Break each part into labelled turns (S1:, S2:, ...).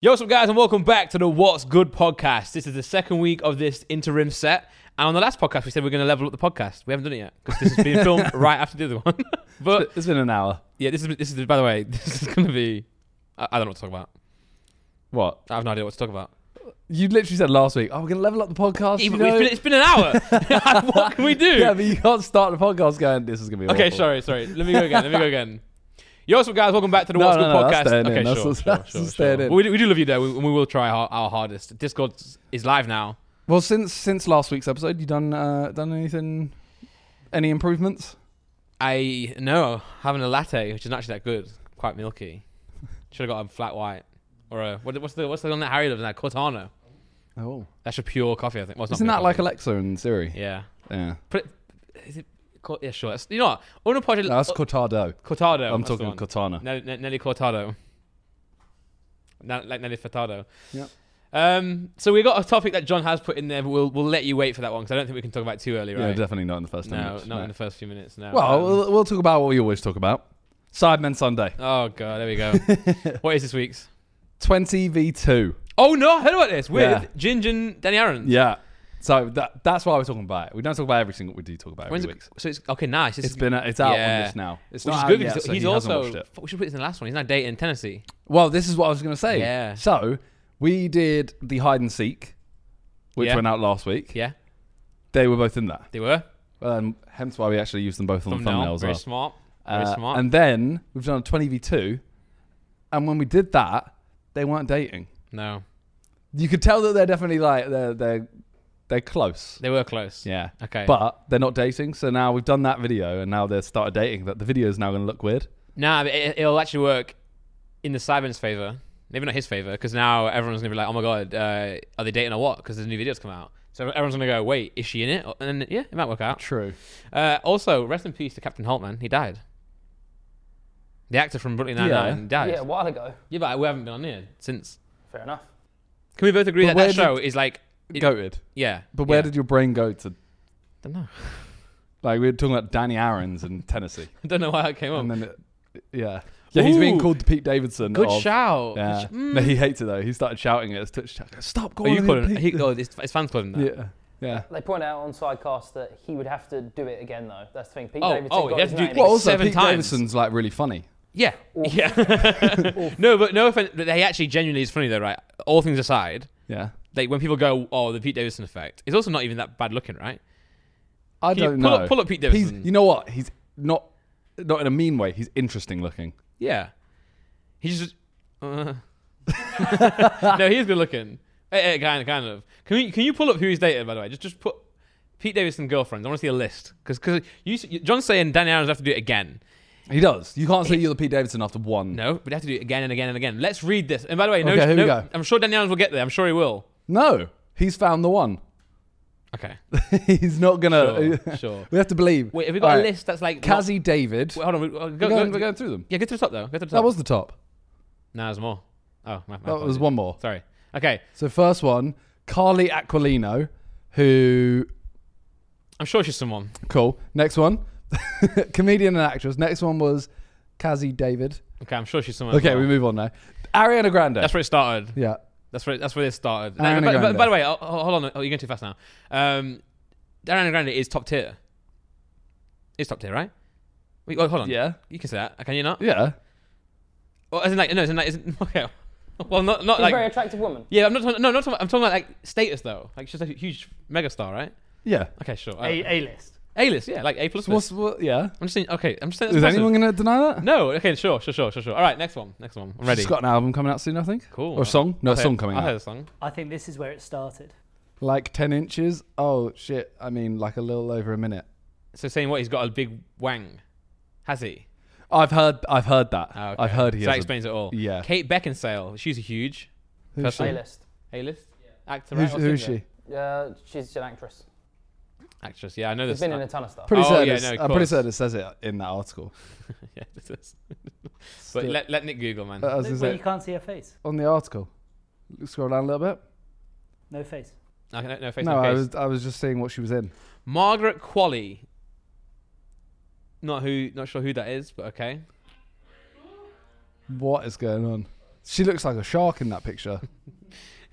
S1: Yo, what's up, guys, and welcome back to the What's Good podcast. This is the second week of this interim set. And on the last podcast, we said we are going to level up the podcast. We haven't done it yet because this is being filmed right after the other one. but
S2: It's been an hour.
S1: yeah, this is, this is, by the way, this is going to be. I, I don't know what to talk about.
S2: What?
S1: I have no idea what to talk about.
S2: You literally said last week, oh, we're going to level up the podcast.
S1: Even-
S2: you know?
S1: it's, been, it's been an hour. what can we do?
S2: Yeah, but you can't start the podcast going, this is going to be
S1: okay,
S2: awful."
S1: sorry, sorry. Let me go again. Let me go again. Yo, what's up, guys? Welcome back to the
S2: No,
S1: What's
S2: no,
S1: Good
S2: no, that's
S1: podcast.
S2: staying in.
S1: okay,
S2: That's
S1: sure,
S2: what's-
S1: sure,
S2: that's
S1: sure,
S2: what's staying
S1: sure.
S2: in.
S1: We, do, we do love you, though. We, we will try our, our hardest. Discord is live now.
S2: Well, since since last week's episode, you done uh, done anything? Any improvements?
S1: I no having a latte, which isn't actually that good. Quite milky. Should have got a flat white or a what, what's the what's the one that Harry loves now? Cortano.
S2: Oh,
S1: That's a pure coffee, I think. Well, it's not
S2: isn't
S1: pure
S2: that like
S1: coffee.
S2: Alexa and Siri?
S1: yeah?
S2: Yeah,
S1: Put it, is it? Cor- Yeah, sure. It's, you know what? Unapologetic.
S2: No, that's Cortado.
S1: Cortado.
S2: I'm
S1: Oh, that's the
S2: talking
S1: one.
S2: Cortana.
S1: Nelly, Ne- Nelly Cortado. Na- like Nelly Furtado.
S2: Yep.
S1: Um, so we got a topic that John has put in there, but we'll we'll let you wait for that one because I don't think we can talk about it too early,
S2: Yeah,
S1: right?
S2: definitely not in the first.
S1: no,
S2: ten
S1: not
S2: minutes,
S1: in the first few minutes. No.
S2: Well,
S1: Um,
S2: well, we'll talk about what we always talk about. Sidemen Sunday,
S1: oh god, there we go. what is this week's?
S2: twenty v two.
S1: Oh no, I heard about this with
S2: Yeah.
S1: Ginge and Danny Aaron.
S2: Yeah, so that that's why we're talking about it. We don't talk about every single. We do talk about every
S1: When's
S2: week.
S1: it, so it's okay. Nice.
S2: It's been it's out
S1: Yeah.
S2: on this now. It's
S1: which
S2: not
S1: is
S2: out
S1: good
S2: yet,
S1: because
S2: so
S1: he's
S2: he hasn't
S1: also.
S2: watched it.
S1: fuck, We should put this in the last one. He's now dating in Tennessee.
S2: Well, this is what I was going to say.
S1: Yeah.
S2: So we did the hide and seek, which
S1: Yeah.
S2: went out last week.
S1: Yeah,
S2: They were both in that.
S1: they were.
S2: Um, hence why we actually used them both on the
S1: Thumbnail,
S2: thumbnails.
S1: very
S2: well.
S1: smart.
S2: Uh,
S1: Very smart.
S2: And then we've done a 20v2. And when we did that, they weren't dating.
S1: no,
S2: You could tell that they're definitely like, they're, they're, they're close.
S1: they were close.
S2: Yeah.
S1: Okay.
S2: But they're not dating. So now we've done that video and now they've started dating. That the video is now going to look weird.
S1: Nah, but it, it'll actually work in the Simon's favor. Maybe not his favor, because now everyone's gonna be like, "Oh my god, uh, are they dating or what?" Because there's new videos come out, so everyone's gonna go, "Wait, is she in it?" And then, yeah, it might work out.
S2: True.
S1: Uh, also, rest in peace to Captain Holt, man. He died. The actor from Brooklyn Nine Nine died.
S3: Yeah, a while ago.
S1: Yeah, but we haven't been on here since.
S3: Fair enough.
S1: Can we both agree
S2: But
S1: that that
S2: where
S1: show is like, It-
S2: Goated.
S1: yeah?
S2: But where
S1: yeah.
S2: did your brain go to?
S1: I don't know.
S2: Like we were talking about Danny Aaron's in Tennessee.
S1: I don't know why that came up.
S2: And then, it, yeah, yeah, he's being
S1: Ooh.
S2: called Pete Davidson.
S1: Good
S2: of-
S1: shout. Good
S2: Yeah.
S1: sh-
S2: No,
S1: Mm.
S2: he hates it though. He started shouting at his Twitch chat. Stop
S1: Are
S2: calling
S1: you
S2: him
S1: calling?
S2: Pete
S1: He, oh, it's, it's fans calling him that.
S2: Yeah, yeah.
S3: They point out on Sidecast that he would have to do it again, though. That's the thing. Pete
S1: Oh,
S3: Davidson
S1: oh,
S3: got
S1: he
S3: his
S1: has to do-
S3: name.
S1: Well,
S2: Well, also
S1: seven
S2: Pete
S1: times.
S2: Davidson's like really funny.
S1: Yeah. Yeah. no, but no offense. But he actually genuinely is funny though, right? All things aside,
S2: Yeah,
S1: like when people go, "Oh, the Pete Davidson effect," it's also not even that bad looking, right?
S2: I
S1: Can you
S2: don't
S1: pull
S2: know.
S1: up- pull up Pete
S2: He's-
S1: Davidson?
S2: you know what? He's not not in a mean way. He's interesting looking.
S1: Yeah. He's just. Uh. no, he's good looking. Eh, eh, kind, kind of. Can we? Can you pull up who he's dated? By the way, just just put Pete Davidson girlfriends. I want to see a list because because you s- John's saying Danny Aaron's have to do it again.
S2: He does. You can't say you're the Pete Davidson after one.
S1: No, but they have to do it again and again and again. Let's read this. And by the way, no,
S2: Okay, here we
S1: no
S2: go.
S1: I'm sure Danny Aaron's will get there. I'm sure he will.
S2: No, he's found the one.
S1: Okay,
S2: he's not gonna.
S1: sure, sure.
S2: we have to believe.
S1: Wait, have we got a
S2: Alright,
S1: list that's like not-
S2: Kazi David.
S1: Wait, hold on, we- uh,
S2: we're,
S1: go,
S2: going,
S1: go,
S2: we're going through them.
S1: yeah, get to the top though. Get to the top.
S2: That was the top.
S1: no, there's more. Oh, my, my
S2: That was
S1: apologies.
S2: one more.
S1: Sorry. Okay,
S2: So first one, Carly Aquilino, who
S1: I'm sure she's someone.
S2: cool. Next one, comedian and actress. Next one was Kazi David.
S1: Okay, I'm sure she's someone. as
S2: Okay,
S1: well.
S2: we move on now. Ariana Grande.
S1: That's where it started.
S2: yeah.
S1: That's where that's where this started. No,
S2: Ariana
S1: but- but-
S2: Grande.
S1: by the way, oh, oh, hold on. Oh, you're going too fast now. Um, Ariana Grande is top tier. Is top tier, right? Wait, oh, hold on.
S2: Yeah.
S1: you can say that. Can you not?
S2: Yeah.
S1: Well, as in like no, as in like, as in, okay. Well, not not
S3: She's a very
S1: like.
S3: attractive woman.
S1: Yeah, I'm not. Talking, no, not. Talking, I'm talking about like status though. Like she's like a huge megastar, right?
S2: Yeah.
S1: Okay, sure.
S3: A A list.
S1: A list, yeah, like A plus.
S2: So what's what? Yeah.
S1: I'm just saying. Okay, I'm just saying.
S2: Is
S1: That's impressive.
S2: anyone going to deny that?
S1: No. Okay. Sure. Sure. Sure. Sure. Sure. All right. Next one. Next one. I'm ready.
S2: She's got an album coming out soon, I think.
S1: cool.
S2: Or a song? No,
S1: I've
S2: a
S1: heard-
S2: song coming
S1: I've heard
S2: out.
S1: the song.
S4: I think this is where it started.
S2: Like ten inches. Oh shit! I mean, like a little over a minute.
S1: So saying what? He's got a big wang. Has he?
S2: I've heard. I've heard that.
S1: Ah, okay.
S2: I've heard he
S1: So that
S2: has. a-
S1: explains it all.
S2: yeah.
S1: Kate Beckinsale. She's a huge
S2: Who's
S1: person.
S3: A
S2: she?
S3: list.
S1: A list actor.
S2: Who's,
S1: right? Or
S2: who's
S1: singer?
S2: she?
S3: Uh, she's an actress.
S1: Actress. Yeah, I know this.
S3: She's been in a ton of stuff.
S2: Pretty
S1: Oh,
S2: certain.
S1: yeah,
S2: it's-
S1: no, of
S2: I'm pretty
S1: course.
S2: certain it says it in that article.
S1: yeah, this is. but let, let Nick Google, man.
S2: That was- is
S4: Where
S2: it.
S4: you can't see her face.
S2: on the article. Scroll down a little bit.
S4: No face.
S1: no, no, no, face
S2: no,
S1: no
S2: I
S1: face.
S2: was I was just seeing what she was in.
S1: Margaret Qualley. Not who. Not sure who that is, but okay.
S2: What is going on? She looks like a shark in that picture.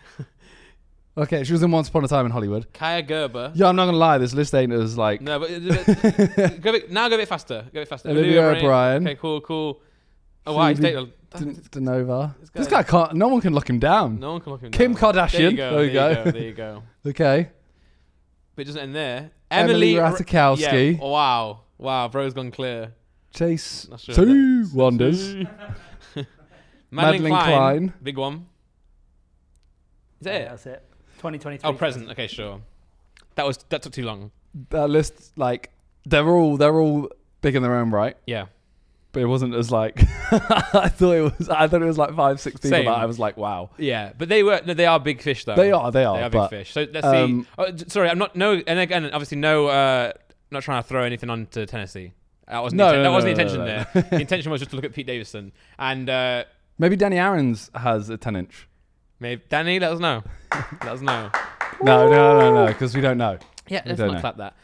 S2: okay, she was in Once Upon a Time in Hollywood.
S1: Kaya Gerber.
S2: Yeah, I'm not gonna lie. This list ain't as like.
S1: No, but go a bit, now go a bit faster. Go a bit faster.
S2: Olivia O'Brien.
S1: Okay, cool, cool. Oh, wow, he's
S2: Phoebe
S1: dated.
S2: D- Denova.
S1: This guy-
S2: This guy can't. No one can lock him down.
S1: No one can look him
S2: Kim
S1: down. There
S2: Kardashian.
S1: you go. There you go. There you go.
S2: Okay.
S1: But it doesn't end there.
S2: Emily,
S1: Ra-
S2: Ratajkowski.
S1: Yeah. Wow. Wow. Bro's gone clear.
S2: Chase
S1: That's true.
S2: two wonders.
S1: Madeline,
S2: Madeline
S1: Klein,
S2: Klein.
S1: Big one. Is that
S4: Yeah,
S1: it?
S4: That's it. 2023.
S1: Oh, present. Okay, sure. That was that took too long.
S2: That list, like, they're all they're all big in their own right,
S1: Yeah.
S2: but it wasn't as like I thought it was. I thought it was like five, six people
S1: Same.
S2: that I was like, wow,
S1: Yeah, but they were no, they are big fish though.
S2: they are, they are.
S1: They are
S2: but
S1: big fish. So let's
S2: um,
S1: see. Oh, d- sorry, I'm not no, and again, obviously no. Uh, not trying to throw anything onto Tennessee. That wasn't
S2: No,
S1: the, inten-
S2: no,
S1: that
S2: no,
S1: wasn't the
S2: no,
S1: intention
S2: no, no.
S1: there. the intention was just to look at Pete Davidson and uh,
S2: Maybe Danny Aaron's has a ten inch.
S1: maybe Danny. Let us know. let us know.
S2: No, no, no, no, because we don't know.
S1: Yeah,
S2: We
S1: let's
S2: don't
S1: not
S2: know.
S1: clap that.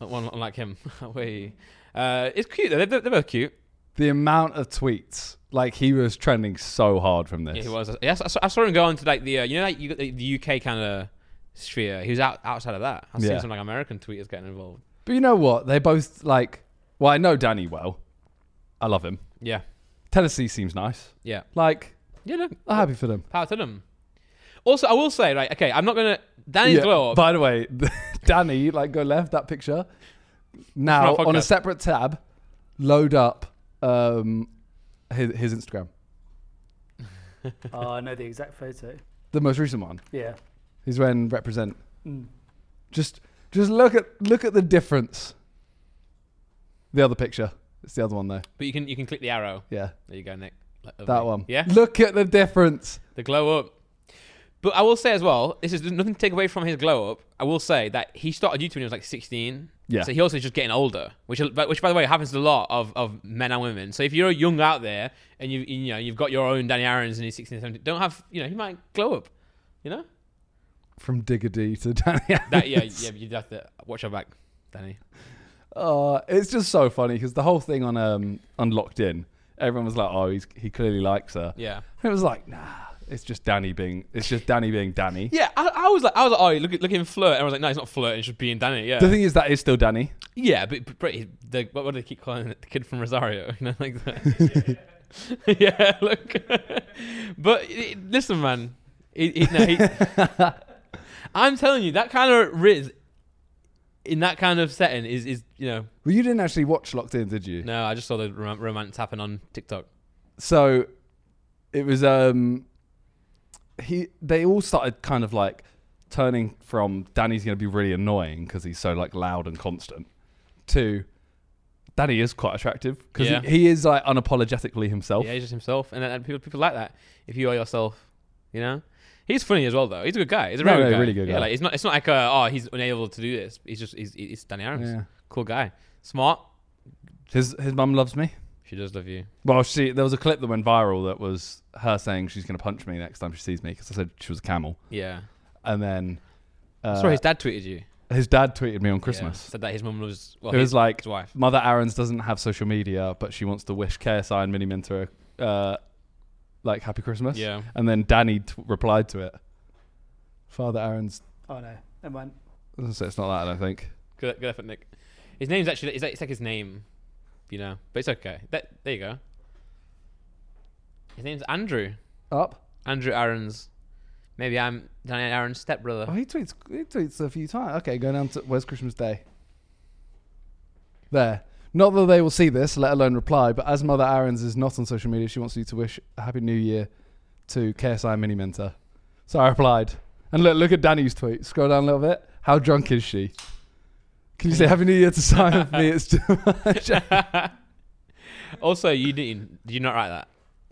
S1: Not one unlike him. we. Uh, it's cute though. They're, they're both cute.
S2: The amount of tweets, like he was trending so hard from this.
S1: Yeah, he was. Yes, I saw, I saw him go on to like the uh, you know like you got the, the UK kind of sphere. He was out outside of that. I've
S2: Yeah.
S1: seen some like American tweeters getting involved.
S2: But you know what? They both like. Well, I know Danny well. I love him.
S1: Yeah,
S2: Tennessee seems nice.
S1: yeah,
S2: Like,
S1: yeah. No,
S2: I'm happy for them.
S1: Power to them. Also, I will say, right, okay, I'm not gonna Danny's
S2: Yeah,
S1: glow up.
S2: By the way, Danny, like, go left that picture. Now
S1: It's not a
S2: on a
S1: podcast.
S2: separate tab, load up um, his, his Instagram,
S4: Oh, I know the exact photo.
S2: the most recent one.
S4: Yeah.
S2: He's wearing represent.
S4: Mm.
S2: Just, just look at look at the difference. The other picture. It's the other one though.
S1: but you can you can click the arrow.
S2: Yeah,
S1: There you go, Nick. Like,
S2: that
S1: lovely.
S2: one.
S1: Yeah,
S2: Look at the difference.
S1: the glow up. But I will say as well, this is there's nothing to take away from his glow up. I will say that he started YouTube when he was like 16.
S2: Yeah.
S1: So he also is just getting older, which but- which by the way happens to a lot of, of men and women. So if you're young out there and you you know you've got your own Danny Aaron's and he's 16, 17, don't have you know he might glow up, you know.
S2: From Diggity to Danny.
S1: That yeah yeah you have to watch our back, Danny.
S2: Uh, it's just so funny because the whole thing on um on Locked In, everyone was like, "Oh, he's, he clearly likes her."
S1: Yeah.
S2: And it was like, "Nah, it's just Danny being it's just Danny being Danny."
S1: Yeah, I, I was like, I was like, oh, look, at- look at him flirt. And I was like, no, he's not flirting. It's just being Danny. Yeah,
S2: The thing is, that is still Danny.
S1: yeah, but, but, but he- the, what, what do they keep calling it? The kid from Rosario, you know, like that. yeah, look. but i- listen, man, he, he, no, he, I'm telling you, that kind of riz in that kind of setting is is you know.
S2: Well, you didn't actually watch Locked In, did you?
S1: No, I just saw the rom- romance happen on TikTok.
S2: So it was um he they all started kind of like turning from Danny's going to be really annoying because he's so like loud and constant to Danny is quite attractive because
S1: Yeah.
S2: he, he is like unapologetically himself.
S1: Yeah, he's just himself, and, and people people like that. If you are yourself, you know. He's funny as well, though. He's a good guy. He's a
S2: No,
S1: very
S2: no,
S1: good guy.
S2: really good
S1: yeah,
S2: guy.
S1: Like, it's not. It's not like uh, oh, he's unable to do this. He's just. He's. He's Danny Aaron's.
S2: Yeah.
S1: Cool guy. Smart.
S2: His his mum loves me.
S1: She does love you.
S2: Well, she there was a clip that went viral that was her saying she's going to punch me next time she sees me because I said she was a camel,
S1: Yeah.
S2: and then uh,
S1: Sorry, his dad tweeted you.
S2: his dad tweeted me on
S1: Yeah,
S2: Christmas.
S1: said that his mum loves. Well,
S2: it
S1: his,
S2: was like
S1: his wife.
S2: Mother Aaron's doesn't have social media, but she wants to wish KSI and Mini Mentor uh, like Happy Christmas.
S1: Yeah.
S2: and then Danny t- replied to it. Father Aaron's.
S4: Oh no. Never mind.
S2: So it's not that I don't think.
S1: Good, good effort, Nick. His name's actually. It's like, it's like his name. You know, but it's okay. That there you go. His name's Andrew.
S2: Up.
S1: Andrew Aaron's. Maybe I'm Danny Aaron's stepbrother.
S2: Oh, he tweets. He tweets a few times. Okay, go down to where's Christmas Day. There. Not that they will see this, let alone reply. But as Mother Aaron's is not on social media, she wants you to wish a happy New Year to KSI Mini Mentor. So I replied, and look, look at Danny's tweet. Scroll down a little bit. How drunk is she? Can you say Happy New Year to Simon for me? It's too much.
S1: also, you didn't. Did you not write that?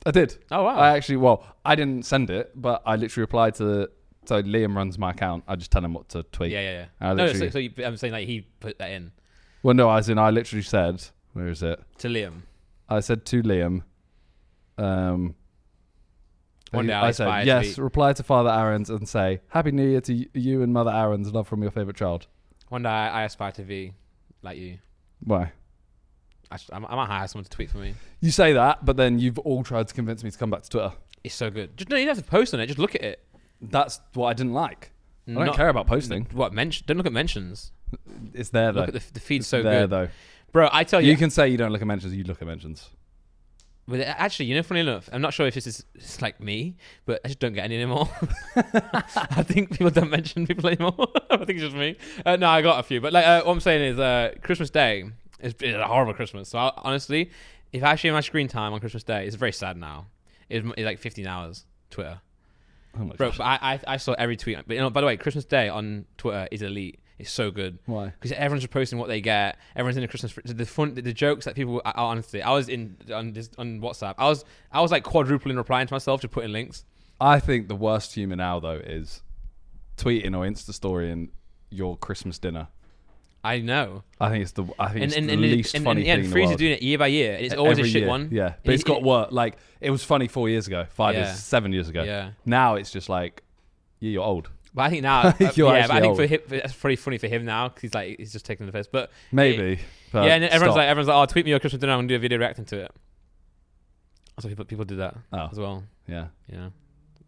S2: I did.
S1: Oh wow.
S2: I actually, well, I didn't send it, but I literally replied to. So Liam runs my account. I just tell him what to tweet.
S1: yeah, yeah, yeah.
S2: I
S1: No, so,
S2: literally-
S1: so you, I'm saying like he put that in
S2: Well, no, as in I literally said, where is it?
S1: to Liam.
S2: I said to Liam, um,
S1: One day I'll
S2: I said,
S1: aspire to
S2: yes,
S1: be-
S2: reply to Father Aaron's and say, Happy New Year to y- you and Mother Aaron's, love from your favourite child.
S1: One day I, I aspire to be like you.
S2: Why?
S1: I, should, I, might- I might hire someone to tweet for me.
S2: You say that, but then you've all tried to convince me to come back to Twitter.
S1: It's so good. Just no, you don't have to post on it. Just look at it.
S2: That's what I didn't like. I don't
S1: Not-
S2: care about posting.
S1: What mention? Don't look at mentions.
S2: It's there though.
S1: Look at the, the feed's so
S2: there
S1: good, Oh,
S2: though.
S1: bro. I tell you,
S2: You can say you don't look at mentions. You look at mentions.
S1: But it- actually, you know, funny enough, I'm not sure if this is it's like me, but I just don't get any anymore. I think people don't mention people anymore. I think it's just me. Uh, no, I got a few, but like uh, what I'm saying is, uh, Christmas Day is is a horrible Christmas. So I, honestly, if I actually my screen time on Christmas Day, it's very sad now. It's, it's like 15 hours Twitter,
S2: Oh my
S1: bro.
S2: gosh.
S1: But I, I I saw every tweet. But you know, by the way, Christmas Day on Twitter is elite. It's so good
S2: Why?
S1: because everyone's just posting what they get. Everyone's in a Christmas. fr- The fun, the jokes that people. I, I honestly, I was in on this on WhatsApp. I was, I was like quadrupling replying to myself to put in links.
S2: I think the worst humor now though is tweeting or Insta storying your Christmas dinner.
S1: I know.
S2: I think it's the I think
S1: And
S2: it's
S1: and,
S2: the
S1: and,
S2: least
S1: and,
S2: funny
S1: and, yeah, and
S2: thing in the
S1: Freeze is
S2: world.
S1: doing it year by year, and it's always
S2: E-, Every
S1: a shit
S2: year.
S1: one.
S2: Yeah,
S1: It-
S2: but it's
S1: it-
S2: got work. Like it was funny four years ago, five
S1: Yeah.
S2: years, seven years ago.
S1: Yeah,
S2: Now it's just like, yeah, you're old.
S1: but I think now, yeah,
S2: You're
S1: but I
S2: actually
S1: think for
S2: old.
S1: him, that's pretty funny for him now because he's like he's just taking the piss. But
S2: Maybe. but
S1: yeah, and then everyone's
S2: stop.
S1: like, everyone's like, oh, tweet me your Christmas dinner. I'm gonna do a video reacting to it. So people people do that
S2: Oh.
S1: as well.
S2: yeah,
S1: Yeah.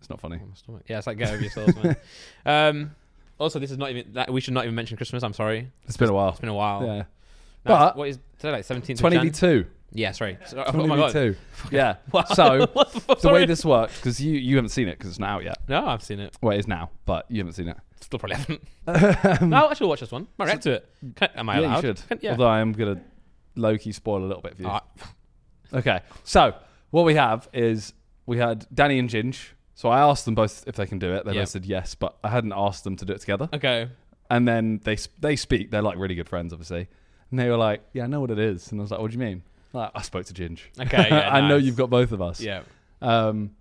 S2: it's not funny.
S1: Oh, my stomach. Yeah, it's like get over yourselves, man. Um, also, this is not even. That, we should not even mention Christmas. I'm sorry.
S2: It's been a while.
S1: It's been a while.
S2: Yeah,
S1: Now it's-
S2: But-
S1: what is today? Like 17th.
S2: twenty
S1: 20
S2: v two.
S1: Yeah, sorry. So- oh
S2: Twenty
S1: my
S2: v
S1: god.
S2: two. Yeah.
S1: Wow.
S2: So
S1: What the fuck?
S2: the way
S1: Sorry.
S2: this works, because you you haven't seen it because it's not out yet.
S1: no, I've seen it.
S2: Well, it is now, but you haven't seen it.
S1: Still probably haven't. no, I should watch this one. Might react to it. Can, am I
S2: Um, yeah,
S1: allowed?
S2: you should.
S1: Can- yeah.
S2: Although I am gonna low key spoil a little bit for you.
S1: Alright.
S2: Okay. So what we have is we had Danny and Ginge. So I asked them both if they can do it. They
S1: Yeah.
S2: both said yes, but I hadn't asked them to do it together.
S1: Okay.
S2: And then they sp- they speak. They're like really good friends, obviously. And they were like, "Yeah, I know what it is." And I was like, "What do you mean?" Like, I spoke to Ginge.
S1: Okay. Yeah,
S2: I know
S1: nice.
S2: you've got both of us.
S1: Yeah.
S2: Um,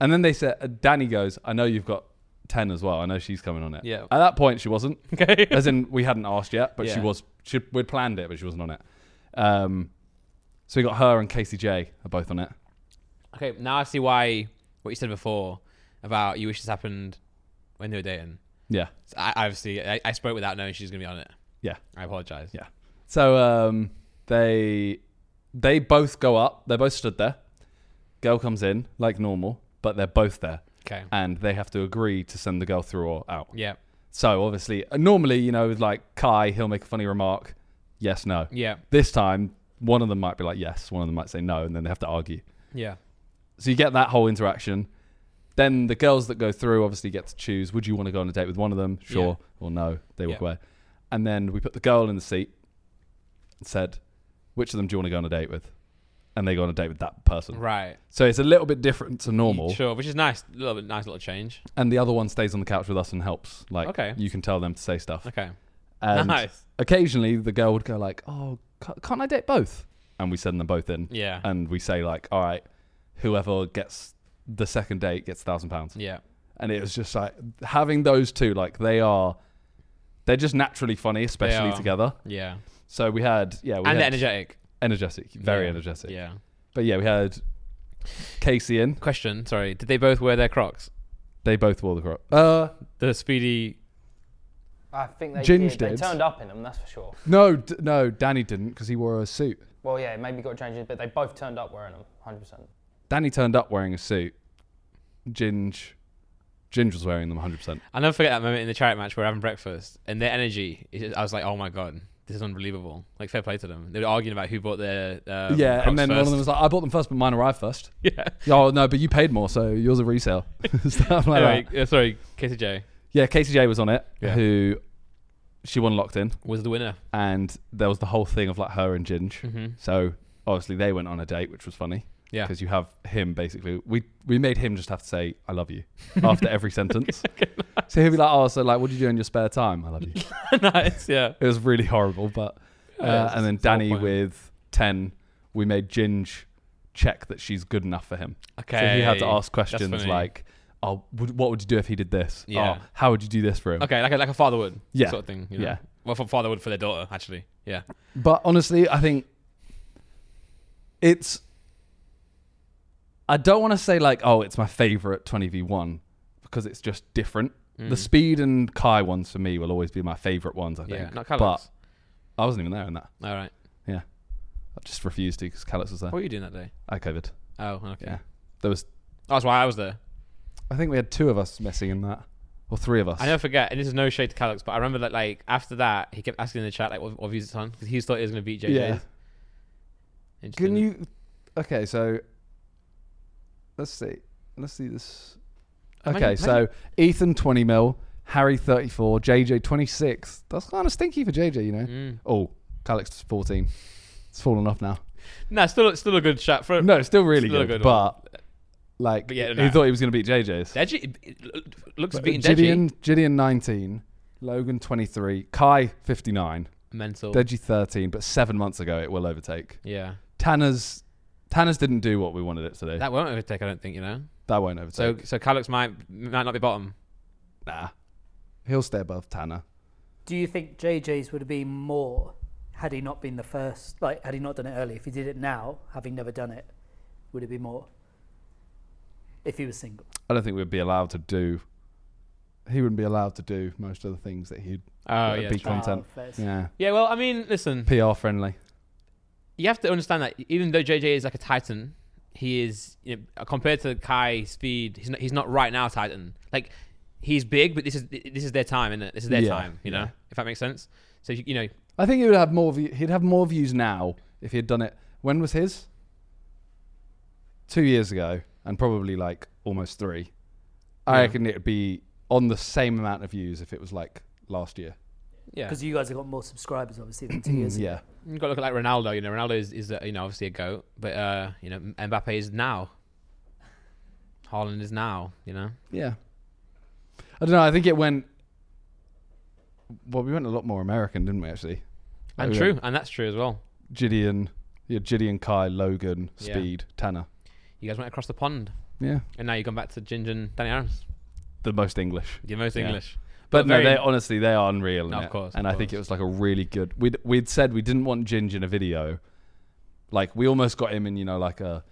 S2: and then they said, uh, Danny goes, "I know you've got ten as well. I know she's coming on it."
S1: Yeah.
S2: At that point, she wasn't.
S1: Okay.
S2: as in we hadn't asked yet, but she
S1: Yeah.
S2: was. She, we'd planned it, but she wasn't on it. Um, so we got her and Casey J are both on it.
S1: Okay. Now I see why what you said before about you wish this happened when they were dating.
S2: Yeah,
S1: So I I obviously I, I spoke without knowing she was gonna be on it.
S2: yeah.
S1: I apologize.
S2: Yeah. So um, they they both go up. They both stood there. Girl comes in like normal, but they're both there,
S1: Okay.
S2: and they have to agree to send the girl through or out.
S1: Yeah.
S2: So obviously, uh, normally you know, with like Kai, he'll make a funny remark, yes, no.
S1: Yeah.
S2: This time, one of them might be like yes, one of them might say no, and then they have to argue.
S1: Yeah.
S2: So you get that whole interaction. Then the girls that go through obviously get to choose would you want to go on a date with one of them? Sure or no. They walk
S1: Yeah.
S2: away. And then we put the girl in the seat and said, which of them do you want to go on a date with? And they go on a date with that person.
S1: Right.
S2: So it's a little bit different to normal.
S1: Sure, which is nice. A little bit nice little change.
S2: And the other one stays on the couch with us and helps. Like
S1: Okay.
S2: you can tell them to say stuff.
S1: Okay.
S2: And
S1: nice.
S2: occasionally the girl would go like, oh, ca- can't I date both? And we send them both in.
S1: Yeah.
S2: And we say like, all right, whoever gets the second date gets a thousand pounds.
S1: yeah.
S2: and it was just like having those two like they are they're just naturally funny especially
S1: are.
S2: together
S1: Yeah.
S2: so we had yeah we
S1: and
S2: had
S1: energetic.
S2: energetic very
S1: Yeah.
S2: energetic
S1: Yeah.
S2: but yeah we had casey in
S1: Question, sorry. Did they both wear their Crocs?
S2: they both wore the crop uh
S1: The speedy
S3: I think they
S2: Ginge
S3: did. They
S2: did.
S3: turned up in them, that's for sure.
S2: no d- no danny didn't because he wore a suit
S3: Well, yeah, maybe got changes, but they both turned up wearing them, 100%.
S2: danny turned up wearing a suit ginge ginge was wearing them 100%
S1: I'll never forget that moment in the charity match where we're having breakfast and their energy. is just- I was like, oh my God, this is unbelievable. Like, fair play to them. They were arguing about who bought their. Um,
S2: yeah
S1: Crocs
S2: and then one of
S1: first.
S2: them was like i bought them first but mine arrived first
S1: Yeah.
S2: oh no but you paid more so yours a resale Stuff like
S1: Anyway,
S2: that.
S1: uh, sorry, Casey J
S2: yeah casey j was on it
S1: Yeah.
S2: who she won locked in
S1: was the winner.
S2: and there was the whole thing of like her and Ginge.
S1: Mhm.
S2: So obviously they went on a date, which was funny.
S1: Yeah.
S2: because you have him basically. We we made him just have to say "I love you" after every sentence. So he'd be like, "Oh, so like, what do you do in your spare time? I love you."
S1: nice, yeah.
S2: It was really horrible, but
S1: Yeah,
S2: uh,
S1: it's-
S2: and then
S1: it's the whole
S2: Danny
S1: point.
S2: with ten, we made Ginge check that she's good enough for him.
S1: Okay.
S2: So he had to ask questions
S1: funny.
S2: like. Oh, would, what would you do if he did this?
S1: Yeah.
S2: Oh, how would you do this for him?
S1: Okay, like a, like a father would.
S2: Yeah.
S1: Sort of thing. You know?
S2: Yeah.
S1: Well, for father would for their daughter, actually. Yeah.
S2: But honestly, I think it's. I don't want to say like, oh, it's my favorite 20v1 because it's just different.
S1: Mm.
S2: The speed and Kai ones for me will always be my favorite ones, I think.
S1: Yeah. Not
S2: but
S1: Callum's.
S2: I wasn't even there in that.
S1: All right.
S2: Yeah. I just refused to because Calix was there.
S1: What were you doing that day?
S2: I covered.
S1: Oh, okay.
S2: Yeah. There was
S1: That's why I was there.
S2: I think we had two of us missing in that, or three of us.
S1: I never forget, and this is no shade to Calix, but I remember that like after that, he kept asking in the chat like what, what views it's on because he thought he was going to beat JJ.
S2: Yeah.
S1: And just
S2: Can
S1: didn't.
S2: you? Okay, so let's see. Let's see this.
S1: Imagine-
S2: Okay, so Ethan twenty mil, Harry thirty four, JJ twenty six. That's kind of stinky for JJ, you know.
S1: Mm.
S2: Oh, Calix fourteen. It's fallen off now.
S1: Nah, still still a good shot for
S2: No, it's still really
S1: Still a good
S2: good, but like
S1: But yeah,
S2: he
S1: nah.
S2: thought he was going to beat JJ's.
S1: Deji. it- it Looks
S2: But
S1: beating Deji.
S2: Gideon, Gideon nineteen, Logan twenty three, Kai fifty nine,
S1: Mental.
S2: Deji thirteen. But seven months ago, it will overtake.
S1: Yeah,
S2: Tanner's Tanner's didn't do what we wanted it to do. That,
S1: that won't overtake. I don't think you know.
S2: won't overtake.
S1: So so Calix might might not be bottom.
S2: Nah. He'll stay above Tanner.
S4: Do you think JJ's would have been more had he not been the first? Like, had he not done it early? If he did it now, having never done it, would it be more? If he was single,
S2: I don't think we'd be allowed to do. He wouldn't be allowed to do most of the things that he'd.
S1: Oh
S2: That'd
S1: yeah.
S2: be
S1: true.
S2: Content.
S4: Ah, fair.
S2: Yeah.
S1: Yeah. Well, I mean, listen.
S2: PR friendly.
S1: you have to understand that even though JJ is like a Titan, he is you know, compared to Kai Speed, he's not, he's not right now Titan. Like he's big, but this is this is their time, isn't it? This is their
S2: Yeah,
S1: time. You know,
S2: yeah.
S1: if that makes sense. So you, you know,
S2: I think he would have more. View, he'd have more views now if he had done it. When was his? Two years ago, and probably like almost three. I
S1: Yeah.
S2: reckon it'd be on the same amount of views if it was like last year.
S1: yeah,
S4: Because you guys have got more subscribers, obviously, than two years ago.
S2: yeah.
S1: you got to look at like Ronaldo. You know, Ronaldo is, is uh, you know obviously a goat, but uh, you know Mbappe is now. Haaland is now. You know,
S2: Yeah. I don't know. I think it went. Well, we went a lot more American, didn't we? Actually. Like,
S1: and
S2: we
S1: true,
S2: went
S1: and that's true as well.
S2: Gideon, yeah, Gideon, Kai, Logan,
S1: Yeah.
S2: Speed, Tanner.
S1: You guys went across the pond,
S2: Yeah.
S1: and now you've gone back to Ginger and Danny Aaron's.
S2: The most English.
S1: You're most
S2: Yeah.
S1: English,
S2: But, no,
S1: very-
S2: they honestly they are unreal.
S1: No,
S2: innit?
S1: of course,
S2: And
S1: of
S2: I think it
S1: course.
S2: was like a really good. We'd we'd said we didn't want Ginge in a video. Like we almost got him in, you know, like a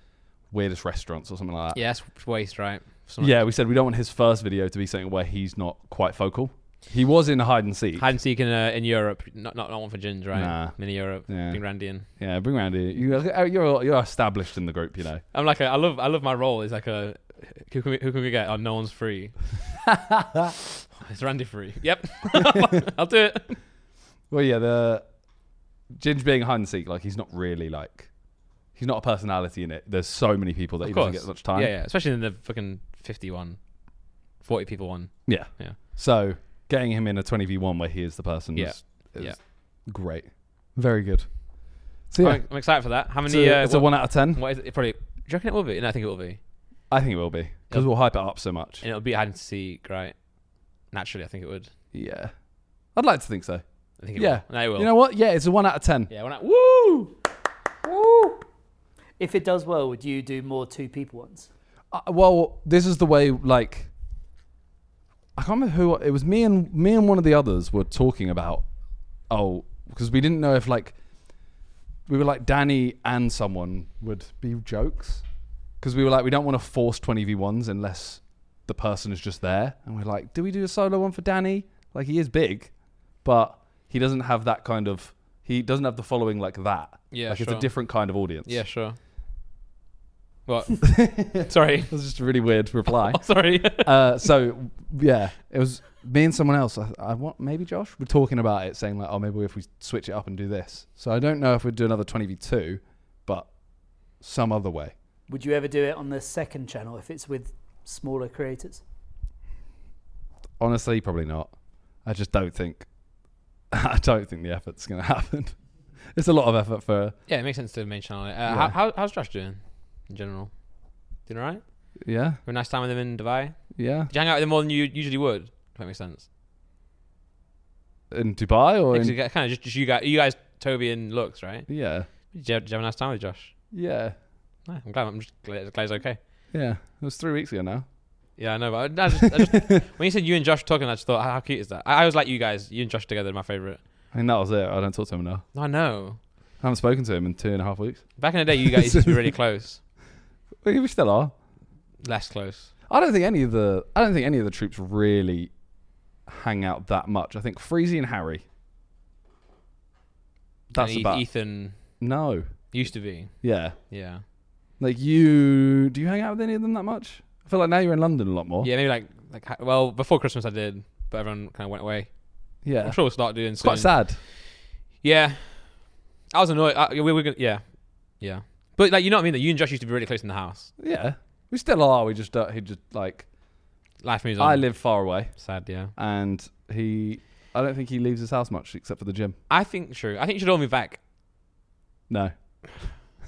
S2: weirdest restaurants or something like that.
S1: yeah, that's waste, right? Some-
S2: Yeah, we said we don't want his first video to be something where he's not quite focal. He was in hide and seek.
S1: Hide and seek in, uh, in Europe, not, not not one for Ginger, right?
S2: Nah.
S1: Mini Europe,
S2: Yeah.
S1: being Randian.
S2: Yeah, bring around here. You, uh, you're you're established in the group, you know.
S1: I'm like a, I love I love my role. It's like a who can we, who can we get? Oh, no one's free. it's Randy free. Yep, I'll do it.
S2: Well, yeah, the Ginge being hide and seek, like he's not really like he's not a personality in it. There's so many people that
S1: Of
S2: he doesn't
S1: course.
S2: get much time.
S1: Yeah, yeah, especially in the fucking 51, 40 people one.
S2: Yeah.
S1: Yeah.
S2: So getting him in a 20v1 where he is the person
S1: Yeah.
S2: is, is
S1: Yeah.
S2: great. Very good. So yeah,
S1: I'm, I'm excited for that. How
S2: it's,
S1: many?
S2: a,
S1: uh,
S2: it's
S1: what,
S2: a 1 out of 10.
S1: what is it? it? Probably. Do you reckon it will be? No, I think it will be,
S2: I think it will be because
S1: Yep.
S2: we'll hype it up so much.
S1: and it'll be hide and seek, right? Naturally, I think it would.
S2: Yeah. I'd like to think so.
S1: I think it
S2: Yeah.
S1: will. No, it will.
S2: You know what? Yeah, it's a 1 out of 10.
S1: yeah, we're not. Woo!
S4: Woo! If it does well, would you do more two people ones?
S2: Uh, well, this is the way like I can't remember who it was. Me and me and one of the others were talking about oh because we didn't know if like we were like Danny and someone would be jokes because we were like we don't want to force twenty v ones unless the person is just there and we're like do we do a solo one for Danny like he is big but he doesn't have that kind of he doesn't have the following like that
S1: Yeah,
S2: like it's a
S1: sure.
S2: different kind of audience
S1: Yeah, sure. What? sorry.
S2: that's just a really weird reply
S1: Oh, sorry.
S2: uh, so yeah, it was me and someone else. I, I want maybe Josh. We're talking about it, saying like, oh, maybe if we switch it up and do this. So I don't know if we'd do another twenty v two, but some other way.
S4: Would you ever do it on the second channel if it's with smaller creators?
S2: Honestly, probably not. I just don't think. I don't think the effort's going to happen. It's a lot of effort for.
S1: yeah, it makes sense to main channel. it. Uh,
S2: Yeah.
S1: how, how, how's Josh doing in general? Doing all right?
S2: Yeah,
S1: Have a nice time with him in Dubai?
S2: yeah.
S1: Did you hang out with him more than you usually would? If that makes sense.
S2: In Dubai or in,
S1: kind of just, just you guys, you guys, Toby and Lux, right?
S2: yeah,
S1: Did you, have, did you have a nice time with Josh?
S2: yeah,
S1: No, I'm glad. I'm just glad, glad he's okay.
S2: yeah. It was three weeks ago now.
S1: Yeah, I know. But I, I just, I just, when you said you and Josh talking, I just thought, how, how cute is that? I, I was like you guys, you and Josh together, are my favorite.
S2: I mean, that was it. I don't talk to him now.
S1: I know.
S2: I haven't spoken to him in two and a half weeks.
S1: Back in the day, you guys used to be really close.
S2: We we still are.
S1: Less close.
S2: I don't think any of the I don't think any of the troops really hang out that much. I think Freezy and Harry. That's
S1: and E-
S2: about
S1: Ethan
S2: no.
S1: used to be.
S2: Yeah,
S1: Yeah.
S2: like you. Do you hang out with any of them that much? I feel like now you're in London a lot more.
S1: Yeah, maybe like like ha- well before Christmas I did, but everyone kind of went away.
S2: Yeah.
S1: I'm sure we'll start doing
S2: It's
S1: soon.
S2: quite sad.
S1: Yeah, I was annoyed. I, we were gonna yeah, yeah. But like you know what I mean. That you and Josh used to be really close in the house.
S2: Yeah. We still are. We just don't, he just like
S1: Life moves on.
S2: I live far away,
S1: Sad, yeah.
S2: and he I don't think he leaves his house much except for the gym.
S1: I think true. I think you should all move back.
S2: No.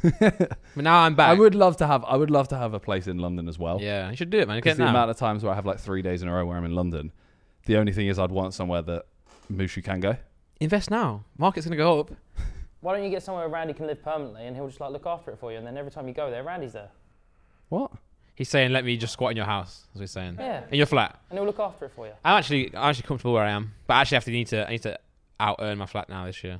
S1: But now I'm back.
S2: I would love to have I would love to have a place in London as well.
S1: Yeah, you should do it, man. You
S2: 'Cause
S1: can't
S2: the
S1: now.
S2: amount of times where I have like three days in a row where I'm in London, the only thing is I'd want somewhere that Mushu can go.
S1: Invest now. Market's gonna go up.
S3: Why don't you get somewhere Randy can live permanently and he'll just like look after it for you and then every time you go there, Randy's there.
S2: What?
S1: He's saying, "Let me just squat in your house." That's what he's saying.
S3: Yeah.
S1: In your flat.
S3: And he'll look after it for you.
S1: I'm actually I'm actually comfortable where I am, but I actually have to need to I need to out earn my flat now this year.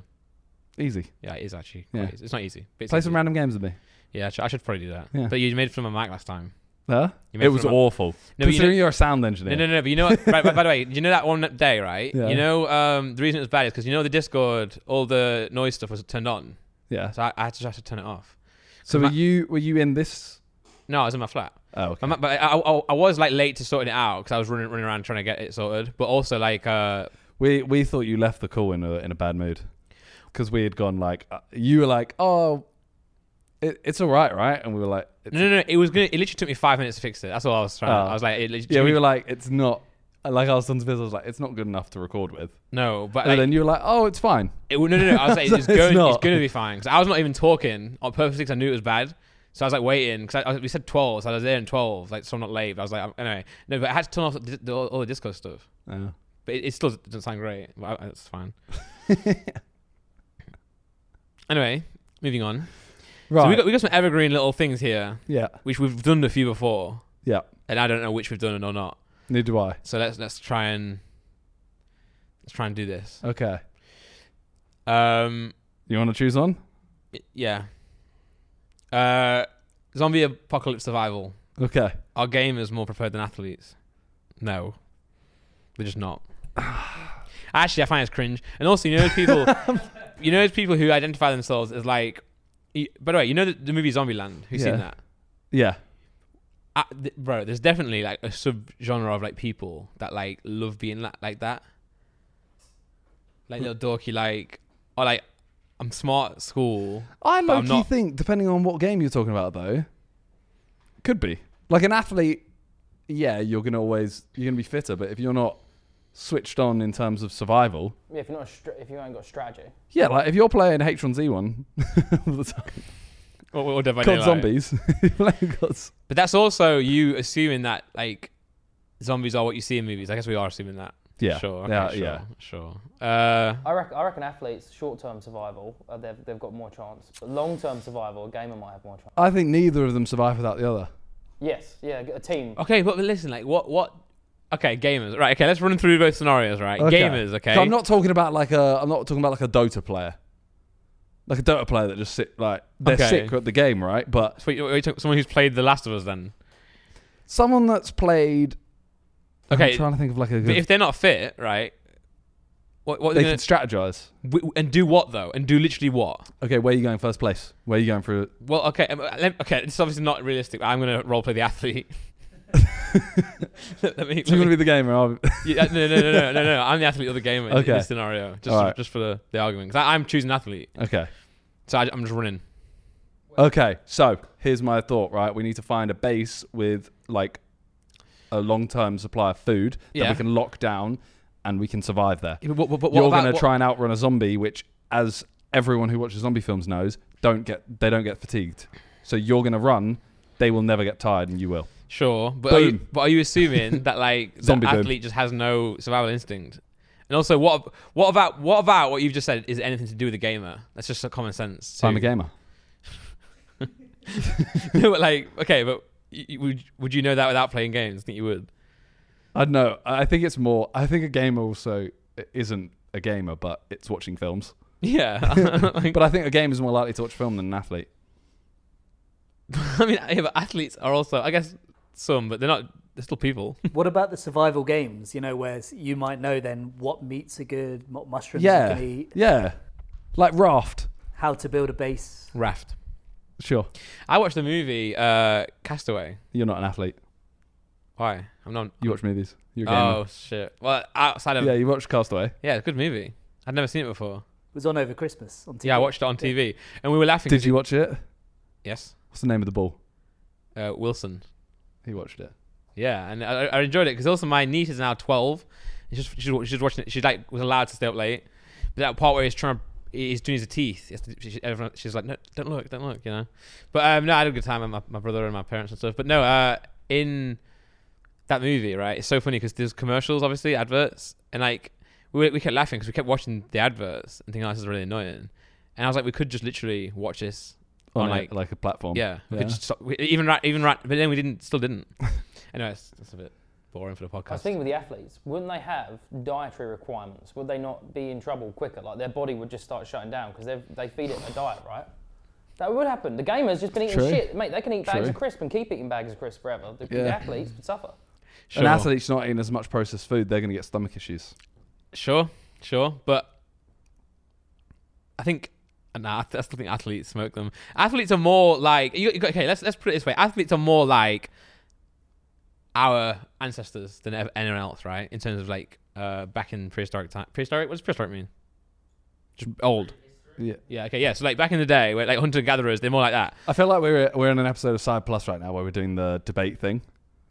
S2: Easy.
S1: Yeah, it is actually.
S2: Yeah.
S1: Quite easy. It's not easy. But it's
S2: Play
S1: easy.
S2: some random games with me.
S1: Yeah, I should, I should probably do that.
S2: Yeah.
S1: But you made fun of my mic last time.
S2: Huh?
S1: You made
S2: It was
S1: fun of my-
S2: awful.
S1: No, but you
S2: Considering
S1: know-
S2: you are a sound engineer.
S1: No, no, no. But you know what? right, by, by the way, you know that one day, right?
S2: Yeah.
S1: You know um, the reason it was bad is because you know the Discord, all the noise stuff was turned on,
S2: Yeah.
S1: so I, I had to I had to turn it off.
S2: So were
S1: my-
S2: you were you in this?
S1: No, I was in my flat.
S2: Oh, okay.
S1: I'm, but I, I, I was like late to sorting it out because I was running running around trying to get it sorted. But also like uh,
S2: We we thought you left the call in a in a bad mood because we had gone like uh, you were like oh, it, it's all right, right? And we were like, it's,
S1: no, no, no. It was gonna. It literally took me five minutes to fix it. That's all I was trying.
S2: Oh.
S1: I was like, it literally
S2: yeah,
S1: took
S2: we
S1: me-
S2: were like, it's not. Like I was on to Biz, I was like, it's not good enough to record with.
S1: no, but
S2: and
S1: like,
S2: then you were like, oh, it's fine.
S1: It, no, no, no. I was like, it's,
S2: It's
S1: going, it's
S2: not.
S1: going to be fine. Because I was not even talking on purpose because I knew it was bad. So I was like waiting because I, I, we said twelve, so I was there in twelve, like so I'm not late. But I was like, I'm, anyway, no, but I had to turn off the, the, all the disco stuff.
S2: Uh,
S1: But it, it still doesn't sound great. But I, it's fine. anyway, moving on.
S2: right.
S1: So we got we got some evergreen little things here,
S2: yeah.
S1: which we've done a few before.
S2: Yeah.
S1: And I don't know which we've done or not.
S2: Neither do I.
S1: So let's let's try and let's try and do this.
S2: Okay.
S1: Um.
S2: You want to choose on?
S1: Y- Yeah. Uh, zombie apocalypse survival.
S2: Okay.
S1: Are gamers more prepared than athletes? No, they're just not. Actually, I find it's cringe. And also, you know, those people, you know, those people who identify themselves as like. y- By the way, you know the, the movie Zombieland. Who's
S2: Yeah.
S1: seen that?
S2: Yeah.
S1: Uh, th- bro, there's definitely like a subgenre of like people that like love being la- like that, like little dorky, like or like I'm smart at school.
S2: I
S1: But I'm
S2: low-key
S1: not-
S2: think, depending on what game you're talking about, though, could be like an athlete. Yeah, you're gonna always you're gonna be fitter, but if you're not switched on in terms of survival,
S3: Yeah, if you're not a str- if you ain't got strategy.
S2: yeah, like if you're playing H1Z1 all the time,
S1: Or, or Dead by
S2: COD
S1: Daylight.
S2: zombies, you're playing CODs.
S1: But that's also you assuming that like zombies are what you see in movies. I guess we are assuming that.
S2: yeah,
S1: Sure.
S2: yeah,
S1: okay,
S2: yeah.
S1: Sure. Sure. Uh,
S3: I, rec- I reckon athletes, short term survival, uh, they've, they've got more chance. But long term survival, a gamer might have more chance.
S2: I think neither of them survive without the other.
S3: Yes, yeah, a team.
S2: Oh,
S1: okay, but listen, like what what? Okay, gamers. Right. Okay, let's run through both scenarios. Right.
S2: Okay.
S1: Gamers. Okay.
S2: So I'm not talking about like a I'm not talking about like a Dota player, like a Dota player that just sit like they're
S1: Okay.
S2: sick at the game, right? But
S1: So you- you took someone who's played The Last of Us then.
S2: someone that's played.
S1: Okay.
S2: I'm trying to think of like a
S1: But
S2: good.
S1: if they're not fit, right? What what
S2: they
S1: they
S2: can strategize.
S1: w- and do what though? And do literally what?
S2: Okay, where are you going first place? Where are you going for?
S1: Well, okay, um, let- okay. This is obviously not realistic. But I'm gonna roleplay the athlete. let me,
S2: You're going to be the gamer. I'll be-
S1: Yeah, no, no, no, no, no, no. I'm the athlete or the gamer in-
S2: Okay.
S1: in this scenario. Just,
S2: Alright.
S1: just for the, the argument, because I'm choosing athlete,
S2: okay.
S1: so I, am just running.
S2: Okay. So here's my thought. Right, we need to find a base with like a long-term supply of food that
S1: Yeah.
S2: we can lock down, and we can survive there.
S1: But, but, but
S2: You're going to try and outrun a zombie, which, as everyone who watches zombie films knows, don't get they don't get fatigued. So you're going to run. They will never get tired, and you will.
S1: Sure, but are, you,
S2: Boom.
S1: but are you assuming that like the
S2: Zombie boom.
S1: athlete just has no survival instinct? And also, what what about what about what you've just said is anything to do with the gamer? That's just a common sense.
S2: So I'm
S1: too.
S2: a gamer.
S1: no, but like okay, but y y- would would you know that without playing games? I think you would.
S2: I don't know. I I think it's more. I think a gamer also isn't a gamer, but it's watching films.
S1: Yeah, Like,
S2: But I think a gamer is more likely to watch film than an athlete.
S1: I mean, yeah, but athletes are also, I guess, some, but they're not. They're still people.
S4: What about the survival games? You know, where s- you might know then what meats are good, what mushrooms you
S2: Yeah,
S4: can eat,
S2: yeah. Like raft,
S4: how to build a base.
S1: Raft.
S2: sure.
S1: I watched the movie uh, Castaway.
S2: You're not an athlete.
S1: Why? I'm not.
S2: You watch movies. You're a gamer.
S1: Oh shit! Well, outside of
S2: yeah,
S1: yeah,
S2: you watch Castaway.
S1: it's a good movie. I'd never seen it before.
S4: was on over Christmas on TV.
S1: Yeah, I watched it on
S4: Yeah.
S1: TV, and we were laughing.
S2: Did you watch it?
S1: Yes,
S2: What's the name of the ball?
S1: uh, Wilson.
S2: He watched it.
S1: Yeah, and I, I enjoyed it because also my niece is now twelve. And she's she's wa- she's watching it. She like was allowed to stay up late, but that part where he's trying to he's doing his teeth. he has to- she- she- everyone- she's like, no, don't look, don't look, you know. But um, no, I had a good time with my, my brother and my parents and stuff. But no, uh, in that movie, right? It's so funny because there's commercials, obviously adverts, and like we we kept laughing because we kept watching the adverts and thinking, oh, this is really annoying. And I was like, we could just literally watch this
S2: On,
S1: On
S2: a-
S1: like-
S2: like, a platform.
S1: yeah, we
S2: Yeah.
S1: could just stop. We, even right, even right, but then we didn't, still didn't. anyway, it's, that's a bit boring for the
S3: I was
S1: podcast.
S3: thinking with the athletes, wouldn't they have dietary requirements? Would they not be in trouble quicker? Like their body would just start shutting down because they feed it a diet, right? That would happen. The gamers just been eating
S2: True.
S3: shit, mate. They can eat bags
S2: True.
S3: of crisp and keep eating bags of crisp forever. The, the
S2: Yeah.
S3: athletes would suffer.
S1: Sure,
S2: An athlete's not eating as much processed food, they're going to get stomach issues.
S1: sure, sure, but I think uh, nah, I th- I still think athletes smoke them. Athletes are more like you, you got- okay. Let's let's put it this way: athletes are more like our ancestors than ever, anyone else, right? In terms of like uh, back in prehistoric time. Prehistoric? What does prehistoric mean? Just old.
S2: Yeah.
S1: Yeah. Okay. Yeah. So like back in the day, where like hunter gatherers, they're more like that.
S2: I feel like we're we're in an episode of Side Plus right now where we're doing the debate thing.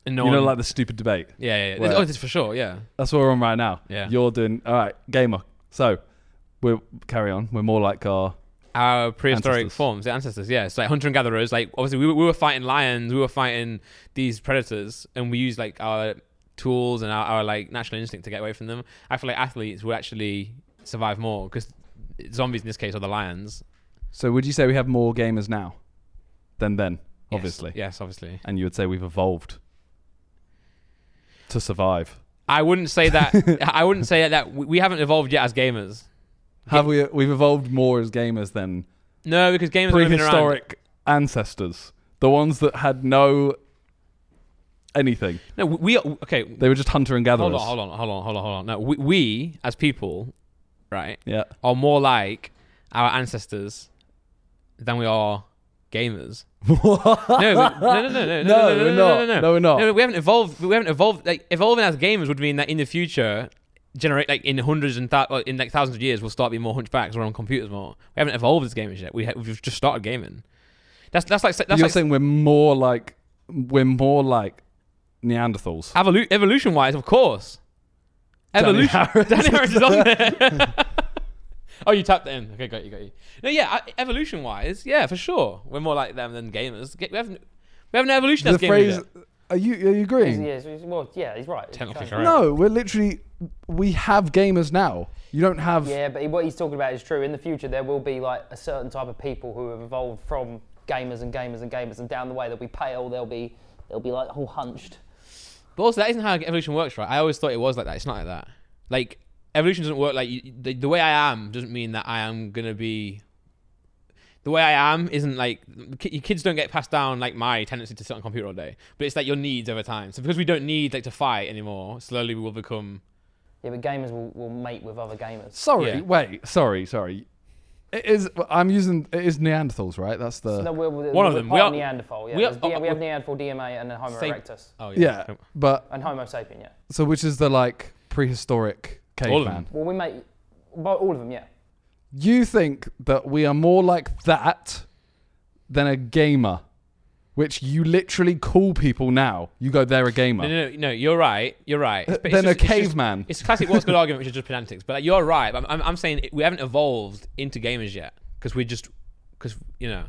S1: And no
S2: you know,
S1: one-
S2: like the stupid debate.
S1: Yeah, yeah, yeah.
S2: Where-
S1: Oh, this is for sure. Yeah,
S2: That's what we're on right now.
S1: yeah.
S2: You're doing all right, gamer. So we will carry on. We're more like our
S1: Our prehistoric
S2: Ancestors.
S1: forms, the ancestors. Yeah, it's like hunter and gatherers. Like obviously, we were, we were fighting lions, we were fighting these predators, and we used like our tools and our, our like natural instinct to get away from them. I feel like athletes will actually survive more because zombies in this case are the lions.
S2: So would you say we have more gamers now than then?
S1: Yes.
S2: Obviously.
S1: yes, obviously.
S2: And you would say we've evolved to survive.
S1: I wouldn't say that. I wouldn't say that we- we haven't evolved yet as gamers.
S2: Have we we've evolved more as gamers than
S1: No, because gamers are moving around.
S2: prehistoric ancestors. The ones that had no anything.
S1: No, we are okay.
S2: They were just hunter and gatherers.
S1: Hold on, hold on, hold on, hold on, hold on. No, we, we as people, right?
S2: Yeah.
S1: are more like our ancestors than we are gamers. no, we- no, no, no, no, no, no, no,
S2: No,
S1: no,
S2: we're
S1: no,
S2: not.
S1: no, no,
S2: we're not.
S1: No, we haven't evolved. We haven't evolved. Like evolving as gamers would mean that in the future, generate like in hundreds and thou- well, in like thousands of years, we'll start being more hunchbacks. We're on computers more. We haven't evolved as gamers yet. We ha- we've just started gaming. That's that's like that's
S2: You're
S1: like
S2: saying we're more like we're more like Neanderthals.
S1: evolu- evolution wise, of course. Evolution. Danny Harris is on there. oh, you tapped it in. Okay, got you, got you. No, yeah, evolution wise, yeah, for sure. We're more like them than gamers. Ga- We haven't, we haven't evolution
S2: the
S1: as gamers.
S2: phrase.
S1: yet.
S2: Are you are you
S3: He's-
S2: agreeing?
S3: yeah, he's- well, yeah, he's right. It's
S1: Technically
S3: changed.
S1: correct.
S2: No, we're literally we have gamers now. You don't have.
S3: Yeah, but he- what he's talking about is true. In the future, there will be like a certain type of people who have evolved from gamers and gamers and gamers, and down the way they'll be pale. They'll be they'll be like all hunched.
S1: But also, that isn't how evolution works, right? I always thought it was like that. It's not like that. Like evolution doesn't work like you, the, the way I am doesn't mean that I am gonna be. The way I am isn't like ki- your kids don't get passed down like my tendency to sit on a computer all day, but it's like your needs over time. So because we don't need like to fight anymore, slowly we will become.
S3: Yeah, but gamers will, will mate with other gamers.
S2: Sorry,
S1: Yeah.
S2: wait. Sorry, sorry. It is. I'm using. It is Neanderthals, right? That's the.
S3: No, we're, we're,
S1: One of
S3: we're
S1: them.
S3: part
S1: We are-
S3: Neanderthal. Yeah,
S1: we
S3: we,
S1: are- oh,
S3: we have
S1: oh,
S3: Neanderthal, DMA, and then Homo
S1: Same-
S3: erectus
S1: Oh
S2: yeah, but
S3: and Homo sapien. Yeah.
S2: so which is the like prehistoric
S1: All of
S2: caveman?
S3: Well, we mate well, all of them. Yeah.
S2: You think that we are more like that than a gamer, which you literally call people now. You go, they're a gamer.
S1: No, no, no, no, you're right. You're right. It's- it's
S2: Than Oh. a
S1: just- it's just-
S2: caveman.
S1: It's, a classic what's good argument, which is just pedantics. But like, you're right. But I'm, I'm, I'm saying it- we haven't evolved into gamers yet because we just, because, you know,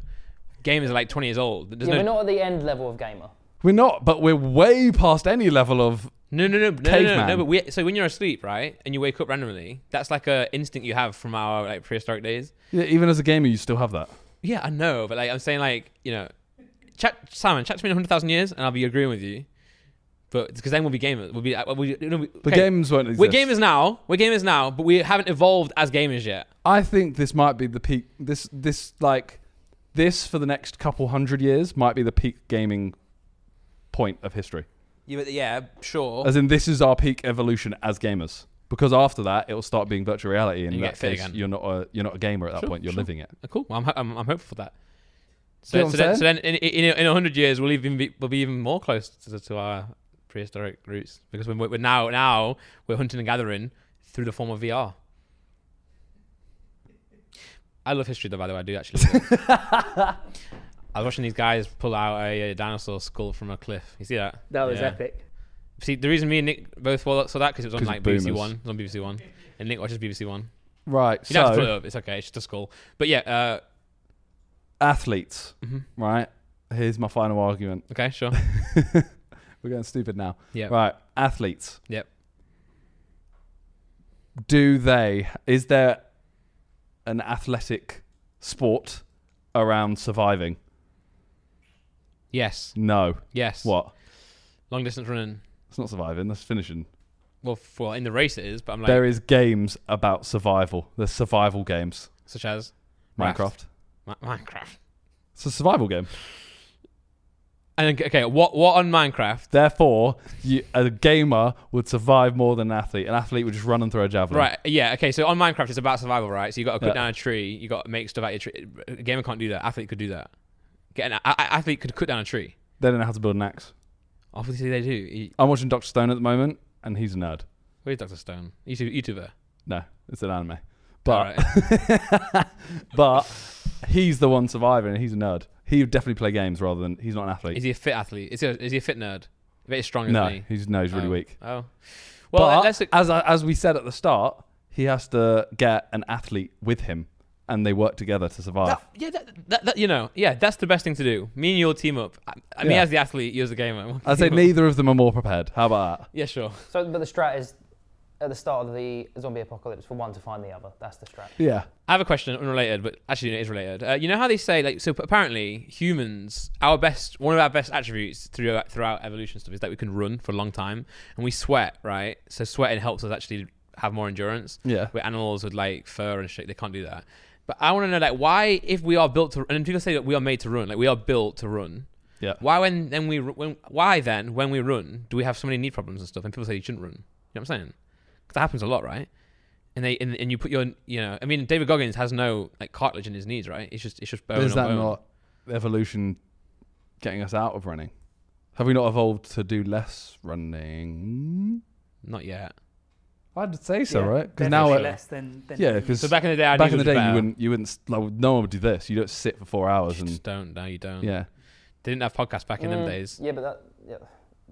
S1: gamers are like 20 years old. There's no,
S3: yeah, we're not at the end level of gamer.
S2: We're not, but we're way past any level of
S1: no, no, no, no, no, no,
S2: Caveman.
S1: no. But we, so when you're asleep, right, and you wake up randomly, that's like a instinct you have from our like prehistoric days.
S2: Yeah, even as a gamer, you still have that.
S1: Yeah, I know. But like, I'm saying, like, you know, chat, Simon, chat to me in 100,000 years and I'll be agreeing with you. But because then we'll be gamers. We'll be, uh, we'll, be- no, we-
S2: The
S1: okay.
S2: games won't exist.
S1: We're gamers now. We're gamers now, but we haven't evolved as gamers yet.
S2: I think this might be the peak. This, this, like, this for the next couple hundred years might be the peak gaming point of history.
S1: Yeah, but yeah, sure.
S2: As in, this is our peak evolution as gamers. Because after that, it'll start being virtual reality. And
S1: You
S2: in
S1: get
S2: that
S1: fit
S2: case,
S1: again.
S2: you're not a you're not a gamer at that
S1: Sure,
S2: point. You're
S1: sure.
S2: living it.
S1: cool. Well, I'm, ho- I'm I'm hopeful for that.
S2: See
S1: So,
S2: what I'm
S1: so, then,
S2: saying?
S1: so then, in in in a hundred years, we'll even be we'll be even more close to, to our prehistoric roots because we're, we're now now we're hunting and gathering through the form of VR. I love history, though. By the way, I do actually. love it. I was watching these guys pull out a, uh dinosaur skull from a cliff. You see that?
S4: That was
S1: Yeah.
S4: epic.
S1: See, the reason me and Nick both saw that because it was on
S2: 'Cause
S1: like
S2: boomers.
S1: BBC One. It was on BBC One, and Nick watches BBC One.
S2: Right.
S1: You don't have to pull it
S2: so
S1: up. It's okay. It's just a skull. But yeah. Uh,
S2: athletes.
S1: mhm.
S2: Right. Here's my final argument.
S1: Okay. Sure.
S2: We're going stupid now.
S1: Yeah.
S2: Right. Athletes.
S1: Yep.
S2: Do they? Is there an athletic sport around surviving?
S1: Yes.
S2: No.
S1: Yes.
S2: What?
S1: Long distance running.
S2: It's not surviving. That's finishing.
S1: Well, f- well, in the race it is, but I'm like
S2: there is games about survival. There's survival games.
S1: such as Raft.
S2: Minecraft.
S1: Mi- Minecraft.
S2: It's a survival game.
S1: And then- okay, what what on Minecraft?
S2: Therefore, you, a gamer would survive more than an athlete. An athlete would just run and throw a javelin.
S1: Right, yeah, okay. So on Minecraft, it's about survival, right? So you got to cut
S2: Yeah.
S1: down a tree, you got to make stuff out of your tree. A gamer can't do that. Athlete could do that. Get an a- a- athlete could cut down a tree.
S2: They don't know how to build an axe.
S1: Obviously, they do. He-
S2: I'm watching Doctor Stone at the moment, and he's a nerd.
S1: Where's Doctor Stone? YouTube, YouTuber.
S2: No, it's an anime.
S1: All
S2: But
S1: right.
S2: but he's the one surviving, and he's a nerd. He would definitely play games rather than he's not an
S1: is
S2: athlete.
S1: he a fit athlete? Is he a, is he a fit nerd? I bet he's stronger
S2: no,
S1: than me.
S2: he's no, he's really
S1: Oh.
S2: weak.
S1: Oh, well,
S2: but
S1: let's.
S2: as I- as we said at the start, he has to get an athlete with him, and they work together to survive.
S1: That, yeah, that, that, that, you know, yeah, that's the best thing to do. Me and you'll team up. I, I mean,
S2: Yeah.
S1: as the athlete, you as the gamer. We'll
S2: I'd say
S1: team up.
S2: neither of them are more prepared. How about that?
S1: Yeah, sure.
S3: So, but the strat is at the start of the zombie apocalypse for one to find the other. That's the strat.
S2: Yeah.
S1: I have a question, unrelated, but actually it is related. Uh, you know how they say like so? Apparently, humans, our best, one of our best attributes throughout throughout evolution stuff is that we can run for a long time and we sweat, right? So sweating helps us actually have more endurance.
S2: Yeah.
S1: Where animals with like fur and shit, they can't do that. But I want to know like why, if we are built to, and people say that we are made to run, like we are built to run.
S2: Yeah.
S1: Why when then we ru- when why then when we run do we have so many knee problems and stuff? And people say you shouldn't run. You know what I'm saying? 'Cause that happens a lot, right? And they and, and you put your you know I mean David Goggins has no like cartilage in his knees, right? It's just it's just bone.
S2: Is
S1: on
S2: that
S1: bone.
S2: not evolution getting us out of running? Have we not evolved to do less running?
S1: Not yet.
S2: I'd say so,
S4: Yeah,
S2: right? Because
S4: definitely
S2: now, I,
S4: less than, than
S2: yeah, because
S1: So back in the day, I
S2: back in the
S1: was
S2: day,
S1: better.
S2: you wouldn't, you wouldn't, s- like, no one would do this. You don't sit for four hours
S1: You
S2: and
S1: just don't. No, you don't.
S2: yeah,
S1: They didn't have podcasts back in them
S3: Mm,
S1: days.
S3: Yeah, but that, yeah,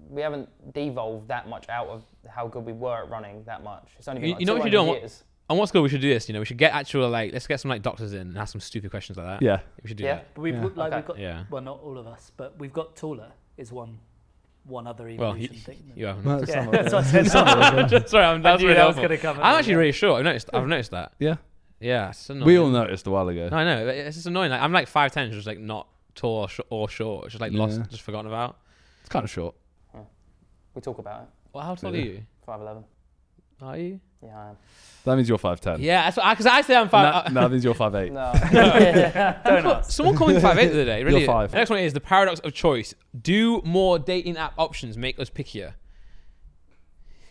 S3: we haven't devolved that much out of how good we were at running that much. It's only been
S1: You-
S3: like
S1: you know what you
S3: 200
S1: don't want-
S3: years.
S1: On what's good, we should do this. You know, we should get actual like let's get some like doctors in and ask some stupid questions like that.
S2: yeah.
S1: we should do
S3: Yeah.
S1: that.
S4: But we've
S2: Yeah.
S4: like
S3: Okay.
S4: we've got
S1: Yeah.
S4: well not all of us, but we've got taller is one one other evolution
S1: Well, you,
S4: thing.
S1: you haven't.
S2: Well,
S4: yeah,
S2: some of
S4: that's
S2: it.
S4: what I said.
S2: Some of it.
S1: Sorry, I'm,
S4: I
S1: that's
S4: knew
S1: really
S4: that was
S1: helpful.
S4: going to come.
S1: I'm actually really sure. I've noticed. I've noticed that.
S2: Yeah.
S1: Yeah. it's
S2: We
S1: annoying.
S2: all noticed a while ago.
S1: No, I know. but It's just annoying. Like, I'm like five ten, just like not tall or, sh- or short. It's Just like lost,
S2: Yeah.
S1: just forgotten about.
S2: It's kind of short.
S3: We talk about it.
S1: Well, how tall
S2: Yeah.
S1: are you?
S3: Five eleven.
S1: Are you?
S3: Yeah, I am.
S2: That means you're five ten.
S1: Yeah, that's because I, say I'm
S2: That,
S1: five. uh,
S2: that means you're five eight.
S3: No.
S4: Don't
S1: Look,
S4: ask.
S1: Someone called me five eight the other day. Really,
S2: five.
S1: The next one is the paradox of choice. Do more dating app options make us pickier?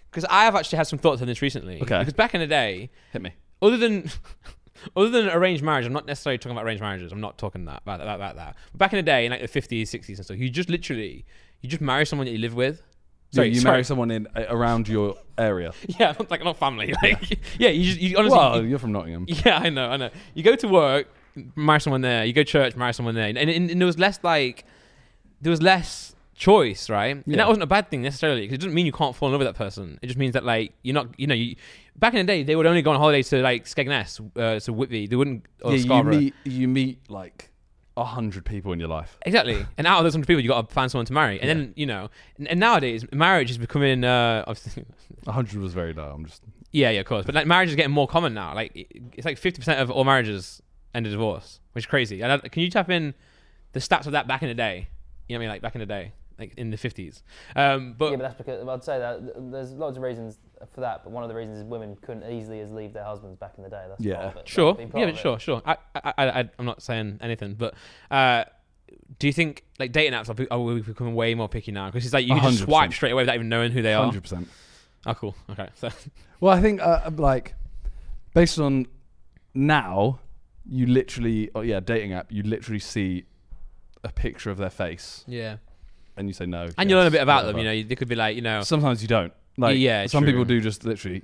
S1: Because I have actually had some thoughts on this recently.
S2: Okay.
S1: Because back in the day,
S2: Hit me.
S1: other than other than arranged marriage, I'm not necessarily talking about arranged marriages. I'm not talking that about that about that. Back in the day, in like the 50s, 60s, and stuff, you just literally you just marry someone that you live with.
S2: So
S1: Sorry,
S2: you
S1: sorry.
S2: marry someone in a- around your area.
S1: Yeah, not like not family. Like, yeah, you just you honestly.
S2: Well,
S1: you-
S2: you're from Nottingham.
S1: yeah, I know, I know. You go to work, marry someone there. You go to church, marry someone there, and, and, and there was less like there was less choice, right? And
S2: Yeah.
S1: that wasn't a bad thing necessarily, 'cause it doesn't mean you can't fall in love with that person. It just means that like you're not, you know, you. Back in the day, they would only go on holiday to like Skegness, uh, to Whitby. They wouldn't or
S2: you
S1: Scarborough.
S2: meet you meet like a hundred people in your life.
S1: Exactly. And out of those hundred people, you got to find someone to marry. And then you know, and, and nowadays marriage is becoming. Uh, obviously-
S2: A hundred was very low. I'm just
S1: yeah, yeah, of course. But like marriage is getting more common now. Like it- it's like fifty percent of all marriages end in divorce, which is crazy. And I, can you tap in the stats of that back in the day? You know what I mean? Like back in the day, like in the fifties. Um, but
S3: yeah, but that's because I'd say that th- there's lots of reasons for that, but one of the reasons is women couldn't easily as leave their husbands back in the day. That's
S2: Yeah.
S3: part of it.
S1: Sure.
S3: That's been part
S1: Yeah,
S3: of
S1: but
S3: it.
S1: sure, sure. I, I, I, I- I'm not saying anything, but uh, do you think like dating apps are, be- are we becoming way more picky now? Because it's like you can just
S2: 100%.
S1: swipe straight away without even knowing who they are.
S2: hundred percent.
S1: Oh, cool. Okay. So
S2: Well, I think uh, like based on now, you literally oh yeah dating app. You literally see a picture of their face
S1: yeah.
S2: and you say no.
S1: And you learn a bit about them. You know, you- they could be like, you know,
S2: Sometimes you don't. Like,
S1: Yeah,
S2: some people
S1: true.
S2: do just literally,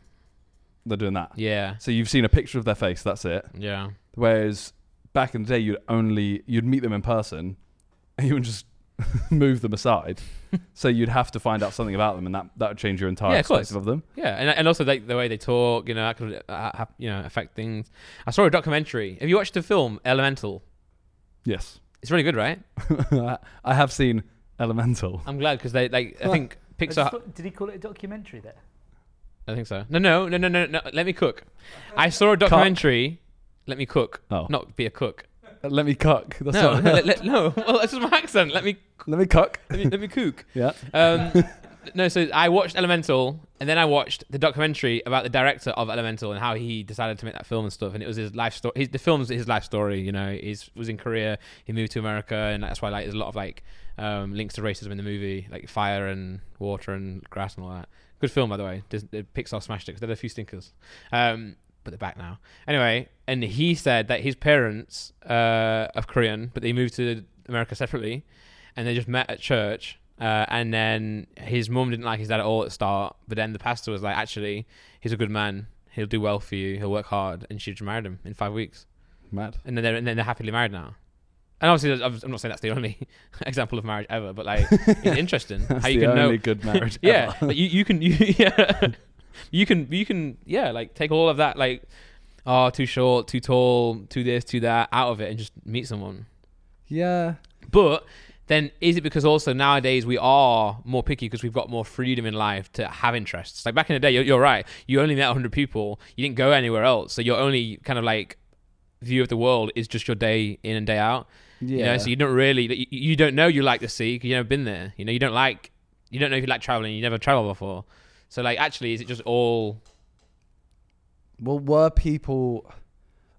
S2: they're doing that.
S1: yeah,
S2: So you've seen a picture of their face. That's it.
S1: yeah,
S2: Whereas back in the day, you'd only you'd meet them in person, and you would just move them aside. so you'd have to find out something about them, and that that would change your entire
S1: Yeah, of course.
S2: perspective of them.
S1: yeah. And and also like the way they talk, you know, that could uh, ha- you know affect things. I saw a documentary. Have you watched the film Elemental?
S2: Yes,
S1: It's really good, right?
S2: I have seen Elemental.
S1: I'm glad because they like I think
S4: I just
S1: Pixar.
S4: thought- did he call it a documentary there?
S1: I think so. No, no, no, no, no, no. Let me cook. I saw a documentary. Let me cook.
S2: Oh.
S1: Not be a cook.
S2: Let me cuck. That's
S1: No,
S2: not-
S1: no, let- let- no. Well, that's just my accent. Let me,
S2: let me cuck.
S1: let me, let me cook.
S2: Yeah.
S1: Um, no, so I watched Elemental, and then I watched the documentary about the director of Elemental and how he decided to make that film and stuff. And it was his life story. His, the film's his life story. You know, he was in Korea, he moved to America, and that's why like there's a lot of like um, links to racism in the movie, like fire and water and grass and all that. Good film, by the way. Dis- uh, Pixar smashed it because they had a few stinkers, um, but they're back now. Anyway, and he said that his parents uh, are Korean, but they moved to America separately and they just met at church. Uh, and then his mum didn't like his dad at all at the start, but then the pastor was like, "Actually, he's a good man. He'll do well for you. He'll work hard." And she just married him in five weeks,
S2: Mad.
S1: and then they're, and then they're happily married now. And obviously, I'm I'm not saying that's the only example of marriage ever, but like, it's interesting
S2: That's
S1: how you
S2: the
S1: can know.
S2: only good marriage.
S1: yeah,
S2: ever.
S1: like, you you can you, yeah, you can you can yeah, like take all of that like, oh, too short, too tall, too this, too that, out of it, and just meet someone.
S2: yeah.
S1: But then is it because also nowadays we are more picky because we've got more freedom in life to have interests? Like back in the day, you're, you're right. You only met 100 people. You didn't go anywhere else. So your only kind of like view of the world is just your day in and day out.
S2: Yeah.
S1: You know, so you don't really, you, you don't know you like the sea 'cause you never been there. You know, you don't like, you don't know if you like traveling. You never traveled before. So like, actually, is it just all?
S2: Well, were people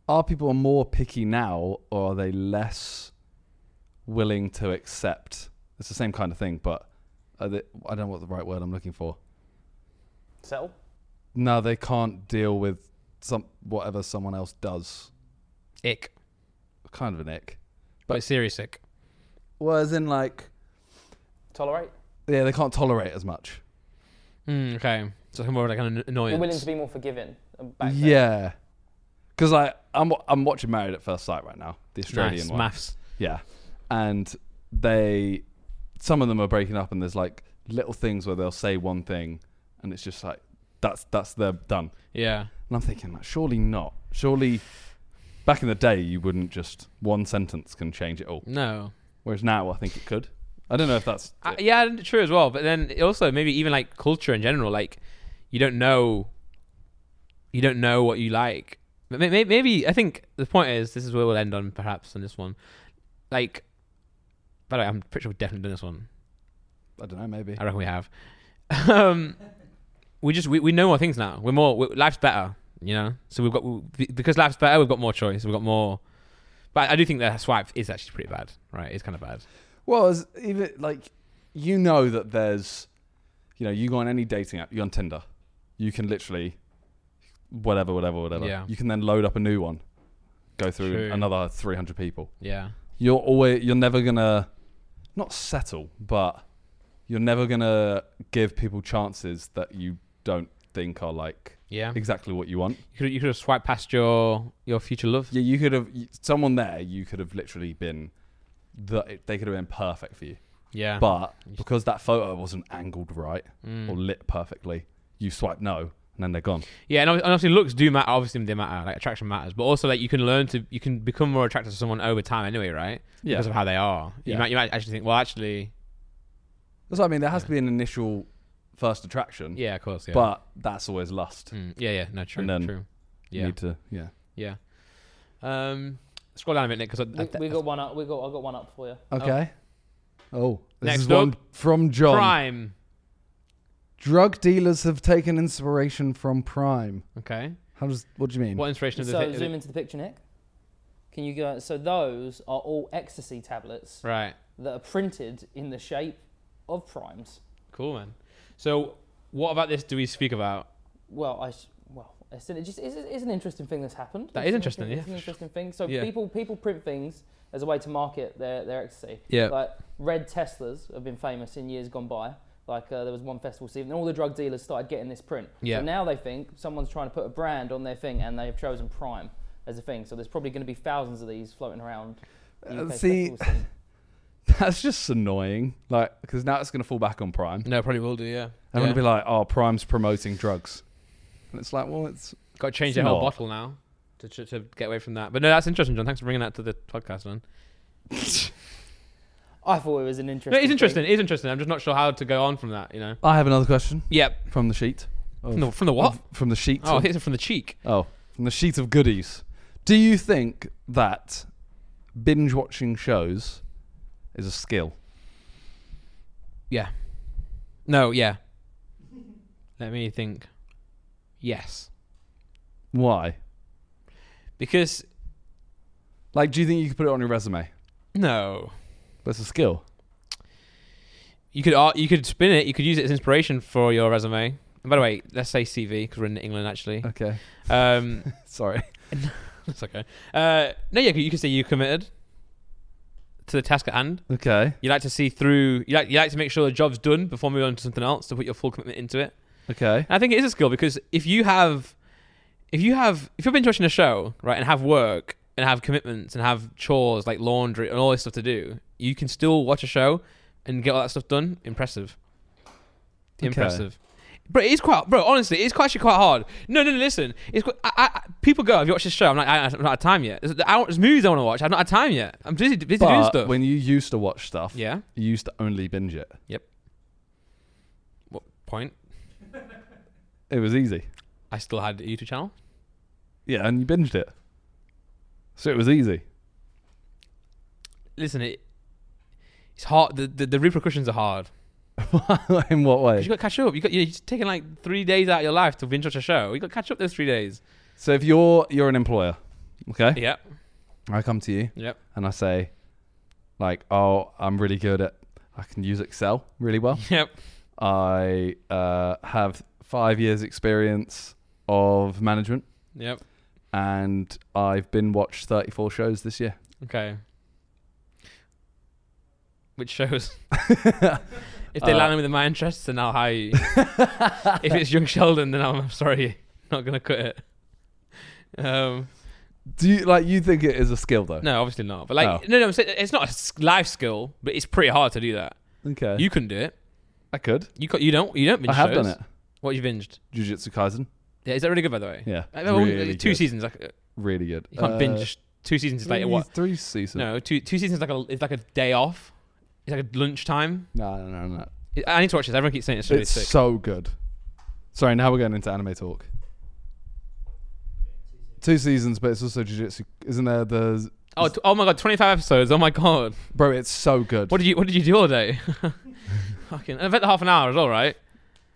S2: are people more picky now, or are they less willing to accept? It's the same kind of thing, but are they, I don't know what the right word I'm looking for.
S3: Settle.
S2: No, they can't deal with some whatever someone else does.
S1: Ick,
S2: Kind of an ick.
S1: but serious ick.
S2: Well, as in like,
S3: Tolerate.
S2: yeah, they can't tolerate as much.
S1: Mm, okay, so more like an annoyance.
S3: You're willing to be more forgiving. Back then.
S2: Yeah, because I I'm I'm watching Married at First Sight right now, the Australian
S1: nice,
S2: one.
S1: maths.
S2: Yeah. And they, some of them are breaking up, and there's like little things where they'll say one thing, and it's just like, that's that's their done.
S1: Yeah,
S2: And I'm thinking, like, surely not. Surely, back in the day, you wouldn't just one sentence can change it all.
S1: no.
S2: Whereas now, I think it could. I don't know if that's
S1: Uh, yeah, and true as well. But then it also maybe even like culture in general, like you don't know, you don't know what you like. But may- may- Maybe I think the point is this is where we'll end on perhaps on this one. Like, by the way, I'm pretty sure we've definitely done this one.
S2: I don't know. Maybe
S1: I reckon we have. um, we just we, we know more things now. We're more we, life's better, you know. So we've got we, because life's better, we've got more choice. We've got more. But I do think that swipe is actually pretty bad, right? It's kind of bad.
S2: well, as even like you know that there's, you know, you go on any dating app, you're on Tinder, you can literally, whatever, whatever, whatever.
S1: Yeah.
S2: You can then load up a new one, go through
S1: True.
S2: another 300 people.
S1: Yeah.
S2: you're always you're never gonna not settle, but you're never gonna give people chances that you don't think are like
S1: Yeah.
S2: exactly what you want.
S1: You could you could have swiped past your your future love.
S2: Yeah, you could have y- someone there. You could have literally been that they could have been perfect for you,
S1: Yeah.
S2: but because that photo wasn't angled right
S1: Ah. Mm.
S2: or lit perfectly, you swipe no, and then they're gone.
S1: yeah, and obvi- and obviously looks do matter. Obviously they matter. Like attraction matters, but also like you can learn to you can become more attracted to someone over time anyway, right?
S2: Yeah,
S1: Because of how they are. You
S2: Yeah.
S1: might you might actually think, well, actually,
S2: that's what I mean. There has
S1: Yeah.
S2: to be an initial first attraction,
S1: yeah, of course, yeah.
S2: but that's always lust.
S1: Mm, yeah, yeah, no, true,
S2: And then-
S1: true.
S2: You
S1: Yeah,
S2: need to, yeah.
S1: yeah. Um, scroll down a minute because
S3: We, we got one up. We got. I got one up for you.
S2: Okay. Oh, this
S1: Next
S2: is one
S1: up,
S2: from John.
S1: crime.
S2: Drug dealers have taken inspiration from Prime.
S1: Okay.
S2: How does? What do you mean?
S1: What inspiration of the
S3: So
S1: thi-
S3: zoom into the picture, Nick. Can you go? So those are all ecstasy tablets
S1: Right.
S3: that are printed in the shape of primes.
S1: Cool, man. So, what about this? Do we speak about?
S3: Well, I s- well, it's an, it just it's, it's an interesting thing that's happened.
S1: That
S3: It's
S1: is
S3: an
S1: interesting,
S3: inter-
S1: yeah,
S3: It's an
S1: for sure.
S3: interesting thing. So
S1: Yeah.
S3: people people print things as a way to market their, their ecstasy.
S1: Yeah.
S3: Like red Teslas have been famous in years gone by. Like uh, there was one festival season, and all the drug dealers started getting this print.
S1: Yeah.
S3: So now they think someone's trying to put a brand on their thing, and they have chosen Prime as a thing. So there's probably going to be thousands of these floating around. the
S2: Uh,
S3: UK
S2: see-
S3: festival scene.
S2: That's just annoying. Like, because now it's going to fall back on Prime.
S1: No, probably will do. Yeah.
S2: I'm going to be like, oh, Prime's promoting drugs. And it's like, well, it's.
S1: Got to change the
S2: It's
S1: whole
S2: not.
S1: bottle now to, to, to get away from that. But no, that's interesting, John. Thanks for bringing that to the podcast, man.
S3: I thought it was an
S1: No,
S3: interesting.
S1: it's
S3: thing.
S1: interesting. It's interesting. I'm just not sure how to go on from that. You know.
S2: I have another question
S1: Yep.
S2: from the sheet. of-
S1: From the, from the what?
S2: of- from the sheet.
S1: Oh,
S2: of-
S1: here's it from the cheek.
S2: oh, from the sheet of goodies. Do you think that binge watching shows is a skill?
S1: Yeah. No. Yeah. Let me think. Yes.
S2: Why?
S1: Because
S2: Like, do you think you could put it on your resume?
S1: no,
S2: That's a skill.
S1: you could ar- you could spin it. You could use it as inspiration for your resume. And by the way, let's say CV because we're in England actually.
S2: Okay.
S1: Um,
S2: Sorry.
S1: it's okay. Uh, no, yeah, you could say you committed to the task at hand.
S2: Okay.
S1: You like to see through. You like you like to make sure the job's done before moving on to something else to put your full commitment into it.
S2: Okay.
S1: And I think it is a skill because if you have, if you have, if you've been watching a show right and have work and have commitments and have chores like laundry and all this stuff to do, you can still watch a show and get all that stuff done. Impressive.
S2: Okay.
S1: Impressive. But it is quite, bro. Honestly, it's quite actually quite hard. No, no, no. Listen, it's quite, I, I, I- people go. Have you watched this show? I'm like, I, I'm not had time yet. There's, I, want- there's movies I want to watch. I've not had time yet. I'm busy, busy doing
S2: But
S1: stuff.
S2: when you used to watch stuff,
S1: yeah.
S2: you used to only binge it.
S1: What point?
S2: It was easy.
S1: I still had a YouTube channel.
S2: Yeah, and you binged it. So it was easy.
S1: Listen, it. It's hard. The, the, the repercussions are hard.
S2: In what way?
S1: Because you got to catch up. You got you're just taking like three days out of your life to binge watch a show. You got to catch up those three days.
S2: So if you're you're an employer, okay,
S1: Yep.
S2: I come to you
S1: Yep.
S2: and I say, like, oh, I'm really good at, I can use Excel really well.
S1: Yep.
S2: I uh, have five years experience of management,
S1: Yep.
S2: and I've been watched 34 shows this year.
S1: Okay. Which shows? if they
S2: Uh,
S1: land with my interests, then I'll hire you. if it's Young Sheldon, then I'm sorry, not gonna cut it. Um,
S2: Do you like you think it is a skill though?
S1: no, obviously not. But like,
S2: Oh.
S1: no, no, I'm saying it's not a s- life skill, but it's pretty hard to do that.
S2: Okay,
S1: You couldn't do it.
S2: I could.
S1: You got, you don't, you don't binge
S2: I have
S1: shows.
S2: done it.
S1: What you binged?
S2: Jujutsu Kaisen.
S1: Yeah, is that really good by the way?
S2: Yeah,
S1: Like, Uh, well,
S2: really
S1: two
S2: good.
S1: seasons. Like, uh,
S2: Really good.
S1: you can't
S2: Uh,
S1: binge two seasons. It's
S2: three,
S1: like what?
S2: Three seasons.
S1: No, two two seasons is like a it's like a day off. It's like a lunchtime.
S2: no, no, no, no.
S1: I I need to watch this. Everyone keeps saying it's really
S2: It's
S1: sick.
S2: so good. Sorry, now we're going into anime talk. Two seasons, but it's also jujitsu. Isn't there the
S1: oh, t- oh my god, twenty five episodes. Oh my god,
S2: bro? It's so good.
S1: what did you what did you do all day? Fucking, and I bet the half an hour is all right.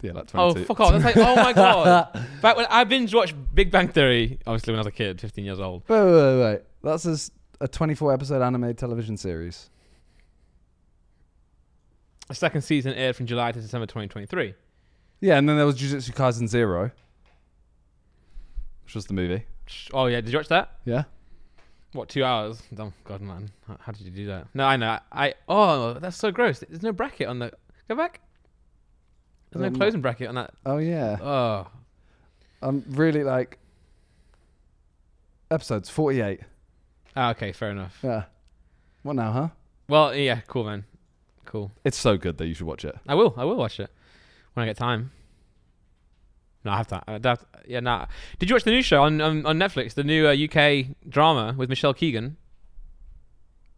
S2: yeah, like
S1: Oh
S2: 22.
S1: fuck off! That's like oh my god. Back when I binge watched Big Bang Theory, obviously when I was a kid, fifteen years old.
S2: Wait, wait, wait, wait. That's a, s- a 24 episode anime television series.
S1: The second season aired from July to December twenty twenty three.
S2: Yeah, and then there was Jujutsu Kaisen Zero, which was the movie.
S1: Oh yeah, did you watch that?
S2: Yeah,
S1: What two hours? Oh god, man, How- how did you do that? No, I know. I oh that's so gross. There's no bracket on the go back. There's
S2: Um,
S1: no closing bracket on that.
S2: Oh yeah.
S1: Oh.
S2: I'm really like episodes 48.
S1: Ah, okay, fair enough.
S2: Yeah. What now, huh?
S1: Well, yeah, cool, man. Cool.
S2: It's so good that you should watch it.
S1: I will. I will watch it when I get time. No, I have time. I have, yeah, nah. Did you watch the new show on on, on Netflix? The new uh, UK drama with Michelle Keegan.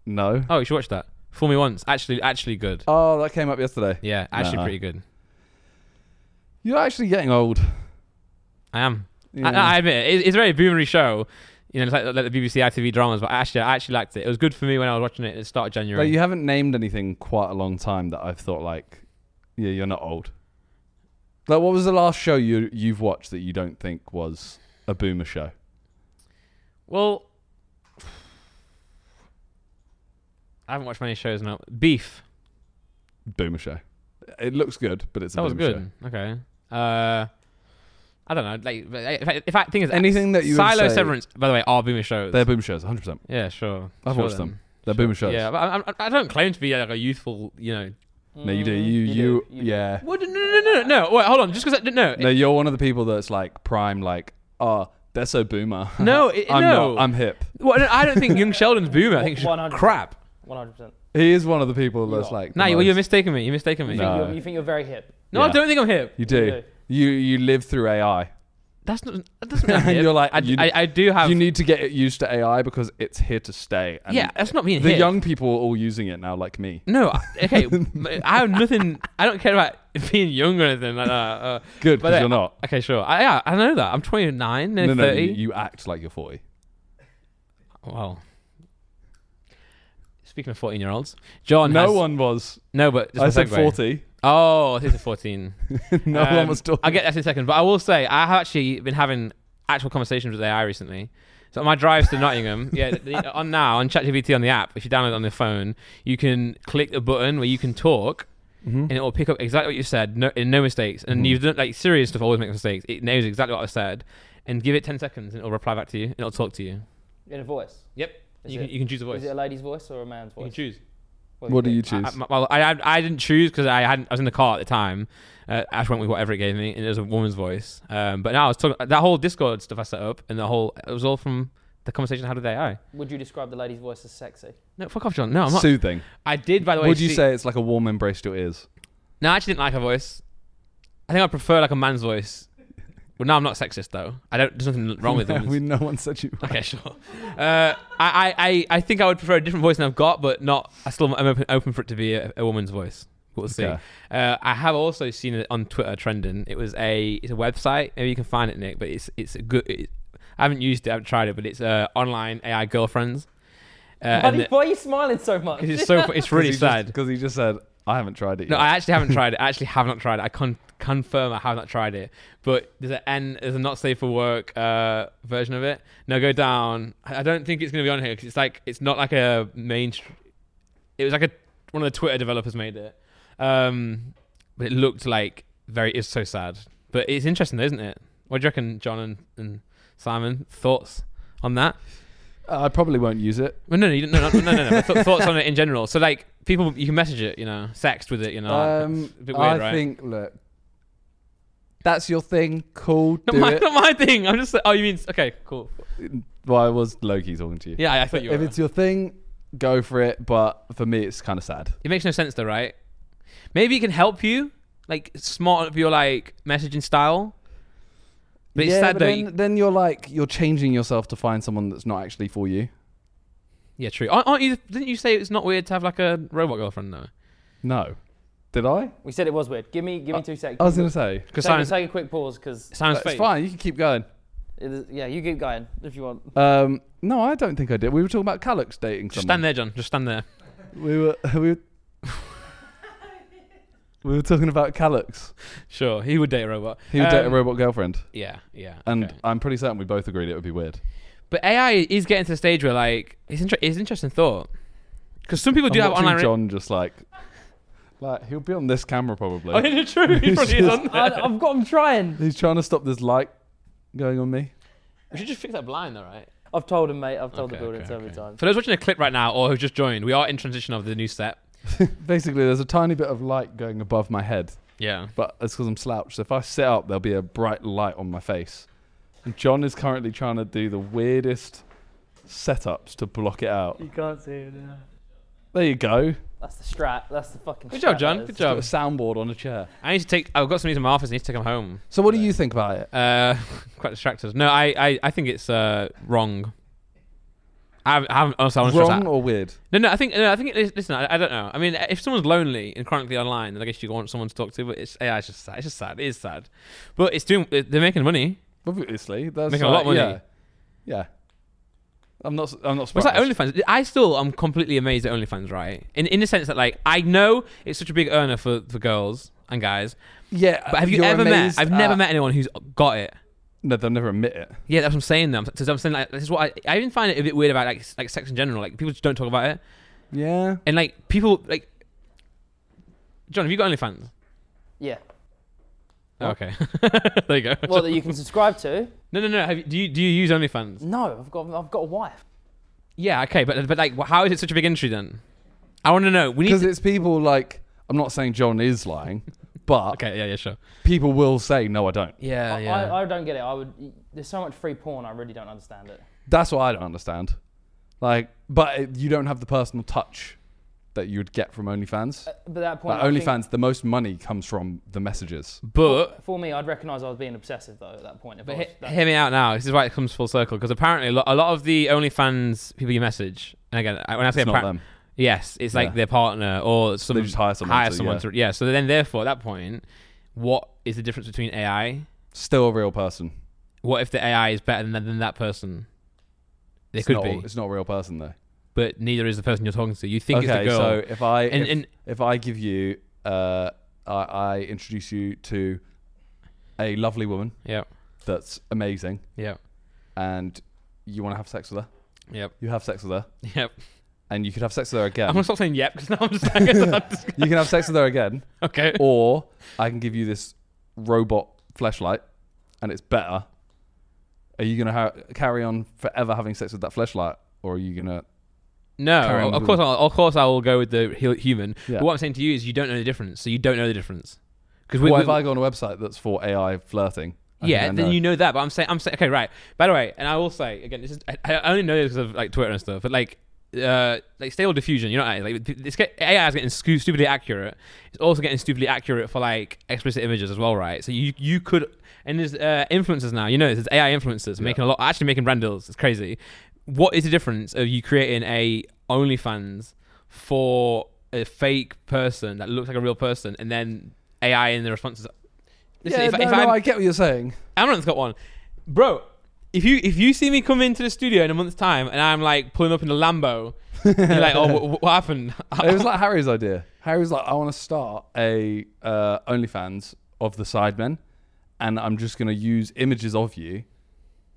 S2: No.
S1: Oh, you should watch that. Fool me once. Actually, actually good.
S2: Oh, that came up yesterday.
S1: Yeah, actually
S2: Nah.
S1: pretty good.
S2: You're actually getting old.
S1: I am.
S2: Yeah.
S1: I, I admit it. It's, it's a very boomery show. You know, it's like, like the BBC ITV dramas. But actually, I actually liked it. It was good for me when I was watching it. It started January.
S2: Like, you haven't named anything quite a long time that I've thought like, yeah, you're not old. Like, what was the last show you you've watched that you don't think was a boomer show?
S1: Well, I haven't watched many shows now. Beef.
S2: Boomer show. It looks good, but it's a
S1: That was
S2: boomer
S1: good. Okay. Uh, I don't know. Like, uh, if I, if I think is
S2: Anything that you would
S1: Silo
S2: say-
S1: Severance, by the way, are boomer
S2: show.
S1: shows.
S2: They're boomer shows, 100. percent
S1: yeah, sure.
S2: I've
S1: Sure
S2: watched
S1: then.
S2: them. They're boomer shots.
S1: Yeah, but I, I, I don't claim to be like a youthful, you know.
S2: No, you do.
S1: Mm,
S2: You,
S3: You
S2: you,
S3: do, you do.
S2: yeah.
S1: What? No, no, no, no, no. Wait, hold on. Just because I no,
S2: No,
S1: it-
S2: you're one of the people that's like prime, like, oh, they're so boomer.
S1: No, it-
S2: I'm
S1: no.
S2: not. I'm hip.
S1: well, no, I don't think young Sheldon's boomer. I think
S3: One
S1: she's
S3: hundred.
S1: crap.
S3: One hundred percent.
S2: He is one of the people that's
S3: are.
S2: like. the
S1: Nah, you, well,
S2: most-
S1: you're mistaken me. You're mistaken me.
S2: No.
S1: No,
S3: You think you're very hip?
S1: I
S2: Yeah.
S1: don't think I'm hip.
S2: You do.
S3: do.
S2: You you live through AI.
S1: That's not. That doesn't mean I'm
S2: And
S1: hip.
S2: you're like,
S1: I,
S2: you-
S1: I, I do have.
S2: you need to get used to AI because it's here to stay. And
S1: yeah, that's not me.
S2: The young people are all using it now, like me.
S1: No, I- okay. m- I have nothing. I don't care about being young or anything like that. Uh,
S2: Good,
S1: but,
S2: because
S1: uh,
S2: you're not.
S1: Okay, sure. I, yeah, I know that. I'm 29, nearly
S2: No, no,
S1: 30.
S2: you, you act like you're 40.
S1: Well, speaking of 14 year olds, John.
S2: no
S1: has-
S2: one was.
S1: No, but just
S2: I
S1: a
S2: said
S1: segue.
S2: 40.
S1: Oh, this is 14.
S2: no
S1: Um,
S2: one was talking.
S1: I'll get that in a second. But I will say, I have actually been having actual conversations with AI recently. So on my drives to Nottingham, yeah, the, on now, on ChatGPT on the app, if you download it on the phone, you can click a button where you can talk
S2: Mm-hmm.
S1: and it will pick up exactly what you said, no, and no mistakes. And you've done, like, serious stuff always makes mistakes. It knows exactly what I said. And give it 10 seconds and it'll reply back to you and it'll talk to you.
S3: In a voice.
S1: Yep.
S3: Is
S1: You
S3: it-
S1: can, you can choose a voice.
S3: Is it a
S1: You
S3: lady's voice or a man's voice?
S1: can choose.
S2: What do you
S3: think?
S2: choose?
S1: I, I- well, I, I, I didn't choose because I hadn't. I was in the car at the time. Uh, I just went with whatever it gave me, and it was a woman's voice. Um, but now I was talking that whole Discord stuff I set up, and the whole it was all from the conversation I had with AI.
S3: Would you describe the lady's voice as sexy?
S1: No, fuck off, John. No, I'm not.
S2: Soothing.
S1: I did, by the way.
S2: Would you
S1: see-
S2: say it's like a warm embrace to your ears?
S1: No, I actually didn't like her voice. I think I prefer like a man's voice. Well, no, I'm not sexist though. I don't. There's nothing wrong with
S2: we,
S1: it.
S2: no one said you.
S1: Okay, sure. Uh, I, I, I, I think I would prefer a different voice than I've got, but not. I still am open, open for it to be a, a woman's voice. We'll see.
S2: Okay.
S1: Uh, I have also seen it on Twitter trending. It was a it's a website. Maybe you can find it, Nick. But it's it's a good. It, I haven't used it. I haven't tried it. But it's uh, online AI girlfriends. Uh,
S3: Why,
S1: and
S3: do-
S1: the-
S3: why are you smiling so much?
S1: 'cause it's so it's really sad.
S2: Because he just said, I haven't tried it yet.
S1: No, I actually haven't tried it. I actually have not tried it. I con- confirm I have not tried it. But there's a N, there's a not safe for work uh, version of it. No, go down. I I don't think it's gonna be on here because it's like it's not like a main. tr- It was like a one of the Twitter developers made it, um, but it looked like very. It's so sad, but it's interesting, though, isn't it? What do you reckon, John and, and Simon? Thoughts on that?
S2: I probably won't use it.
S1: Well, no, no, you don't- no, no, no, no. no. but th- thoughts on it in general. So like people, you can message it, you know, sext with it, you know.
S2: um,
S1: It's a bit
S2: I
S1: weird, right?
S2: think, look, that's your thing. Cool.
S1: Not
S2: do
S1: my,
S2: it.
S1: not my thing. I'm just. Oh, you mean okay, cool.
S2: Why was Loki talking to you?
S1: Yeah, I, I thought you
S2: if
S1: were.
S2: it's your thing, go for it. But for me, it's kind of sad.
S1: It makes no sense though, right? Maybe it can help you, like smart up your like messaging style. But it's
S2: yeah,
S1: sad
S2: but
S1: though.
S2: then,
S1: you-
S2: then you're like you're changing yourself to find someone that's not actually for you.
S1: yeah, true. Aren't, aren't you? Didn't you say it's not weird to have like a robot girlfriend though?
S2: No, did I?
S3: we said it was weird. Give me, give me two seconds.
S2: I was gonna say
S1: Because
S3: take,
S1: Simon's,
S3: take a quick pause because
S1: Simon's
S2: it's
S1: face.
S2: fine. You can keep going.
S3: yeah, you keep going if you want.
S2: Um, no, I don't think I did. We were talking about Calix dating
S1: Just
S2: someone.
S1: stand there, John. Just stand there.
S2: We were we were, we were talking about Calix.
S1: Sure, he would date a robot.
S2: He would date a
S1: Um,
S2: robot girlfriend,
S1: Yeah, yeah.
S2: and
S1: okay.
S2: I'm pretty certain we both agreed it would be weird.
S1: but AI is getting to the stage where like it's, inter- it's an interesting thought. Because some people do
S2: I'm
S1: have
S2: watching
S1: online.
S2: John just like like he'll be on this camera probably.
S1: oh, yeah, true. He probably is on
S3: I,
S1: there.
S3: I've got. I'm trying.
S2: He's trying to stop this light going on me.
S1: We should just fix that blind though, right?
S3: I've told him, mate. I've told the
S1: Okay,
S3: builder so
S1: okay,
S3: many
S1: okay.
S3: times.
S1: For those watching a clip right now or who've just joined, we are in transition of the new set.
S2: Basically, there's a tiny bit of light going above my head,
S1: Yeah.
S2: but it's because I'm slouched. So if I sit up, there'll be a bright light on my face. And John is currently trying to do the weirdest setups to block it out.
S4: You can't see it now.
S2: There you go.
S3: That's the strat. That's the fucking.
S1: Good job,
S3: strat,
S1: John.
S3: that
S1: Good
S3: is.
S2: Got a
S1: job.
S2: soundboard on a chair.
S1: I need to take. I've got some of these in my office. I need to take them home.
S2: So what do you think about it?
S1: Uh, quite distracted. No, I, I, I think it's uh wrong. I, I haven't. Honestly, I want to stress
S2: Wrong
S1: that.
S2: or weird?
S1: No, no. I think. No, I think. It is, listen, I, I don't know. I mean, if someone's lonely and chronically online, then I guess you want someone to talk to. But it's AI. It's just sad. It's just sad. It is sad. But it's doing. They're making money.
S2: Obviously, that's
S1: Making a lot of money.
S2: Yeah. Yeah. I'm not. I'm not.
S1: What's that
S2: Surprised.
S1: OnlyFans? I still am completely amazed at OnlyFans, right? In in the sense that like I know it's such a big earner for, for girls and guys.
S2: Yeah.
S1: But have you
S2: you're
S1: ever met
S2: amazed
S1: I've never
S2: at-
S1: met anyone who's got it.
S2: No, they'll never admit it.
S1: Yeah, that's what I'm saying though. Because I'm saying like this is what I, I even find it a bit weird about like s- like sex in general. Like people just don't talk about it.
S2: Yeah.
S1: And like people like John, have you got OnlyFans?
S3: Yeah.
S1: Oh, okay. there you go.
S3: Well, that you can subscribe to.
S1: no, no, no. Have you, do you do you use OnlyFans?
S3: No, I've got. I've got a wife.
S1: Yeah, okay, but but like, wh- how is it such a big industry then? I want to know. We need.
S2: Because
S1: To,
S2: it's people like I'm not saying John is lying, but
S1: okay, yeah, yeah, sure.
S2: people will say no, I don't.
S1: Yeah, Uh, yeah.
S3: I, I don't get it. I would. There's so much free porn. I really don't understand it.
S2: That's what I don't understand. Like, but it, you don't have the personal touch that you would get from OnlyFans.
S3: Uh, But at that point,
S2: Like
S3: I think-
S2: OnlyFans, the most money comes from the messages.
S1: but
S3: For me, I'd recognise I was being obsessive though at that point. If I
S1: But
S3: was,
S1: he-
S3: that-
S1: hear me out now. This is why it comes full circle because apparently a lot, a lot of the OnlyFans people you message, and again, I- when I say
S2: It's not
S1: appar-
S2: them.
S1: yes, it's like
S2: Yeah.
S1: their partner or some
S2: just hire someone to,
S1: someone
S2: yeah.
S1: to- yeah. So then, therefore, at that point, what is the difference between AI?
S2: Still a real person.
S1: What if the AI is better than, than that person? They
S2: It's
S1: could
S2: not,
S1: be,
S2: It's not a real person though.
S1: but neither is the person you're talking to. You think it's
S2: okay,
S1: a girl,
S2: so if I
S1: and,
S2: if,
S1: and
S2: if I give you, uh, I, I introduce you to a lovely woman
S1: yeah,
S2: that's amazing,
S1: yeah,
S2: and you want to have sex with her.
S1: Yep.
S2: You have sex with her,
S1: yeah.
S2: and you could have sex with her
S1: I'm
S2: again.
S1: gonna stop saying yep because now I'm just, I guess I'm just
S2: you can have sex with her again,
S1: okay.
S2: or I can give you this robot flashlight, and it's better. Are you gonna ha- carry on forever having sex with that flashlight, or are you gonna? Carry
S1: No,
S2: on
S1: of
S2: with
S1: course, I'll, of course, I will go with the hu- human.
S2: Yeah.
S1: But what I'm saying to you is, you don't know the difference, so you don't know the difference. Because
S2: What if I go on a website that's for AI flirting? I
S1: yeah,
S2: can
S1: then
S2: know.
S1: you know that. But I'm saying, I'm saying, okay, right. By the way, and I will say again, this is I, I only know this because of like Twitter and stuff, but like. Uh, like stable diffusion, you know, like it's get, AI is getting scu- stupidly accurate. It's also getting stupidly accurate for like explicit images as well, right? So you you could and there's uh, influencers now. You know, this, there's AI influencers
S2: Yeah.
S1: making a lot, actually making brand deals. It's crazy. What is the difference of you creating a OnlyFans for a fake person that looks like a real person, and then AI in the responses? Listen,
S2: yeah,
S1: if-
S2: no,
S1: if
S2: no,
S1: I'm-
S2: I get what you're saying.
S1: Amaranth's got one. Bro, if you if you see me come into the studio in a month's time and I'm like pulling up in a Lambo, you're like, oh, what, what happened?
S2: it was like Harry's idea. Harry was like, I want to start a uh, OnlyFans of the Sidemen, and I'm just going to use images of you,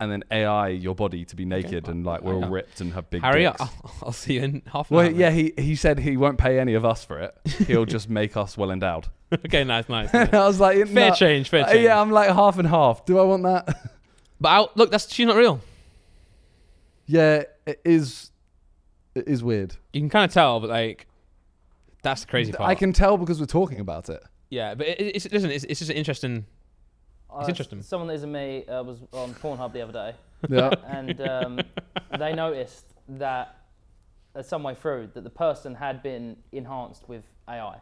S2: and then AI your body to be naked and like we're all
S1: Hang on.
S2: ripped and have big
S1: Harry,
S2: dicks.
S1: I'll, I'll see you in half an
S2: Well,
S1: hour.
S2: yeah, he, he said he won't pay any of us for it. He'll just make us well endowed.
S1: okay, nice, nice.
S2: I was like,
S1: Fair
S2: nah.
S1: change, fair
S2: Uh,
S1: change.
S2: Yeah, I'm like half and half. Do I want that?
S1: But I'll, look, that's she's not real.
S2: yeah, it is. It is weird.
S1: You can kind of tell, but like, that's the crazy part.
S2: I can tell because we're talking about it.
S1: yeah, but it, it's listen, it's, it's just an interesting.
S3: I-
S1: interesting.
S3: Someone that isn't me uh, was on Pornhub the other day,
S2: Yeah.
S3: and um, they noticed that at some way through that the person had been enhanced with AI.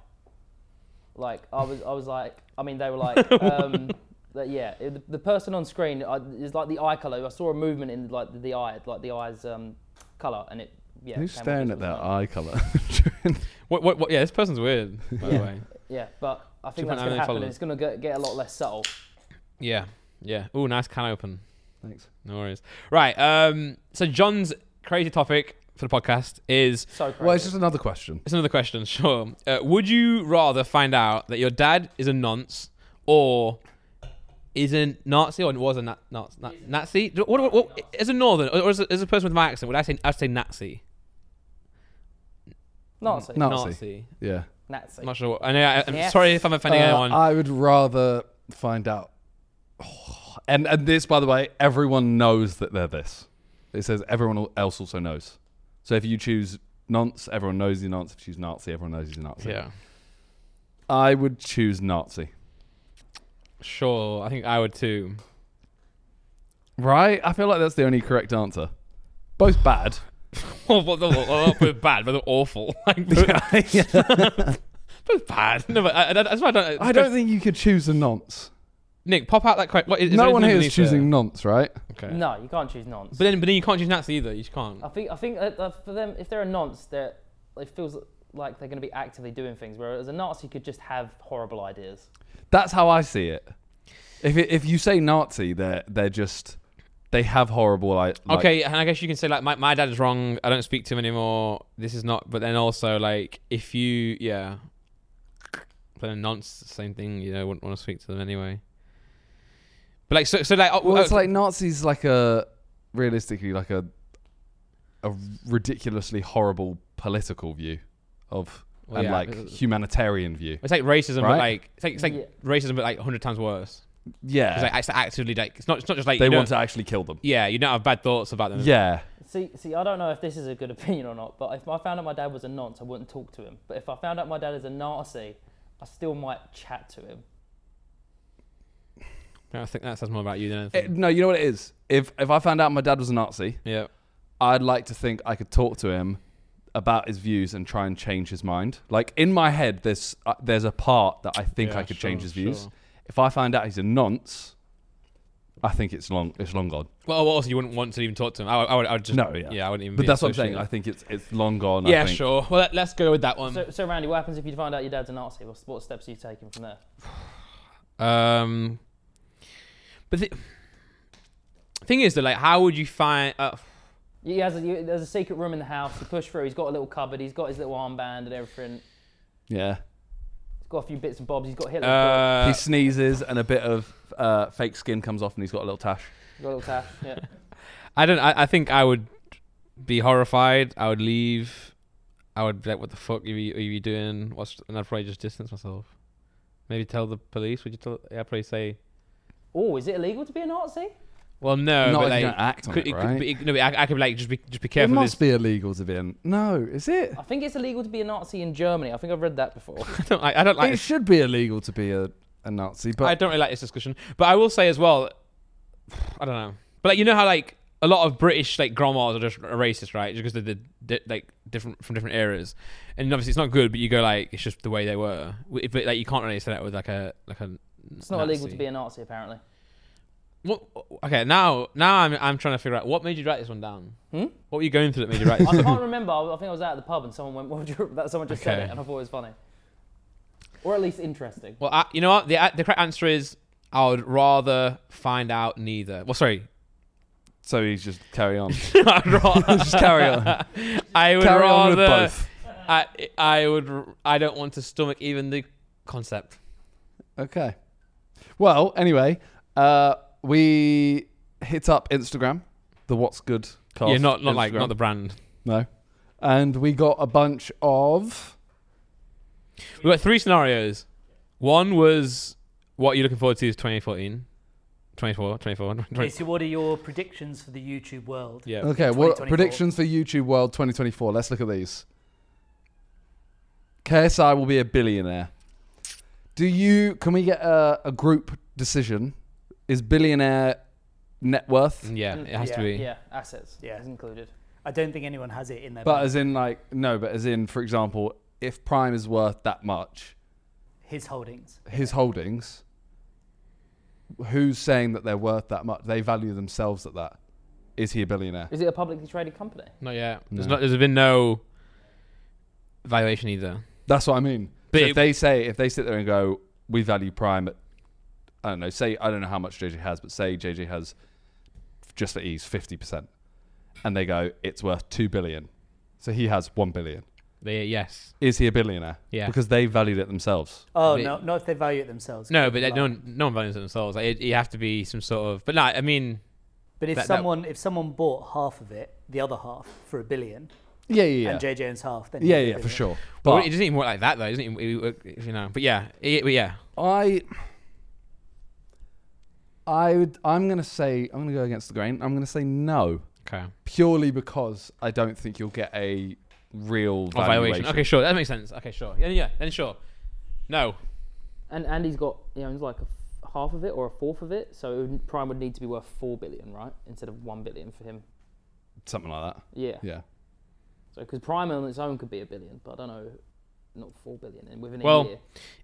S3: Like I was, I was like, I mean, they were like, um, that, yeah, it- the, the person on screen uh, is like the eye color. I saw a movement in like the, the eye, like the eyes um, color, and it. Yeah,
S2: Who's
S3: came up
S2: staring
S3: as
S2: at
S3: it was
S2: that
S3: mine.
S2: eye colour?
S1: What, what, what, yeah, this person's weird, by the
S3: Yeah.
S1: way.
S3: Yeah, but I think
S1: Two point nine
S3: that's going to
S1: million
S3: happen, and
S1: followers.
S3: it's going to get, get a lot less subtle.
S1: Yeah, yeah. Ooh, nice can open.
S2: Thanks.
S1: No worries. Right. Um. So John's crazy topic for the podcast is
S3: So crazy.
S2: Well, it's just another question.
S1: It's another question, sure. Uh, would you rather find out that your dad is a nonce or is a Nazi or was a na- na- na- Nazi? Do- What, what, what, as a northern or as a, as a person with my accent, would I say I'd say Nazi?
S3: Nazi.
S2: No. Nazi.
S1: Nazi.
S2: Yeah.
S1: I'm
S3: Nazi.
S1: not sure. What, I know. I, I'm
S3: Yes.
S1: sorry if I'm offending
S2: Uh,
S1: anyone.
S2: I would rather find out. and and this, by the way, everyone knows that they're this. It says everyone al- else also knows. So if you choose nonce, everyone knows he's nonce. If you choose Nazi, everyone knows he's a Nazi.
S1: yeah.
S2: I would choose Nazi.
S1: Sure. I think I would too.
S2: Right? I feel like that's the only correct answer. Both bad.
S1: Well, what the- well, we're bad, but they're awful. Like, both bad. No, but I, I, that's why I don't.
S2: I don't think you could choose a nonce.
S1: Nick, pop out that question. What, is, is
S2: no
S1: there
S2: one
S1: anything
S2: here is
S1: underneath there?
S2: choosing nonce, right?
S1: Okay.
S3: No, you can't choose nonce.
S1: But then, but then you can't choose Nazi either. You just can't.
S3: I think I think uh, uh, for them, if they're a nonce, they're, it feels like they're going to be actively doing things. Whereas a Nazi could just have horrible ideas.
S2: That's how I see it. If it, if you say Nazi, they're they're just they have horrible. Like, like-
S1: okay, and I guess you can say like my, my dad is wrong. I don't speak to him anymore. This is not. But then also like if you yeah, but then nonce same thing. You know, wouldn't want to speak to them anyway. But like so so like oh,
S2: well, it's
S1: oh,
S2: like Nazis, like a realistically like a a ridiculously horrible political view of
S1: well,
S2: and
S1: yeah,
S2: like
S1: it's
S2: humanitarian view.
S1: it's like racism, but
S2: Right?
S1: like it's like, it's like
S3: Yeah.
S1: racism, but like hundred times worse.
S2: Yeah,
S1: It's like it's actively like it's not it's not just like
S2: they
S1: you
S2: want
S1: don't-
S2: to actually kill them.
S1: yeah you don't have bad thoughts about them.
S2: Yeah,
S3: It's See, see, I don't know if this is a good opinion or not, but if I found out my dad was a nonce, I wouldn't talk to him. But if I found out my dad is a Nazi, I still might chat to him.
S1: I think that says more about you than
S2: It-
S1: anything.
S2: Eh, no, you know what it is. If if I found out my dad was a Nazi,
S1: yeah.
S2: I'd like to think I could talk to him about his views and try and change his mind. Like in my head, there's uh, there's a part that I think
S1: Yeah,
S2: I could
S1: sure,
S2: change his views.
S1: sure.
S2: If I find out he's a nonce, I think it's long it's long gone.
S1: Well, also you wouldn't want to even talk to him. I, would- I would. I would just.
S2: No, yeah.
S1: I wouldn't even.
S2: But
S1: be
S2: that's what I'm saying. I
S1: associated.
S2: think it's it's long gone. I
S1: yeah,
S2: think.
S1: sure. Well, let, us go with that one.
S3: So, so Randy, what happens if you find out your dad's a Nazi? What, what steps are you taking from there?
S1: um, but the thing is, though, like, how would you find? Uh,
S3: He has a, you, there's a secret room in the house. You push through. He's got a little cupboard. He's got his little armband and everything.
S2: Yeah.
S3: He's got a few bits and bobs. He's got Hitler's book.
S1: uh,
S2: he sneezes and a bit of uh, fake skin comes off and he's got a little tash.
S3: He's got a little tash. Yeah.
S1: I don't. I, I think I would be horrified. I would leave. I would be like, "What the fuck are you, are you doing?" What's and I'd probably just distance myself. Maybe tell the police. Would you tell? Yeah, I'd probably say,
S3: Oh, is it illegal to be a Nazi?
S1: "Well, no."
S2: Not
S1: but
S2: if
S1: like,
S2: you don't act on
S1: could,
S2: it,
S1: could
S2: right?
S1: be- it- no, but I, I could be like, just be, just be careful.
S2: it
S1: with
S2: must be illegal to be in. No, is it?
S3: I think it's illegal to be a Nazi in Germany. I think I've read that before.
S1: this. I don't. like- I don't like.
S2: it
S1: this-
S2: should be illegal to be a, a Nazi, but
S1: I don't really like this discussion. But I will say as well, I don't know. But like you know how like a lot of British like grandmas are just racist, right? Just because they're, they like different from different eras, and obviously it's not good. But you go like it's just the way they were. W- But like you can't really say that with like a like a.
S3: It's not illegal to be a Nazi, apparently.
S1: What, okay, now now I'm I'm trying to figure out what made you write this one down.
S3: Hmm?
S1: What were you going through that made you write this?
S3: I can't remember. I I think I was out at the pub and someone went, "What would you?" That someone just said
S1: Okay.
S3: it, and I thought it was funny, or at least interesting.
S1: Well, I, you know what? The, the correct answer is I would rather find out neither. Well, sorry.
S2: so he's just carry on.
S1: I'd rather,
S2: just carry on.
S1: I would
S2: carry on with
S1: rather
S2: both.
S1: I I would r- I don't want to stomach even the concept.
S2: Okay. Well, anyway, uh, we hit up Instagram, the What's Good cast.
S1: yeah, not not like
S2: Instagram.
S1: not the brand.
S2: no. And we got a bunch of
S1: We got three scenarios. One was what are you looking forward to is 2014, 24, 24, 20,
S4: Okay, so what are your predictions for the YouTube world?
S1: yeah.
S2: okay. What
S4: 2024.
S2: predictions for YouTube World 2024? Let's look at these. KSI will be a billionaire. Do you? Can we get a, a group decision? Is billionaire net worth?
S1: Yeah, it has to
S4: Yeah,
S1: be.
S3: Yeah, assets.
S4: Yeah.
S3: is included.
S4: I don't think anyone has it in their.
S2: But
S4: bank.
S2: as in, like, no, but as in, for example, if Prime is worth that much,
S4: his holdings.
S2: his holdings, who's saying that they're worth that much? They value themselves at that. Is he a billionaire?
S3: Is it a publicly traded company?
S1: Not yet. There's
S2: No.
S1: not there's been no valuation either.
S2: That's what I mean.
S1: But
S2: so
S1: it-
S2: if they say, if they sit there and go, we value Prime at, I don't know, say, I don't know how much JJ has, but say JJ has, just for ease, 50%. And they go, it's worth 2 billion. So he has 1 billion.
S1: They, yes.
S2: Is he a billionaire?
S1: Yeah.
S2: Because they valued it themselves.
S4: Oh
S1: They-
S4: no, not if they value it themselves.
S1: No, but they,
S4: Like-
S1: no one no one values it themselves. Like, it, you have to be some sort of. But no, I mean,
S4: But if
S1: that- that-
S4: someone if someone bought half of it, the other half for a billion,
S2: Yeah, yeah, yeah.
S4: and JJ owns half, then
S2: Yeah,
S4: he's a
S2: yeah, for
S4: billionaire.
S2: sure.
S1: well,
S2: But
S1: it doesn't even work like that though. It doesn't even work, you know? But yeah, it, but yeah.
S2: I, I would. I'm gonna say. I'm gonna go against the grain. I'm gonna say no,
S1: Okay.
S2: purely because I don't think you'll get a real
S1: Or
S2: valuation.
S1: valuation. Okay, sure. That makes sense. Okay, sure. Yeah, yeah. Then sure. No.
S3: And Andy's got he owns like a f- half of it or a fourth of it, so it would, Prime would need to be worth four billion, right, instead of one billion for him.
S2: Something like that.
S3: Yeah.
S2: Yeah.
S3: So because Prime on its own could be a billion, but I don't know, not four billion and within
S1: Well,
S3: a year.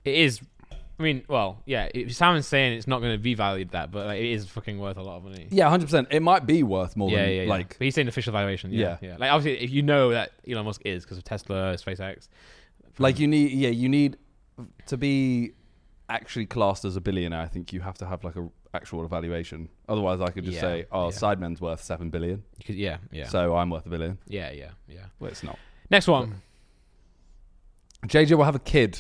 S1: It is. I mean, well, yeah. It, Simon's saying it's not going to be valued that, but like, it is fucking worth a lot of money.
S2: Yeah, hundred percent. It might be worth more
S1: yeah,
S2: than
S1: yeah, yeah.
S2: like.
S1: But he's saying official valuation. Yeah, yeah.
S2: Yeah.
S1: Like obviously, if you know that Elon Musk is because of Tesla, SpaceX.
S2: Like you need. Yeah, you need to be actually classed as a billionaire. I think you have to have like a actual evaluation. Otherwise, I could just
S1: Yeah,
S2: say, "Oh,
S1: yeah.
S2: Sidemen's worth seven billion,
S1: You could, yeah, yeah,
S2: so I'm worth a billion.
S1: yeah, yeah, yeah.
S2: Well, it's not.
S1: Next one.
S2: Hmm. JJ will have a kid.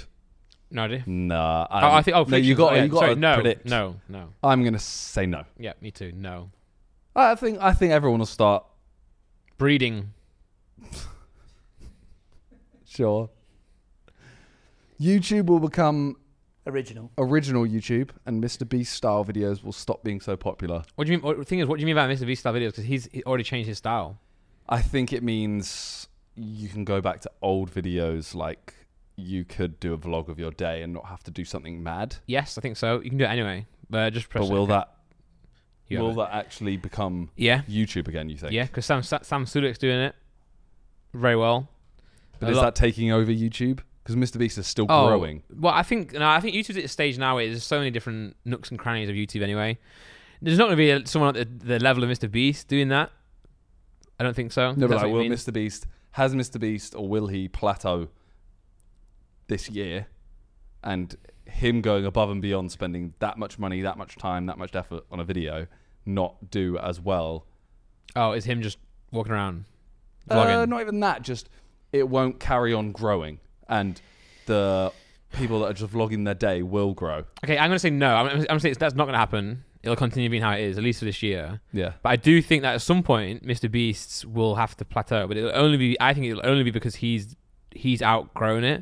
S1: No idea.
S2: Nah, I,
S1: Oh,
S2: don't-
S1: I think. Oh,
S2: no. You
S1: predictions.
S2: got.
S1: Oh, yeah.
S2: You got
S1: Sorry,
S2: to
S1: no,
S2: predict.
S1: no, no.
S2: I'm gonna say no.
S1: Yeah, me too. No.
S2: I think I think everyone will start.
S1: Breeding.
S2: Sure. YouTube will become
S4: Original.
S2: original YouTube, and Mr. Beast style videos will stop being so popular.
S1: What do you mean? What, the thing is, what do you mean by Mr. V style videos? Because he's he already changed his style.
S2: I think it means you can go back to old videos like you could do a vlog of your day and not have to do something mad.
S1: Yes, I think so. You can do it anyway. But just press.
S2: but will
S1: OK.
S2: that
S1: You have
S2: will
S1: it.
S2: that actually become
S1: Yeah,
S2: YouTube again, you think?
S1: yeah. Because Sam Sa- Sam Sudik's doing it very well.
S2: But
S1: A
S2: is
S1: lot-
S2: that taking over YouTube? Because Mr. Beast is still
S1: Oh,
S2: growing.
S1: Well, I think no, I think YouTube's at a stage now where there's so many different nooks and crannies of YouTube. Anyway, there's not going to be a, someone at the, the level of Mr. Beast doing that. I don't think so.
S2: No, but
S1: That's
S2: like,
S1: what you
S2: will
S1: mean.
S2: Mr. Beast has Mr. Beast or will he plateau this year? And him going above and beyond, spending that much money, that much time, that much effort on a video, not do as well.
S1: Oh, is him just walking around vlogging?
S2: Uh, not even that. Just it won't carry on growing, and the people that are just vlogging their day will grow.
S1: Okay, I'm going to say no. I'm, I'm going to say it's, that's not going to happen. It'll continue being how it is, at least for this year.
S2: Yeah.
S1: But I do think that at some point, Mr. Beasts will have to plateau. But it'll only be, I think it'll only be because he's he's outgrown it.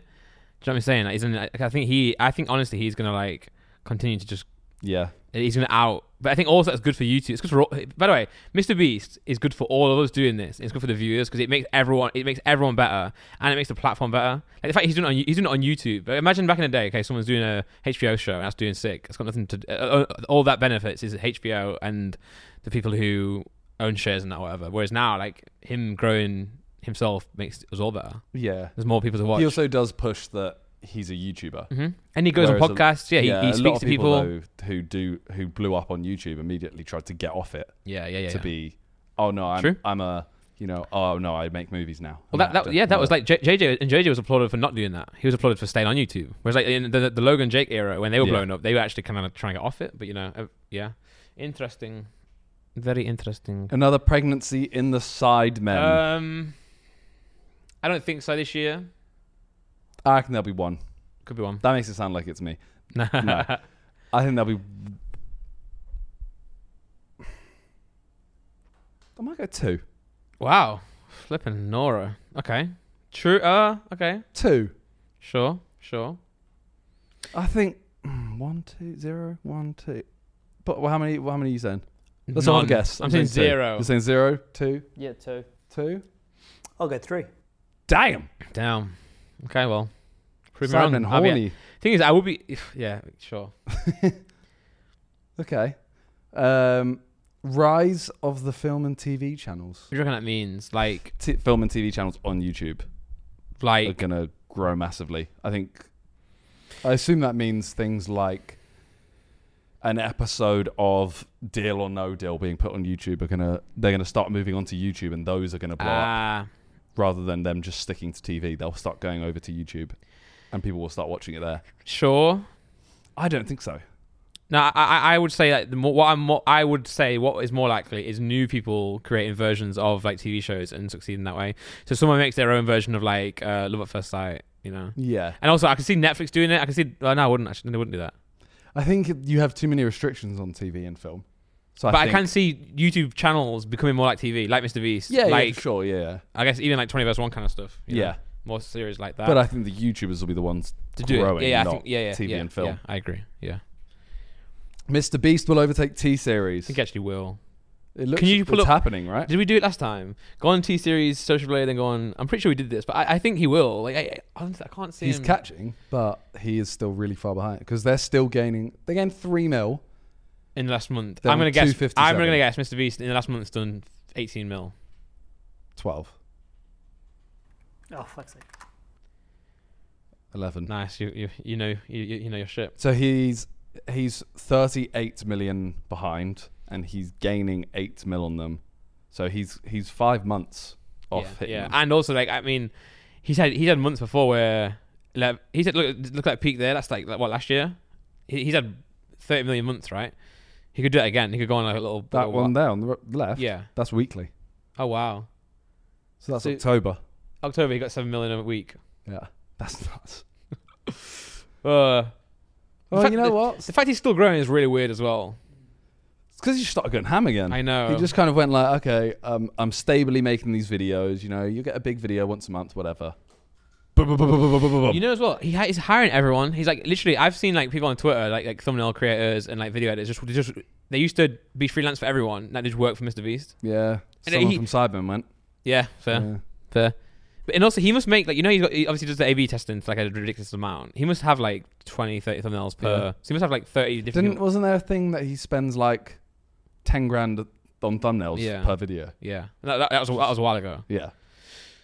S1: Do you know what I'm saying? Like, he's in, like, I think he, I think honestly, he's going to like continue to just
S2: Yeah.
S1: He's gonna out, but I think also that's good for YouTube. It's good for all, by the way, Mr. Beast is good for all of us doing this. It's good for the viewers because it makes everyone it makes everyone better and it makes the platform better. Like the fact he's doing it on, he's doing it on YouTube. But imagine back in the day, okay, someone's doing a HBO show and that's doing sick. It's got nothing to uh, uh, all that benefits is HBO and the people who own shares and that whatever. Whereas now, like him growing himself makes us all better.
S2: Yeah.
S1: There's more people to watch.
S2: He also does push that he's a YouTuber.
S1: hmm And he goes on
S2: Whereas a-
S1: podcasts. yeah, he, he
S2: a lot
S1: speaks
S2: of
S1: to people.
S2: though, who do who blew up on YouTube immediately tried to get off it
S1: yeah, yeah, yeah.
S2: to
S1: yeah.
S2: be, oh no, I'm
S1: True.
S2: I'm a you know oh no, I make movies now.
S1: Well,
S2: I'm
S1: that,
S2: an
S1: that
S2: actor.
S1: yeah, that was
S2: Whatever.
S1: like J- JJ and JJ was applauded for not doing that. He was applauded for staying on YouTube. Whereas like in the, the Logan Jake era when they were
S2: Yeah.
S1: blowing up, they were actually kind of trying to get off it. But you know, uh, yeah, interesting, very interesting.
S2: another pregnancy in the side men.
S1: Um, I don't think so this year.
S2: I reckon there'll be one.
S1: Could be one.
S2: That makes it sound like it's me.
S1: no.
S2: I think there'll be. I might go two.
S1: Wow, flipping Nora. Okay, true. Uh, okay,
S2: Two.
S1: sure, sure.
S2: I think mm, one, two, zero, one, two. But how many? How many are you saying? Let's not have a
S1: None.
S2: guess.
S1: I'm, saying
S2: two.
S1: zero.
S2: You're saying zero, two,
S3: Yeah, two.
S2: two.
S4: I'll go three.
S2: Damn.
S1: Damn. Okay, well, prove me wrong.
S2: Simon
S1: I'll be-
S2: Horny.
S1: Thing is, I would be. Yeah, sure.
S2: Okay. Um, rise of the film and TV channels.
S1: What do you reckon that means? Like,
S2: T- film and TV channels on YouTube are
S1: like.
S2: gonna grow massively. I think. I assume that means things like an episode of Deal or No Deal being put on YouTube are gonna they're gonna start moving onto YouTube and those are gonna blow up.
S1: Ah,
S2: rather than them just sticking to TV, they'll start going over to YouTube, and people will start watching it there.
S1: sure.
S2: I don't think so.
S1: No, I, I I would say that the more what I'm more, I would say what is more likely is new people creating versions of like TV shows and succeeding that way. So someone makes their own version of like uh, Love at First Sight, you know.
S2: Yeah,
S1: And also, I can see Netflix doing it. I can see. Well, no, I wouldn't actually. They wouldn't do that.
S2: I think you have too many restrictions on TV and film. So I
S1: but I
S2: think,
S1: can see YouTube channels becoming more like TV, like Mr. Beast.
S2: yeah,
S1: like
S2: like, sure, yeah,
S1: I guess even like Twenty Verse One kind of stuff. you know,
S2: yeah.
S1: more series like that.
S2: But I think the YouTubers will be the ones
S1: to do
S2: growing,
S1: it, yeah, yeah, I
S2: not
S1: think, yeah, yeah,
S2: TV
S1: yeah,
S2: and film.
S1: Yeah, I agree. Yeah, I
S2: Mr. Beast will overtake T Series.
S1: think actually will.
S2: It looks
S1: Can you pull
S2: it's
S1: up-
S2: happening, right?
S1: Did we do it last time? Go on T series, social blade, then go on. I'm pretty sure we did this, but I, I think he will. Like I, I, honestly, I can't see
S2: He's
S1: him.
S2: catching, but he is still really far behind because they're still gaining. They gained three mil.
S1: in the last month.
S2: Then
S1: I'm gonna guess.
S2: 257.
S1: I'm gonna guess. Mr. Beast in the last month's done 18 mil.
S2: 12,
S4: Oh, fuck's sake.
S2: 11.
S1: Nice. You you, you know you, you you know your shit.
S2: So he's he's 38 million behind, and he's gaining eight mil on them. So he's he's five months off
S1: yeah,
S2: hitting.
S1: yeah.
S2: them.
S1: and also like I mean, he's had he's had months before where like, he said look look at that peak there. That's like, like what last year. He, he's had 30 million months, right? He could do that again. He could go on like a little
S2: That
S1: little
S2: one
S1: wa-
S2: there on the r- left,
S1: Yeah.
S2: that's weekly.
S1: Oh wow.
S2: So that's
S1: So-
S2: October.
S1: October he got seven million a week.
S2: Yeah, that's nuts.
S1: Uh,
S2: Well,
S1: fact
S2: you know
S1: that-
S2: what? It's
S1: the fact he's still growing is really weird as well.
S2: because you started going ham again.
S1: I know.
S2: He just kind of went like, okay, um, I'm stably making these videos. You know, you get a big video once a month, whatever.
S1: You know as well, he ha- he's hiring everyone. He's like literally. I've seen like people on Twitter, like like thumbnail creators and like video editors. Just, just they used to be freelance for everyone. That just work for Mr Beast.
S2: Yeah,
S1: And
S2: someone
S1: he-
S2: from Sidemen went.
S1: Yeah, fair,
S2: Yeah.
S1: fair. But and also he must make like you know he's got, he obviously does the A/B testing for like a ridiculous amount. He must have like 20, 30 thumbnails per.
S2: Yeah.
S1: So he must have like thirty different.
S2: Didn't wasn't there a thing that he spends like ten grand on thumbnails
S1: Yeah.
S2: per video?
S1: yeah, that, that, that was a- that was a while ago.
S2: Yeah,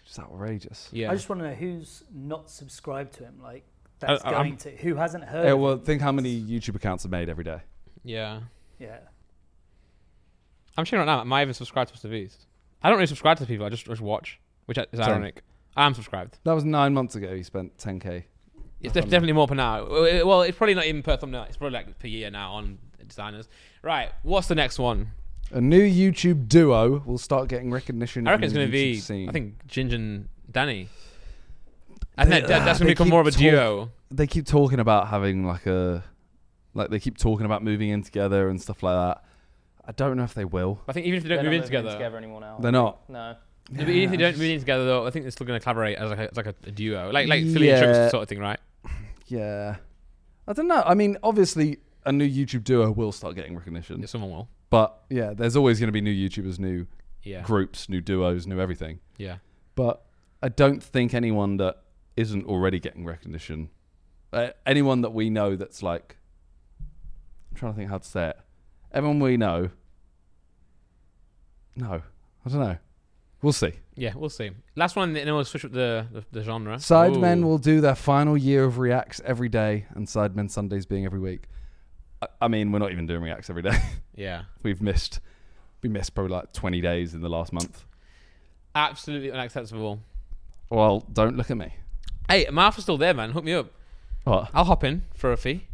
S2: just outrageous.
S1: Yeah,
S4: I just want to know who's not subscribed to him. Like
S1: I-
S4: that's
S1: I-
S4: going
S1: I'm-
S4: to who hasn't heard.
S2: Oh, Yeah,
S4: of
S2: well,
S4: him.
S2: think how many YouTube accounts are made every day.
S1: yeah.
S4: Yeah.
S1: I'm sure right now. Am I even subscribed to Mr. Beast? I don't really subscribe to people. I just just watch, which is ironic. I am subscribed.
S2: That was nine months ago. He spent
S1: It's
S2: 10k. I
S1: def-
S2: don't know.
S1: definitely more per now. Well, it- Well, it's probably not even per thumbnail. It's probably like per year now on designers. Right. What's the next one?
S2: A new YouTube duo will start getting recognition.
S1: I reckon
S2: in
S1: it's
S2: the
S1: going to
S2: YouTube
S1: be.
S2: Scene.
S1: I think Ginger and Danny. I think
S2: They-
S1: that, that- that's
S2: ah,
S1: going to
S2: they
S1: become
S2: keep
S1: more of a
S2: talk-
S1: duo.
S2: they keep talking about having like a, like they keep talking about moving in together and stuff like that. I don't know if they will.
S1: I think even if they
S3: They're
S1: don't
S3: not
S1: move in
S3: moving
S1: together,
S3: anymore now.
S2: They're not.
S3: No.
S1: but even if they
S2: Yeah, I
S1: don't move in together, though, I think they're still going to collaborate as like a, as like a, a duo, like like Philly and
S2: Yeah.
S1: Chuck sort of thing, right?
S2: Yeah, I don't know. I mean, obviously, a new YouTube duo will start getting recognition.
S1: Yeah, someone will.
S2: But yeah, there's always going to be new YouTubers, new
S1: Yeah.
S2: groups, new duos, new everything.
S1: Yeah.
S2: But I don't think anyone that isn't already getting recognition, uh, anyone that we know that's like, I'm trying to think how to say it. Everyone we know. No, I don't know. We'll see.
S1: Yeah, we'll see. Last one, and then we'll switch up the, the, the genre.
S2: Sidemen
S1: Ooh.
S2: will do their final year of reacts every day, and Sidemen Sundays being every week. I, I mean, we're not even doing reacts every day.
S1: Yeah.
S2: We've missed, we missed probably like 20 days in the last month.
S1: Absolutely unacceptable.
S2: Well, don't look at me.
S1: Hey, Martha's still there, man. Hook me up.
S2: What?
S1: I'll hop in for a fee.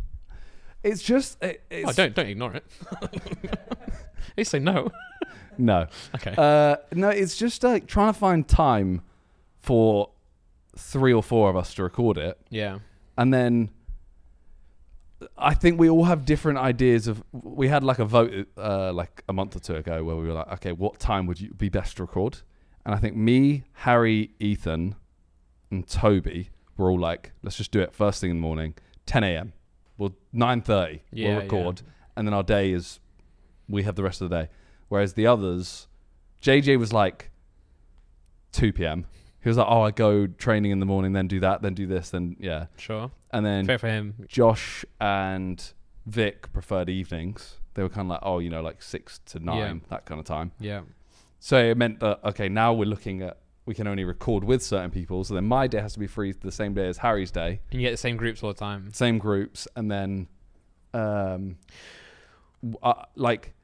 S2: It's just it, it's
S1: Oh, don't don't ignore it. At least say no.
S2: no,
S1: Okay.
S2: uh, no. It's just like trying to find time for three or four of us to record it,
S1: yeah.
S2: and then I think we all have different ideas of. We had like a vote uh, like a month or two ago where we were like, okay, what time would you be best to record? And I think me, Harry, Ethan, and Toby were all like, let's just do it first thing in the morning, 10 a.m. Well, 9:30
S1: Yeah,
S2: we'll
S1: yeah.
S2: record, and then our day is we have the rest of the day. Whereas the others, JJ was like 2 p.m. He was like, oh, I go training in the morning, then do that, then do this, then yeah.
S1: Sure.
S2: And then
S1: Fair for him.
S2: Josh and Vic preferred evenings. They were kind of like, oh, you know, like six to nine, that kind of time.
S1: Yeah.
S2: So it meant that, okay, now we're looking at, we can only record with certain people. So then my day has to be free the same day as Harry's day,
S1: And you get the same groups all the time.
S2: same groups. And then, um, w- I- like,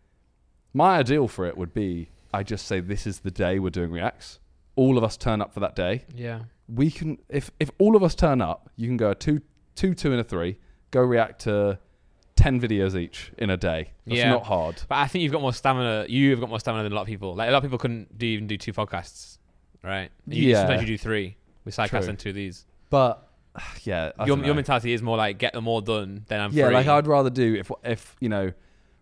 S2: my ideal for it would be I just say, this is the day we're doing reacts. All of us turn up for that day
S1: Yeah.
S2: we can if if all of us turn up, you can go a two two two and a three, go react to ten videos each in a day. That's
S1: Yeah.
S2: not hard.
S1: But I think you've got more stamina. You've got more stamina than a lot of people. Like a lot of people couldn't do even do two podcasts, right? You,
S2: Yeah.
S1: Sometimes you do three with sidecast
S2: True.
S1: and two of these.
S2: But yeah, I
S1: Your,
S2: don't
S1: your
S2: know.
S1: mentality is more like get them all done, then I'm
S2: yeah,
S1: free.
S2: like I'd rather do if if you know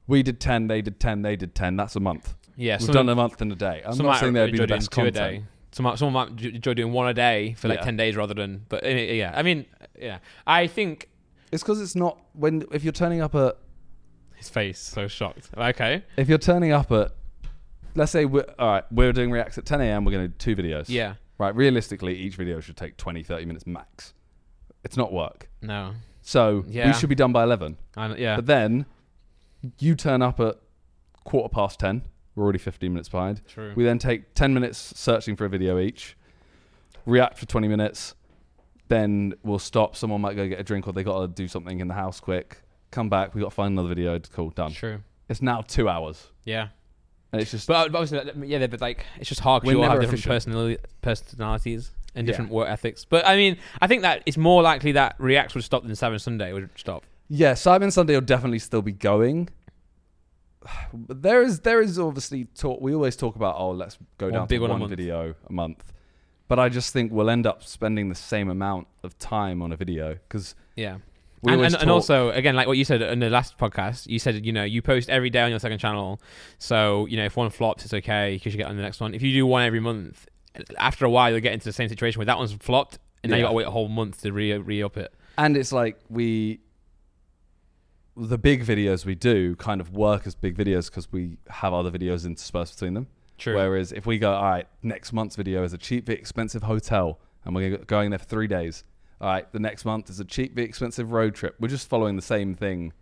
S2: we did ten, they did ten, they did ten. That's a month.
S1: yeah.
S2: We've
S1: some-
S2: done a month in a day. I'm
S1: some
S2: not
S1: might
S2: saying there'd be
S1: enjoy
S2: the
S1: doing
S2: best
S1: two a
S2: content.
S1: day. Some might, someone might j- enjoy doing one a day for like
S2: Yeah.
S1: ten days rather than. But uh, yeah, I mean, yeah, I think
S2: It's because it's not when if you're turning up at
S1: his face so shocked. Okay,
S2: if you're turning up at let's say we're all right we're doing reacts at 10 a.m we're going to do two videos
S1: yeah,
S2: right realistically each video should take 20 30 minutes max it's not work
S1: no,
S2: So
S1: Yeah.
S2: we should be done by 11.
S1: I, don't- yeah,
S2: But then you turn up at quarter past 10. We're already 15 minutes behind.
S1: true.
S2: We then take 10 minutes searching for a video each, react for 20 minutes. Then we'll stop. Someone might go get a drink or they got to do something in the house quick. Come back. we got to find another video. It's cool. Done.
S1: true.
S2: It's now two hours.
S1: Yeah,
S2: And it's just.
S1: but but obviously, like, yeah, but like it's just hard because
S2: We're
S1: you all have
S2: never
S1: different
S2: efficient.
S1: personali- personalities and
S2: Yeah.
S1: different work ethics. But I mean, I think that it's more likely that Reacts would stop than Seven Sunday would stop.
S2: yeah, Simon Sunday will definitely still be going. But there is there is obviously talk. We always talk about oh, let's go
S1: One
S2: down
S1: big
S2: to
S1: one a
S2: one
S1: month.
S2: video a month, but I just think we'll end up spending the same amount of time on a video because
S1: Yeah.
S2: we
S1: and,
S2: always
S1: and, and
S2: talk-
S1: also, again, like what you said in the last podcast, you said you know you post every day on your second channel, so you know if one flops, it's okay because you get on the next one. If you do one every month, after a while you'll get into the same situation where that one's flopped, and now you
S2: Yeah.
S1: got to wait a whole month to re re up it.
S2: and it's like we the big videos we do kind of work as big videos because we have other videos interspersed between them.
S1: True.
S2: Whereas if we go, all right, next month's video is a cheap, but expensive hotel, and we're go- going there for three days. All right, the next month is a cheap, but expensive road trip. We're just following the same thing.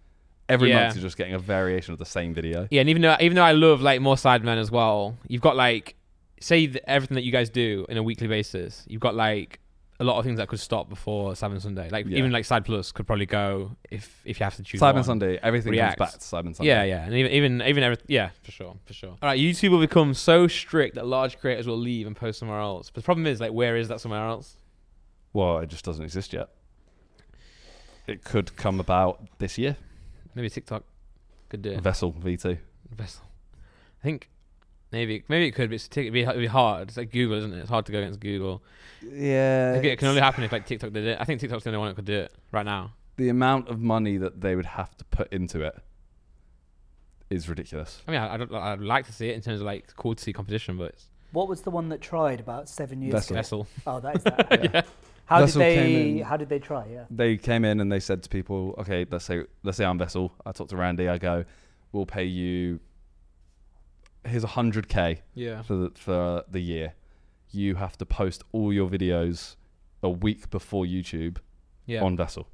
S2: Every
S1: Yeah.
S2: month, you're just getting a variation of the same video.
S1: Yeah, and even though even though I love like more Sidemen as well, you've got like say th- everything that you guys do in a weekly basis. You've got like a lot of things that could stop before Simon Sunday. Like
S2: Yeah.
S1: even like Side Plus could probably go if if you have to choose.
S2: Simon
S1: one.
S2: Sunday, everything
S1: React.
S2: comes back to Simon Sunday.
S1: Yeah, yeah, and even even even every, yeah, for sure, for sure. All right, YouTube will become so strict that large creators will leave and post somewhere else. But the problem is, like, where is that somewhere else?
S2: Well, it just doesn't exist yet. It could come about this year.
S1: Maybe TikTok could do it.
S2: Vessel V2.
S1: Vessel. I think maybe maybe it could, but it's tick- it'd be, it'd be hard. It's like Google, isn't it? It's hard to go against Google.
S2: Yeah.
S1: I think it can only happen if like TikTok did it. I think TikTok's the only one that could do it right now.
S2: the amount of money that they would have to put into it is ridiculous.
S1: I mean, I, I don't, I'd like to see it in terms of like cool to see competition, but it's
S4: What was the one that tried about seven years
S2: Vessel.
S4: ago?
S1: Vessel.
S4: Oh, that is that.
S2: Yeah.
S4: How
S2: Vessel
S4: did
S2: came
S4: they?
S2: in.
S4: How did they try? Yeah.
S2: They came in and they said to people, okay, let's say let's say I'm Vessel. I talked to Randy. I go, we'll pay you. Here's hundred k
S1: Yeah.
S2: for the, for the year. You have to post all your videos a week before YouTube
S1: Yeah.
S2: on Vessel.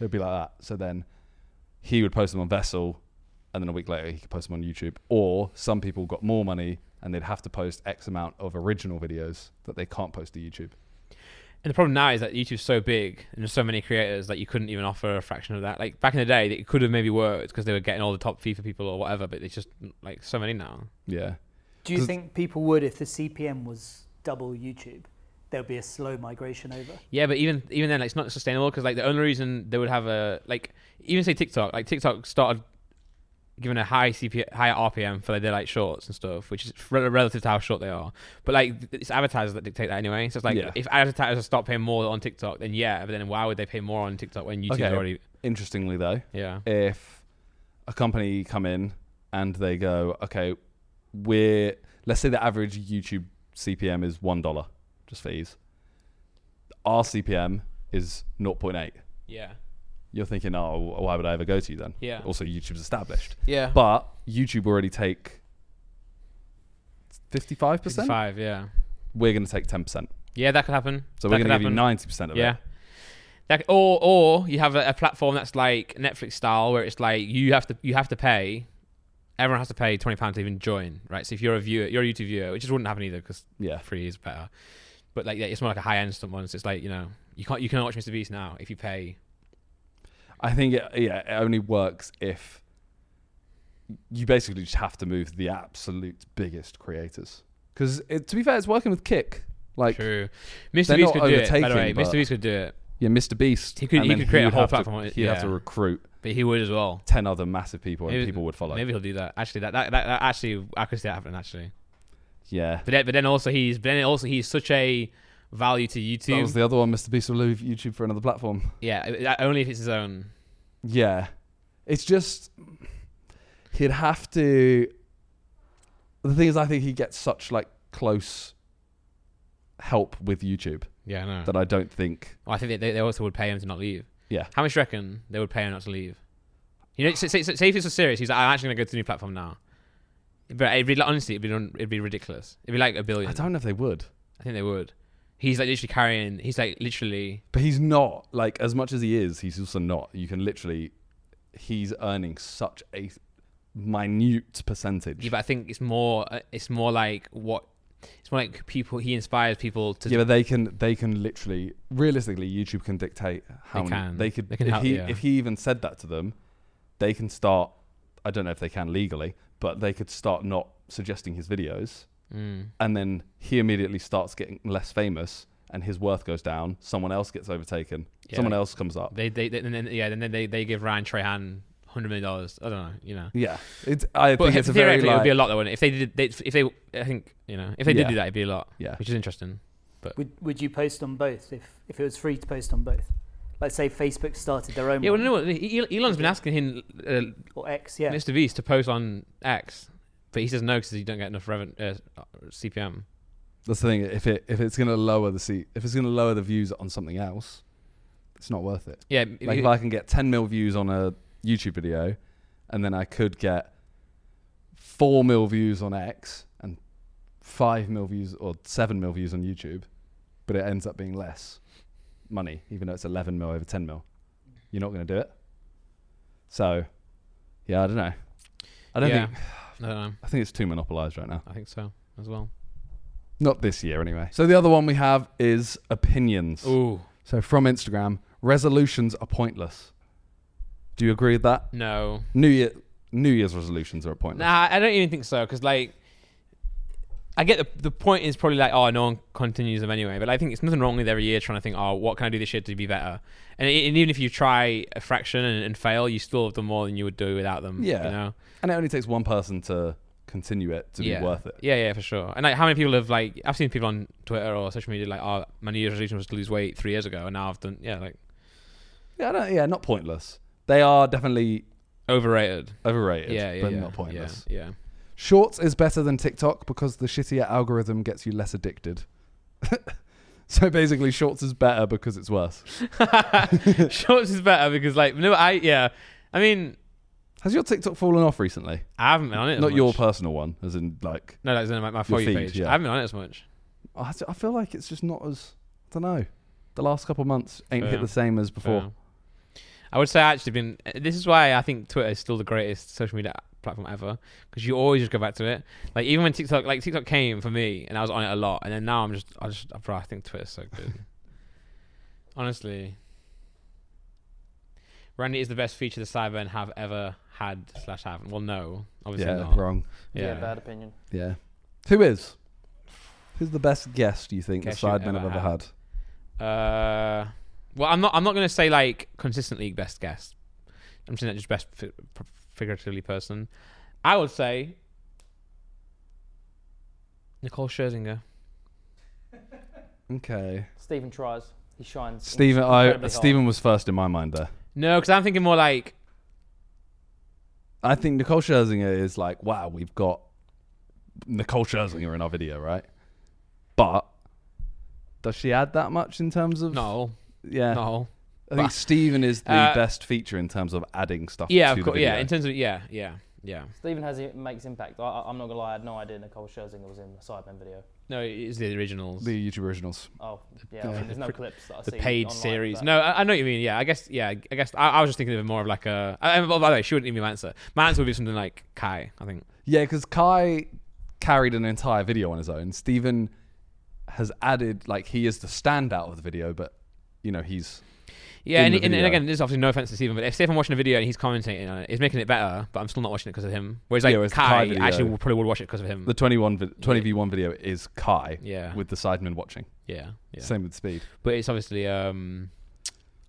S2: It'd be like that. So then he would post them on Vessel, and then a week later he could post them on YouTube. Or some people got more money and they'd have to post X amount of original videos that they can't post to YouTube.
S1: And the problem now is that YouTube's so big and there's so many creators that you couldn't even offer a fraction of that. Like back in the day, it could have maybe worked because they were getting all the top FIFA people or whatever. But it's just like so many now.
S2: Yeah.
S4: Do you
S2: 'Cause-
S4: think people would, if the CPM was double YouTube, there would be a slow migration over?
S1: Yeah, but even even then, like, it's not sustainable because like the only reason they would have a like even say TikTok, like TikTok started giving a high CP high RPM for like, their like shorts and stuff, which is re- relative to how short they are. But like th- it's advertisers that dictate that anyway. So it's like
S2: Yeah.
S1: if advertisers stop paying more on TikTok, then yeah. But then why would they pay more on TikTok when YouTube's
S2: Okay.
S1: already
S2: Interestingly, though,
S1: yeah
S2: if a company come in and they go, okay, we're let's say the average YouTube CPM is one dollar, just for ease. Our CPM is 0.8.
S1: yeah
S2: You're thinking, oh, why would I ever go to you then?
S1: Yeah.
S2: Also, YouTube's established.
S1: yeah
S2: But YouTube already take 55%.
S1: five yeah
S2: We're going to take 10%.
S1: yeah that could happen.
S2: So
S1: That
S2: we're
S1: could
S2: going to give you
S1: happen.
S2: 90% of
S1: Yeah.
S2: it.
S1: Like, or or you have a, a platform that's like Netflix style, where it's like you have to you have to pay. Everyone has to pay twenty pounds to even join, right? So if you're a viewer, you're a YouTube viewer, which just wouldn't happen either because
S2: Yeah.
S1: free is better. But like, yeah, it's more like a high end stuff. Once it's like you know you can't you can watch Mr Beast now if you pay.
S2: I think, it, yeah, it only works if you basically just have to move the absolute biggest creators. Because to be fair, it's working with Kick. Like,
S1: True, Mr
S2: they're
S1: Beast
S2: not
S1: could do it. By the
S2: overtaking,
S1: way,
S2: but-
S1: Mr Beast could do it,
S2: yeah, Mr. Beast.
S1: He could-
S2: and
S1: he
S2: then
S1: could create a
S2: would
S1: whole
S2: have to-
S1: platform on it,
S2: He'd have to
S1: yeah.
S2: recruit
S1: but he would as well.
S2: 10 other massive people and
S1: Maybe-
S2: people would follow.
S1: Maybe he'll do that. Actually, that that, that, that actually I could see that happen. Actually,
S2: Yeah.
S1: but then, but then also he's but then also he's such a value to
S2: That
S1: YouTube.
S2: was the other one. Mr. Beast will leave YouTube for another platform.
S1: yeah, uh, only if it's his own.
S2: Yeah. It's just he'd have to the thing is I think he gets such like close help with YouTube
S1: Yeah, I know.
S2: that I don't think
S1: Well, I think they, they also would pay him to not leave.
S2: Yeah.
S1: How much do you reckon they would pay him not to leave? You know, say, say, say if it's so serious, he's like, I'm actually going to go to the new platform now. But it'd be, like, honestly, it'd be, un- it'd be ridiculous. It'd be like a billion.
S2: I
S1: I,
S2: don't know if they would.
S1: think they would. He's like literally carrying, he's like literally,
S2: But he's not like as much as he is, he's also not. You can literally he's earning such a minute percentage.
S1: yeah, but I think it's more, uh, it's more like what, it's more like people, he inspires people to,
S2: yeah, but they can they can literally realistically YouTube can dictate how
S1: They
S2: many
S1: can.
S2: they could
S1: They can
S2: if
S1: help-
S2: he
S1: yeah.
S2: if he even said that to them, they can start I don't know if they can legally, but they could start not suggesting his videos
S1: Mm.
S2: and then he immediately starts getting less famous and his worth goes down, someone else gets overtaken,
S1: Yeah,
S2: someone
S1: like-
S2: else comes up.
S1: they, they, they, and then, yeah, and then they, they give Ryan Trahan $100 million. I don't know, you know.
S2: Yeah. It's I
S1: But
S2: think it's a very
S1: theoretically, it would be a
S2: like-
S1: lot though, wouldn't it? If they did, they, if they, I think, you know, if they
S2: Yeah.
S1: did do that, it'd be a lot,
S2: yeah.
S1: which is interesting.
S4: Would Would you post on both if if it was free to post on both? Like say Facebook started their own.
S1: Yeah, well,
S4: one,
S1: no, El- Elon's been asking him, uh,
S4: Or X, yeah.
S1: Mr. Beast, to post on X, but he says no because you don't get enough reven- uh, CPM.
S2: That's the thing, if it if it's gonna lower the seat if it's gonna lower the views on something else, it's not worth it.
S1: Yeah,
S2: Like if I can get 10 mil views on a YouTube video, and then I could get 4 mil views on X and five mil views or seven mil views on YouTube, but it ends up being less money, even though it's 11 mil over 10 mil. You're not going to do it. So, yeah, I don't know. I don't
S1: Yeah.
S2: think.
S1: I don't know.
S2: I think it's too monopolized right now.
S1: I think so as well.
S2: Not this year, anyway. So the other one we have is opinions.
S1: Ooh,
S2: So from Instagram, resolutions are pointless. Do you agree with that?
S1: no.
S2: New Year, New Year's resolutions are pointless.
S1: Nah, I don't even think so. Because like, I get the the point is probably like, oh, no one continues them anyway. But I think it's nothing wrong with every year trying to think, oh, what can I do this year to be better? And, e- and even if you try a fraction and, and fail, you still have done more than you would do without them.
S2: Yeah.
S1: you know.
S2: And it only takes one person to continue it to
S1: yeah.
S2: be worth it.
S1: Yeah, yeah, for sure. And like, how many people have like, I've seen people on Twitter or social media like, oh, my New Year's resolution was to lose weight three years ago, and now I've done, yeah, like
S2: Yeah, I don't, yeah, not pointless. They are definitely
S1: overrated.
S2: overrated,
S1: yeah, yeah,
S2: but
S1: yeah,
S2: not pointless.
S1: Yeah, yeah.
S2: Shorts is better than TikTok because the shittier algorithm gets you less addicted. so basically, Shorts is better because it's worse.
S1: Shorts is better because like no, I yeah. I mean,
S2: Has your TikTok fallen off recently?
S1: I haven't been on it. as
S2: Not your
S1: much.
S2: personal one, as in like.
S1: no, that's in my, my for you
S2: feed,
S1: page.
S2: yeah.
S1: I haven't been on it as much.
S2: I I feel like it's just not as. I don't know. The last couple of months ain't
S1: Fair.
S2: hit the same as before.
S1: So, Um, I would say I actually been. This is why I think Twitter is still the greatest social media platform ever because you always just go back to it. Like even when TikTok, like TikTok came for me and I was on it a lot, and then now I'm just, I just, bro, I think Twitter's so good. Honestly, Randy is the best feature the Cyber have ever had slash have. Well, no, obviously
S2: Yeah,
S1: not.
S2: wrong.
S3: Yeah, bad opinion.
S2: Yeah. Who is? Who's the best guest you think
S1: Guest
S2: the
S1: you've
S2: sidemen
S1: ever
S2: have ever
S1: had.
S2: had?
S1: Uh, well, I'm not. I'm not going to say like consistently best guest. I'm saying that just best fi- p- figuratively person. I would say Nicole Scherzinger.
S2: Okay.
S3: Stephen tries. He shines.
S2: Stephen, I
S3: incredibly hard.
S2: Stephen was first in my mind there.
S1: No, because I'm thinking more like
S2: I think Nicole Scherzinger is like, wow, we've got Nicole Scherzinger in our video, right? But does she add that much in terms of?
S1: no,
S2: Yeah.
S1: no.
S2: I think Stephen is the
S1: Uh,
S2: best feature in terms of adding stuff.
S1: Yeah,
S2: to
S1: of
S2: the
S1: course. Yeah,
S2: video.
S1: in terms of yeah, yeah, yeah.
S3: Stephen has makes impact. I, I, I'm not gonna lie, I had no idea Nicole Scherzinger was in the Sidemen video.
S1: No, it's the originals, the,
S2: the YouTube originals.
S3: Oh yeah, I
S2: Yeah.
S3: mean, there's no clips that I see
S1: paid
S3: online,
S1: series.
S3: but-
S1: No, I, I know what you mean. Yeah, I guess. Yeah, I guess. I, I was just thinking of it more of like a. I, I- well, by the way, she wouldn't even be my answer. My answer would be something like Kai. I think.
S2: Yeah, because Kai carried an entire video on his own. Stephen has added, like, he is the standout of the video, but, you know, he's.
S1: Yeah,
S2: in
S1: and,
S2: the
S1: and, and
S2: video.
S1: again, this is obviously no offense to Stephen, but if Stephen watching a video and he's commentating on it, he's making it better, but I'm still not watching it because of him. Whereas like
S2: Yeah, whereas the Kai
S1: Kai,
S2: video-
S1: actually would- probably would watch it because of him.
S2: The 21 vi- 20v1 video is Kai
S1: Mm. yeah,
S2: with the sidemen watching.
S1: yeah, yeah.
S2: Same with Speed.
S1: But it's obviously um,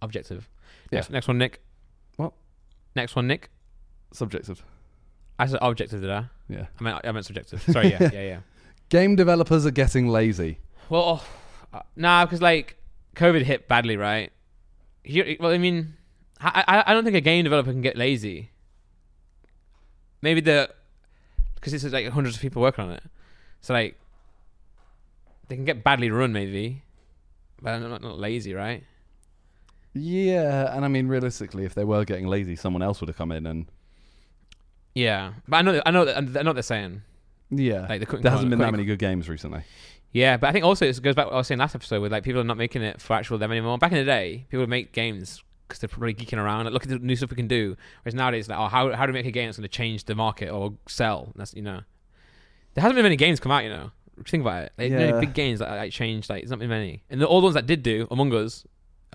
S1: objective.
S2: Yeah.
S1: Next, next one, Nick.
S2: What?
S1: Next one, Nick.
S2: Subjective.
S1: I said objective, did I?
S2: Yeah.
S1: I meant I meant subjective. Sorry, yeah, yeah, yeah.
S2: Game developers are getting lazy.
S1: Well, oh, uh, nah, because like COVID hit badly, right? You, well, I mean, I, I I don't think a game developer can get lazy. Maybe the because this is like hundreds of people working on it, so like they can get badly run maybe, but I'm not, not lazy, right?
S2: Yeah, and I mean, realistically, if they were getting lazy, someone else would have come in and.
S1: Yeah, but I know I know that I know what they're saying.
S2: Yeah.
S1: Like they couldn't.
S2: there hasn't
S1: come-
S2: been that
S1: couldn't-
S2: many good games recently.
S1: Yeah, but I think also it goes back to what I was saying last episode with like people are not making it for actual them anymore. Back in the day, people would make games because they're probably geeking around. Like, look at the new stuff we can do. Whereas nowadays, like, oh, how how do we make a game that's going to change the market or sell? That's you know, there hasn't been many games come out. You know, think about it. Like,
S2: Yeah.
S1: no big games that like changed. Like, there's not been many. And the, all the ones that did do, Among Us,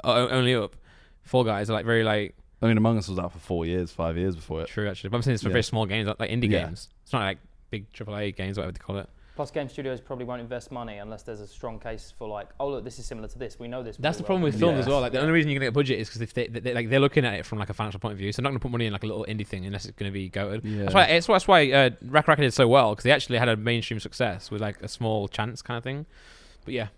S1: are o- only up. Fall Guys are like very like
S2: I mean, Among Us was out for four years, five years before it.
S1: true actually. But I'm saying it's for
S2: Yeah.
S1: very small games, like, like indie
S2: Yeah.
S1: games. It's not like big AAA games, whatever they call it.
S3: Plus, game studios probably won't invest money unless there's a strong case for like, oh look, this is similar to this. We know this.
S1: That's the
S3: really
S1: problem
S3: well.
S1: with film
S2: Yeah.
S1: as well. Like the only reason you're gonna get a budget is because if they, they, they like they're looking at it from like a financial point of view, so they're not gonna put money in like a little indie thing unless it's gonna be goated.
S2: Yeah.
S1: That's why it's that's why uh, Rack Rack did so well because they actually had a mainstream success with like a small chance kind of thing. But yeah,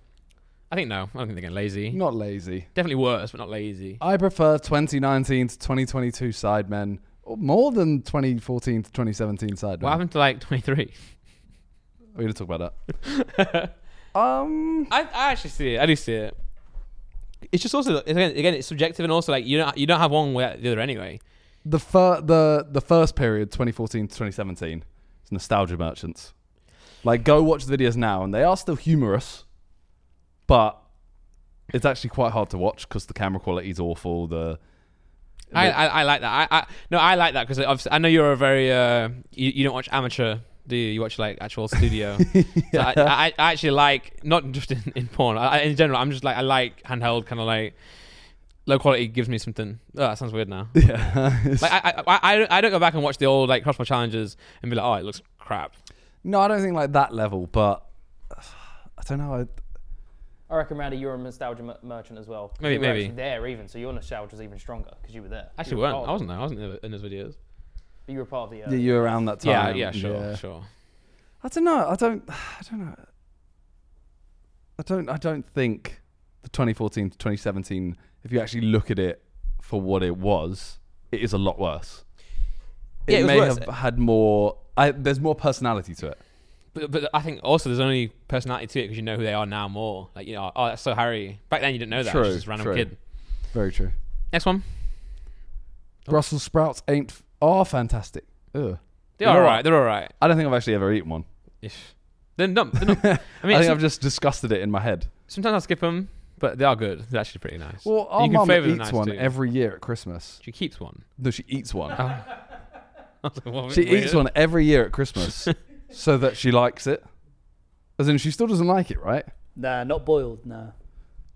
S1: I think no, I don't think they're getting lazy.
S2: Not lazy.
S1: Definitely worse, but not lazy.
S2: I prefer 2019 to 2022 Sidemen or more than 2014 to 2017 Sidemen.
S1: What happened to like 23?
S2: We're going to talk about that. um,
S1: I, I actually see it. I do see it. It's just also again, again it's subjective and also like you don't you don't have one way or the other anyway.
S2: the, fir- the, the first period, 2014 to 2017, is Nostalgia Merchants. Like, go watch the videos now, and they are still humorous, but it's actually quite hard to watch because the camera quality is awful. The
S1: I, I, I like that. I, I no, I like that because I know you're a very uh, you, you don't watch amateur, do you? You watch like actual studio. so I, I, I actually like not just in, in porn. I, I- in general, I'm just like I like handheld kind of like low quality gives me something. Oh, that sounds weird now.
S2: yeah, it's-
S1: Like I, I, I, I don't go back and watch the old like crossbow challenges and be like, oh, it looks crap.
S2: no, I don't think like that level, but I don't know. I,
S3: I reckon, Randy, you're a nostalgia mer- merchant as well. 'cause
S1: Maybe-
S3: you were
S1: maybe.
S3: actually there even, so your nostalgia was even stronger because you were there.
S1: Actually,
S3: you were
S1: weren't.
S3: part
S1: I
S3: of it.
S1: wasn't there. I wasn't in, in those videos.
S3: But you were part of the. Uh,
S2: yeah, you were around that
S1: Yeah,
S2: time.
S1: yeah, sure, sure.
S2: I don't know. I don't. I don't know. I don't. I don't think the 2014 to 2017. If you actually look at it for what it was, it is a lot worse.
S1: Yeah, it was
S2: may
S1: worse.
S2: have had more. I, there's more personality to it.
S1: But, but I think also there's only personality to it because you know who they are now more. Like you know, oh that's so Harry. Back then you didn't know that. it was
S2: True,
S1: just a random
S2: true.
S1: kid.
S2: Very true.
S1: Next one.
S2: Brussels sprouts ain't f- are fantastic. Ugh.
S1: They're
S2: You know
S1: all
S2: what?
S1: right. They're all right.
S2: I don't think I've actually ever eaten one.
S1: Ish. They're not. They're not I
S2: I,
S1: mean,
S2: think
S1: some-
S2: I've just disgusted it in my head.
S1: sometimes I skip them, but they are good. They're actually pretty nice.
S2: Well, our
S1: can
S2: mum
S1: favour the
S2: eats
S1: nice
S2: one
S1: too.
S2: every year at Christmas.
S1: she keeps one.
S2: No, she eats one.
S1: I was like, what,
S2: She
S1: weird.
S2: eats one every year at Christmas so that she likes it. As in, she still doesn't like it, right?
S4: Nah, not boiled. Nah.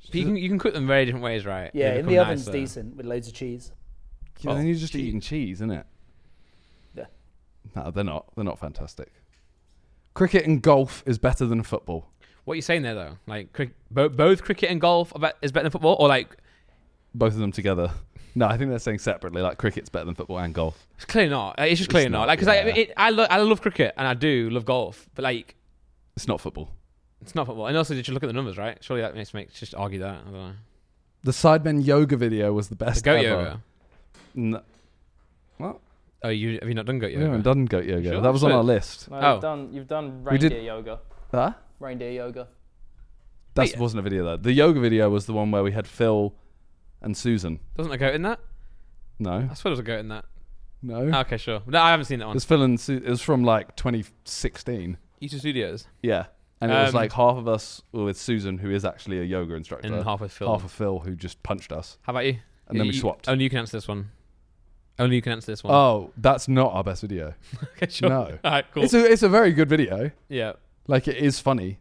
S1: But You can, you can cook them very different ways, right?
S4: Yeah,
S1: They
S4: in
S1: become
S4: the oven's
S1: nicer.
S4: decent with loads of cheese.
S2: Yeah,
S1: Well,
S2: then you're just
S1: cheese.
S2: eating cheese, isn't it?
S4: Yeah.
S2: No, they're not. They're not fantastic. Cricket and golf is better than football.
S1: What are you saying there though? Like cric- bo- both cricket and golf are bet- is better than football, or like
S2: Both of them together. No, I think they're saying separately. Like cricket's better than football and golf.
S1: it's clearly not. Uh, It's just clearly
S2: It's
S1: not.
S2: not,
S1: Like because I
S2: yeah.
S1: it, I, lo- I love cricket and I do love golf, but like
S2: It's not football.
S1: It's not football. And also, did you look at the numbers, right? Surely that makes make just argue that. I don't know.
S2: The Sidemen yoga video was the
S1: The
S2: best
S1: goat
S2: ever.
S1: yoga.
S2: No,
S1: Oh, you have you not done goat
S2: we
S1: yoga?
S2: haven't done goat yoga.
S1: Sure?
S2: That was on
S1: Sure.
S2: our list.
S3: No,
S1: Oh.
S3: you've done you've done
S2: We did-
S3: reindeer yoga.
S2: Huh?
S3: Reindeer yoga.
S2: That
S1: Wait.
S2: wasn't a video though. The yoga video was the one where we had Phil and Susan.
S1: Doesn't a goat in that?
S2: No,
S1: I swear there's a goat in that.
S2: no.
S1: Ah, okay, sure. No, I haven't seen that
S2: It
S1: one.
S2: was Phil and Su- it was from like 2016.
S1: YouTube Studios
S2: Yeah, and it was
S1: Um,
S2: like half of us were with Susan, who is actually a yoga instructor,
S1: in half with Phil.
S2: uh, half of Phil who just punched us,
S1: How about you?
S2: and then
S1: You-
S2: we
S1: you-
S2: swapped.
S1: Only you can answer this one. Only you can answer this one.
S2: Oh, that's not our best video.
S1: okay, sure.
S2: no.
S1: All right, cool.
S2: It's a it's a very good video.
S1: yeah,
S2: Like it is funny,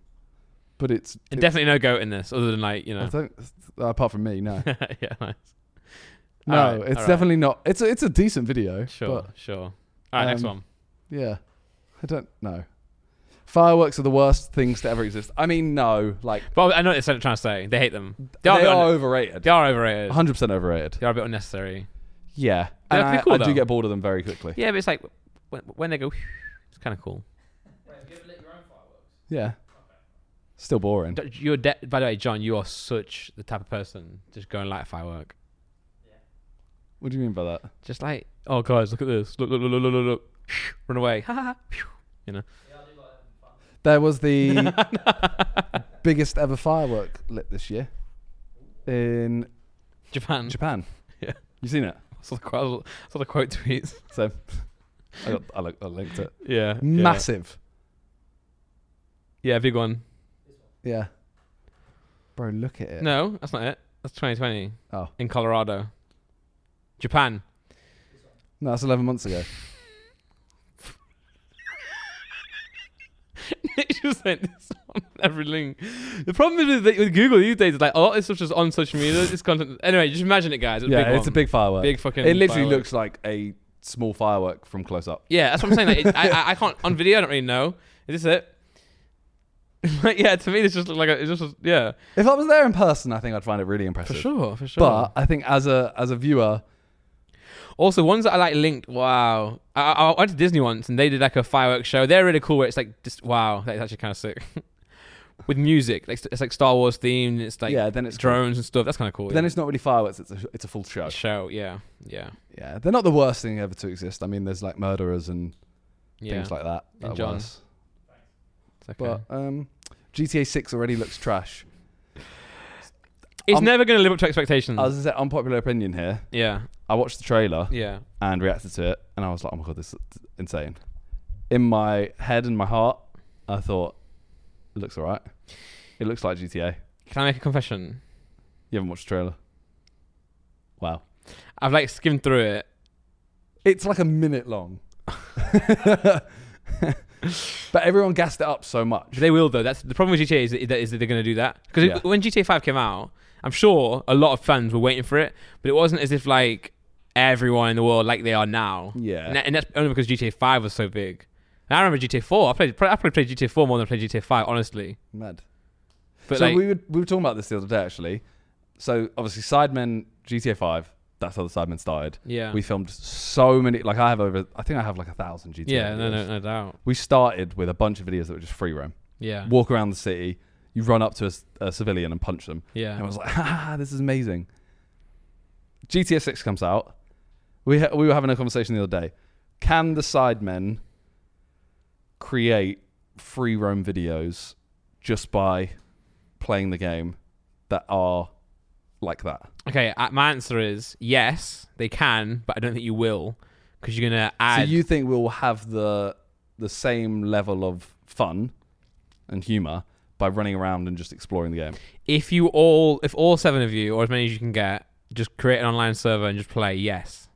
S2: but it's,
S1: and
S2: it's-
S1: definitely no goat in this, other than like you
S2: I
S1: know.
S2: don't, uh, apart from me, no,
S1: yeah, nice.
S2: no,
S1: All right, all
S2: it's
S1: right.
S2: definitely not. It's a, it's a decent video.
S1: Sure,
S2: but
S1: sure. All right, next
S2: um,
S1: one.
S2: Yeah. I don't know. Fireworks are the worst things to ever exist. I mean, no. Like,
S1: But I know what they're trying to say. They hate them. They
S2: they
S1: are, a bit un-
S2: are overrated.
S1: they are overrated.
S2: 100% overrated.
S1: They are a bit unnecessary.
S2: Yeah.
S1: They're
S2: And
S1: pretty
S2: I,
S1: cool,
S2: I do
S1: though.
S2: get bored of them very quickly.
S1: Yeah, but it's like when, when they go, it's kind of cool.
S2: Yeah. Still boring.
S1: D- You're de- by the way, John. You are such the type of person just go and light a firework.
S2: What do you mean by that?
S1: Just like, oh guys, look at this. Look, look, look, look, look, look, look. Run away. Ha, ha, ha.
S2: There was the biggest ever firework lit this year in
S1: Japan.
S2: Japan.
S1: Hmm. Yeah.
S2: You seen it?
S1: I saw the quote. I saw the quote tweets.
S2: So I, got, I, li- I linked it.
S1: Yeah.
S2: Massive.
S1: Yeah, big one.
S2: Yeah. Bro, look at it.
S1: No, that's not it. That's 2020
S2: Oh.
S1: in Colorado, Japan.
S2: No, that's 11 months ago.
S1: Nick just sent this on every link. The problem is with, with Google these days is like a lot of this stuff just on social media. It's content. Anyway, just imagine it, guys. It's
S2: yeah,
S1: a big
S2: it's a
S1: one.
S2: big firework.
S1: big fucking.
S2: It literally
S1: firework.
S2: looks like a small firework from close up.
S1: Yeah, that's what I'm saying. Like, it, I, I, I can't on video. I don't really know. Is this it? like, yeah, to me, this just looked like a, it just was, yeah.
S2: If I was there in person, I think I'd find it really impressive.
S1: sure, for sure.
S2: But I think as a as a viewer,
S1: also ones that I like linked. Wow, I, I, I went to Disney once and they did like a fireworks show. They're really cool. Where it's like just wow, that's actually kind of sick. With music, like it's like Star Wars themed. It's like
S2: yeah, then it's cool.
S1: drones and stuff. That's kind of cool.
S2: But Then it's not really fireworks; it's a, it's a full show.
S1: a show. Yeah, yeah,
S2: Yeah, they're not the worst thing ever to exist. I mean, there's like murderers and
S1: yeah.
S2: things like that. that
S1: And
S2: are
S1: John.
S2: worse.
S1: It's, okay.
S2: but um, GTA Six already looks trash.
S1: it's
S2: um,
S1: never gonna live up to expectations.
S2: As I said, unpopular opinion here.
S1: yeah,
S2: I watched the trailer
S1: yeah.
S2: and reacted to it, and I was like, "Oh my god, this is insane!" In my head and my heart, I thought it looks alright. It looks like GTA.
S1: Can I make a confession?
S2: You haven't watched the trailer. Wow.
S1: I've like skimmed through it.
S2: It's like a minute long. but everyone gassed it up so much.
S1: They will though. That's the problem with GTA is that, is that they're going to do that because
S2: Yeah.
S1: when GTA Five came out, I'm sure a lot of fans were waiting for it, but it wasn't as if like everyone in the world like they are now.
S2: Yeah.
S1: and, that- and that's only because GTA Five was so big. And I remember GTA Four. I played. I probably played GTA Four more than I played GTA Five, honestly.
S2: Mad.
S1: But
S2: so
S1: like,
S2: we were we were talking about this the other day actually. So obviously Sidemen GTA Five. That's how the Sidemen started.
S1: yeah,
S2: We filmed so many. Like I have over. I think I have like a thousand GTA.
S1: yeah, no,
S2: videos.
S1: no, no doubt.
S2: We started with a bunch of videos that were just free roam.
S1: Yeah,
S2: Walk around the city. You run up to a, s- a civilian and punch them.
S1: yeah.
S2: And I was like, ah, this is amazing. GTA 6 comes out. We, ha- we were having a conversation the other day. Can the Sidemen create free roam videos just by playing the game that are like that?
S1: Okay, uh, my answer is yes, they can, but I don't think you will because you're gonna add.
S2: so you think we'll have the the same level of fun and humor by running around and just exploring the game?
S1: if you all, if all seven of you, or as many as you can get, just create an online server and just play, yes,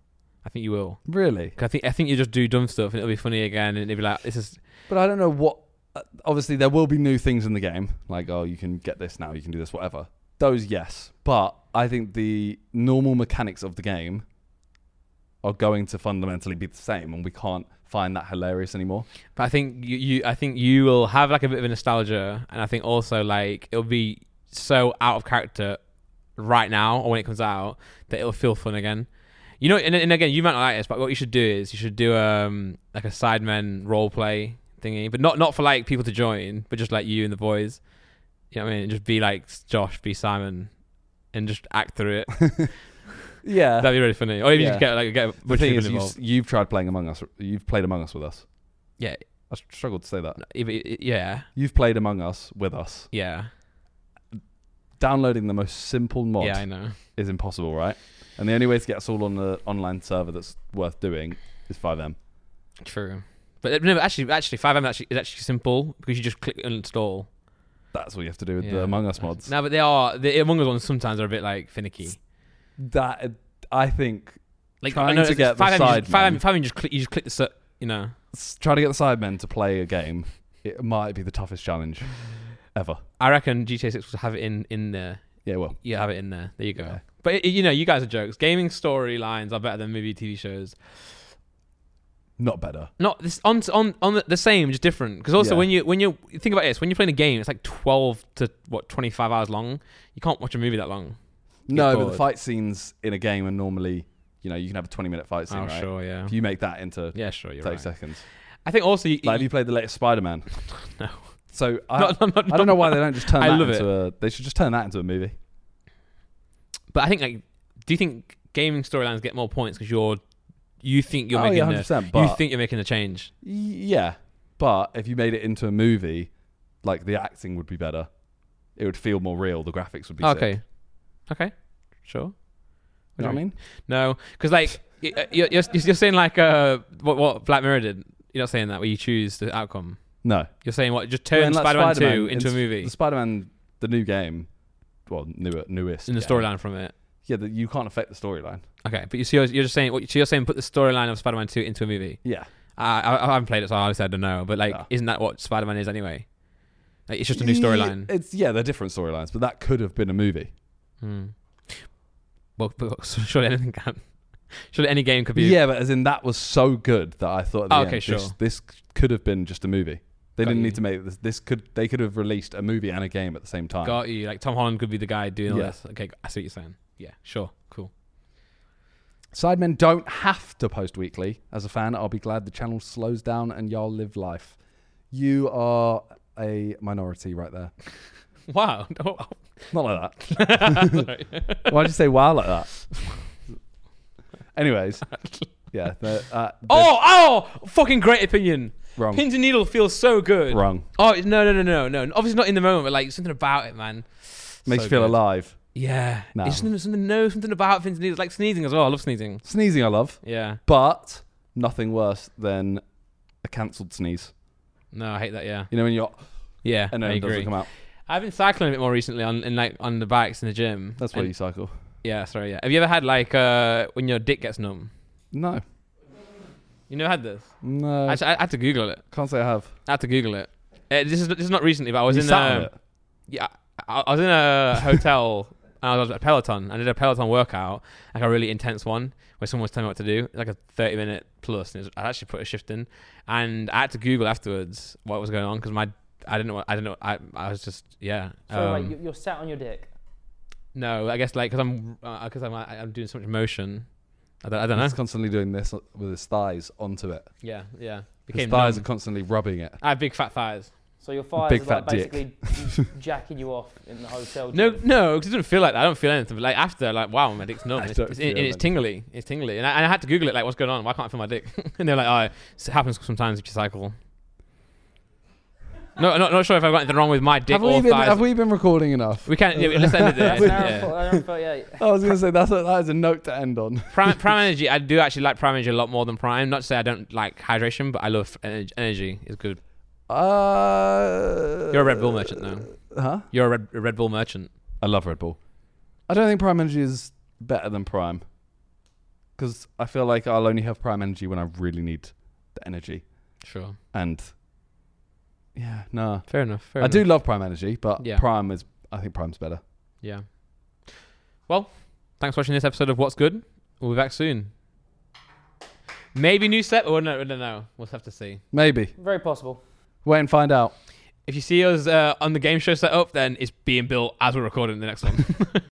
S1: I think you will.
S2: Really?
S1: 'Cause I think I think you just do dumb stuff and it'll be funny again, and it'll be like this is
S2: But I don't know what. uh, Obviously, there will be new things in the game, like oh, you can get this now, you can do this, whatever. Those, yes, but I think the normal mechanics of the game are going to fundamentally be the same, and we can't find that hilarious anymore.
S1: But I think you, you, I think you will have like a bit of a nostalgia, and I think also like it'll be so out of character right now or when it comes out that it'll feel fun again. You know, and, and again, you might not like this, but what you should do is you should do um like a sidemen role play thingy, but not not for like people to join, but just like you and the boys. You know what I mean? just be like Josh, be Simon, and just act through it.
S2: Yeah.
S1: That'd be really funny. Or even you
S2: Yeah.
S1: could get like get a
S2: the
S1: bunch of
S2: thing
S1: people
S2: is, you,
S1: involved.
S2: s- you've tried playing Among Us. You've played Among Us with us.
S1: Yeah.
S2: I s- struggled to say that.
S1: Even- Yeah,
S2: You've played Among Us with us.
S1: yeah,
S2: Downloading the most simple mod
S1: yeah. I know.
S2: is impossible, right? And the only way to get us all on the online server that's worth doing is 5M.
S1: True. But no, but actually, actually, 5M actually is actually simple because you just click uninstall.
S2: That's what you have to do with
S1: Yeah.
S2: the Among Us mods.
S1: No, but they are the Among Us ones sometimes are a bit like finicky.
S2: that I think
S1: Like
S2: Trying
S1: no,
S2: to
S1: it's-
S2: get the
S1: 5M,
S2: side,
S1: you just, 5M,
S2: man.
S1: 5M, you just click, you just click the, ser- you know.
S2: s- trying to get the Sidemen to play a game, it might be the toughest challenge ever.
S1: I reckon GTA 6 will have it in in there.
S2: Yeah, well,
S1: You have it in there. There you go.
S2: Yeah.
S1: But it, you know, you guys are jokes. Gaming storylines are better than movie TV shows.
S2: not better.
S1: Not this on on on the- the same, just different. Because also
S2: Yeah.
S1: when you when you think about this, when you're playing a game, it's like 12 to what 25 hours long. You can't watch a movie that long.
S2: No, but
S1: bored.
S2: the fight scenes in a game are normally, you know, you can have a 20 minute fight scene,
S1: oh
S2: right?
S1: sure, yeah,
S2: If you make that into
S1: yeah, sure, you're
S2: 30
S1: right.
S2: seconds.
S1: I think also you,
S2: Like, have you played the latest Spider Man?
S1: No.
S2: So I,
S1: Not- not-
S2: I
S1: not-
S2: don't know why they don't just turn
S1: I
S2: that
S1: love
S2: into a. They should just turn that into a movie.
S1: But I think like, do you think gaming storylines get more points because you're, you think you're
S2: oh,
S1: making
S2: yeah,
S1: the,
S2: 100%.
S1: you
S2: But
S1: think you're making the change?
S2: Yeah, but if you made it into a movie, like the acting would be better. It would feel more real. The graphics would be sick.
S1: okay, okay, sure.
S2: You know what I mean?
S1: No, because like y- uh, you're, you're you're saying like uh what what Black Mirror did. You're not saying that where you choose the outcome.
S2: No.
S1: You're saying what just turn
S2: And like
S1: Spider-Man,
S2: Spider-Man
S1: 2 into a
S2: in-
S1: movie
S2: The Spider-Man, the new game, well, newer, newest.
S1: in the
S2: game.
S1: storyline from it.
S2: Yeah, that you can't affect the storyline.
S1: Okay, but you see, you're, you're just saying what so you're saying put the storyline of Spider-Man 2 into a movie.
S2: Yeah,
S1: I I, I haven't played it, so obviously I don't know. But like,
S2: Yeah.
S1: isn't that what Spider-Man is anyway? Like, it's just a new storyline.
S2: It's yeah, they're different storylines, but that could have been a movie.
S1: Hmm. Well, but surely anything can. Surely any game could be.
S2: Yeah, but as in that was so good that I thought. At the
S1: Oh,
S2: end,
S1: okay,
S2: This,
S1: sure.
S2: this could have been just a movie. They
S1: Got
S2: didn't
S1: you.
S2: need to make this. This could they could have released a movie and a game at the same time.
S1: Got you. Like Tom Holland could be the guy doing all
S2: Yeah.
S1: this. Okay, I see what you're saying. Yeah, sure, cool.
S2: Sidemen don't have to post weekly. As a fan, I'll be glad the channel slows down and y'all live life. You are a minority right there.
S1: Wow. Oh,
S2: Not like that.
S1: sorry.
S2: Why'd you say wow like that? Anyways, yeah. they're, Uh, they're
S1: oh, oh, fucking great opinion.
S2: wrong.
S1: Pins and needle feels so good.
S2: wrong.
S1: Oh no no no no no! Obviously not in the moment, but like something about it, man.
S2: Makes
S1: So
S2: you feel
S1: good.
S2: alive.
S1: Yeah.
S2: No.
S1: It's something, something no something about pins and needles, like sneezing as well. I love sneezing.
S2: Sneezing, I love,
S1: Yeah.
S2: but nothing worse than a cancelled sneeze.
S1: No, I hate that. Yeah,
S2: You know, when you're
S1: yeah,
S2: and
S1: I
S2: then it doesn't
S1: agree.
S2: come out.
S1: I've been cycling a bit more recently on in like on the bikes in the gym.
S2: That's why
S1: And-
S2: you cycle.
S1: Yeah, sorry. Yeah. Have you ever had like uh when your dick gets numb?
S2: No,
S1: You never had this?
S2: no,
S1: Actually, I, I had to Google it.
S2: can't say I have.
S1: I had to Google it. Uh, this is this is not recently, but I was
S2: You
S1: in
S2: sat on
S1: um,
S2: it?
S1: yeah, I, I was in a hotel and I was at a Peloton. I did a Peloton workout, like a really intense one, where someone was telling me what to do, like a thirty minute plus. And it was, I actually put a shift in, and I had to Google afterwards what was going on because my I didn't know what I didn't know I I was just yeah.
S3: So
S1: um,
S3: like you, you're sat on your dick.
S1: no, I guess like because I'm because I'm I- I'm doing so much motion. I don't, I don't know.
S2: He's constantly doing this with his thighs onto it.
S1: Yeah, yeah.
S2: His
S1: Became
S2: thighs
S1: numb.
S2: are constantly rubbing it.
S1: I have big fat thighs.
S3: So your thighs
S2: Big
S3: is like
S2: fat dick.
S3: basically jacking you off in the hotel.
S1: No,
S3: gym.
S1: no, because it doesn't feel like that. I don't feel anything. But like after, like wow, my dick's numb.
S2: I
S1: It's,
S2: don't
S1: it's,
S2: feel
S1: and it's
S2: anything.
S1: tingly. It's tingly. And I, and I had to Google it. Like, what's going on? Why can't I feel my dick? and they're like, oh, it happens sometimes if you cycle. no, not not sure if I've got anything wrong with my dick
S2: Have
S1: or
S2: we, been,
S1: thighs.
S2: have
S1: we,
S2: we been recording enough?
S1: can't. Yeah, let's end it there.
S3: That's an hour and
S1: yeah.
S3: fo- hour and 48.
S2: I was going to say that's a, that is a note to end on.
S1: Prime, Prime Energy. I do actually like Prime Energy a lot more than Prime. Not to say I don't like hydration, but I love energy. Energy is good.
S2: Uh,
S1: You're a Red Bull merchant now.
S2: Huh?
S1: You're a Red, a Red Bull merchant.
S2: I love Red Bull. I don't think Prime Energy is better than Prime because I feel like I'll only have Prime Energy when I really need the energy.
S1: Sure.
S2: And yeah, nah.
S1: Fair enough. Fair
S2: I
S1: enough.
S2: do love Prime Energy, but
S1: Yeah.
S2: Prime is. I think Prime's better.
S1: Yeah. Well, thanks for watching this episode of What's Good. We'll be back soon. Maybe new set. Oh no, no, no. We'll have to see.
S2: Maybe
S3: Very possible.
S2: wait and find out.
S1: If you see us uh, on the game show set up, then it's being built as we're recording the next one.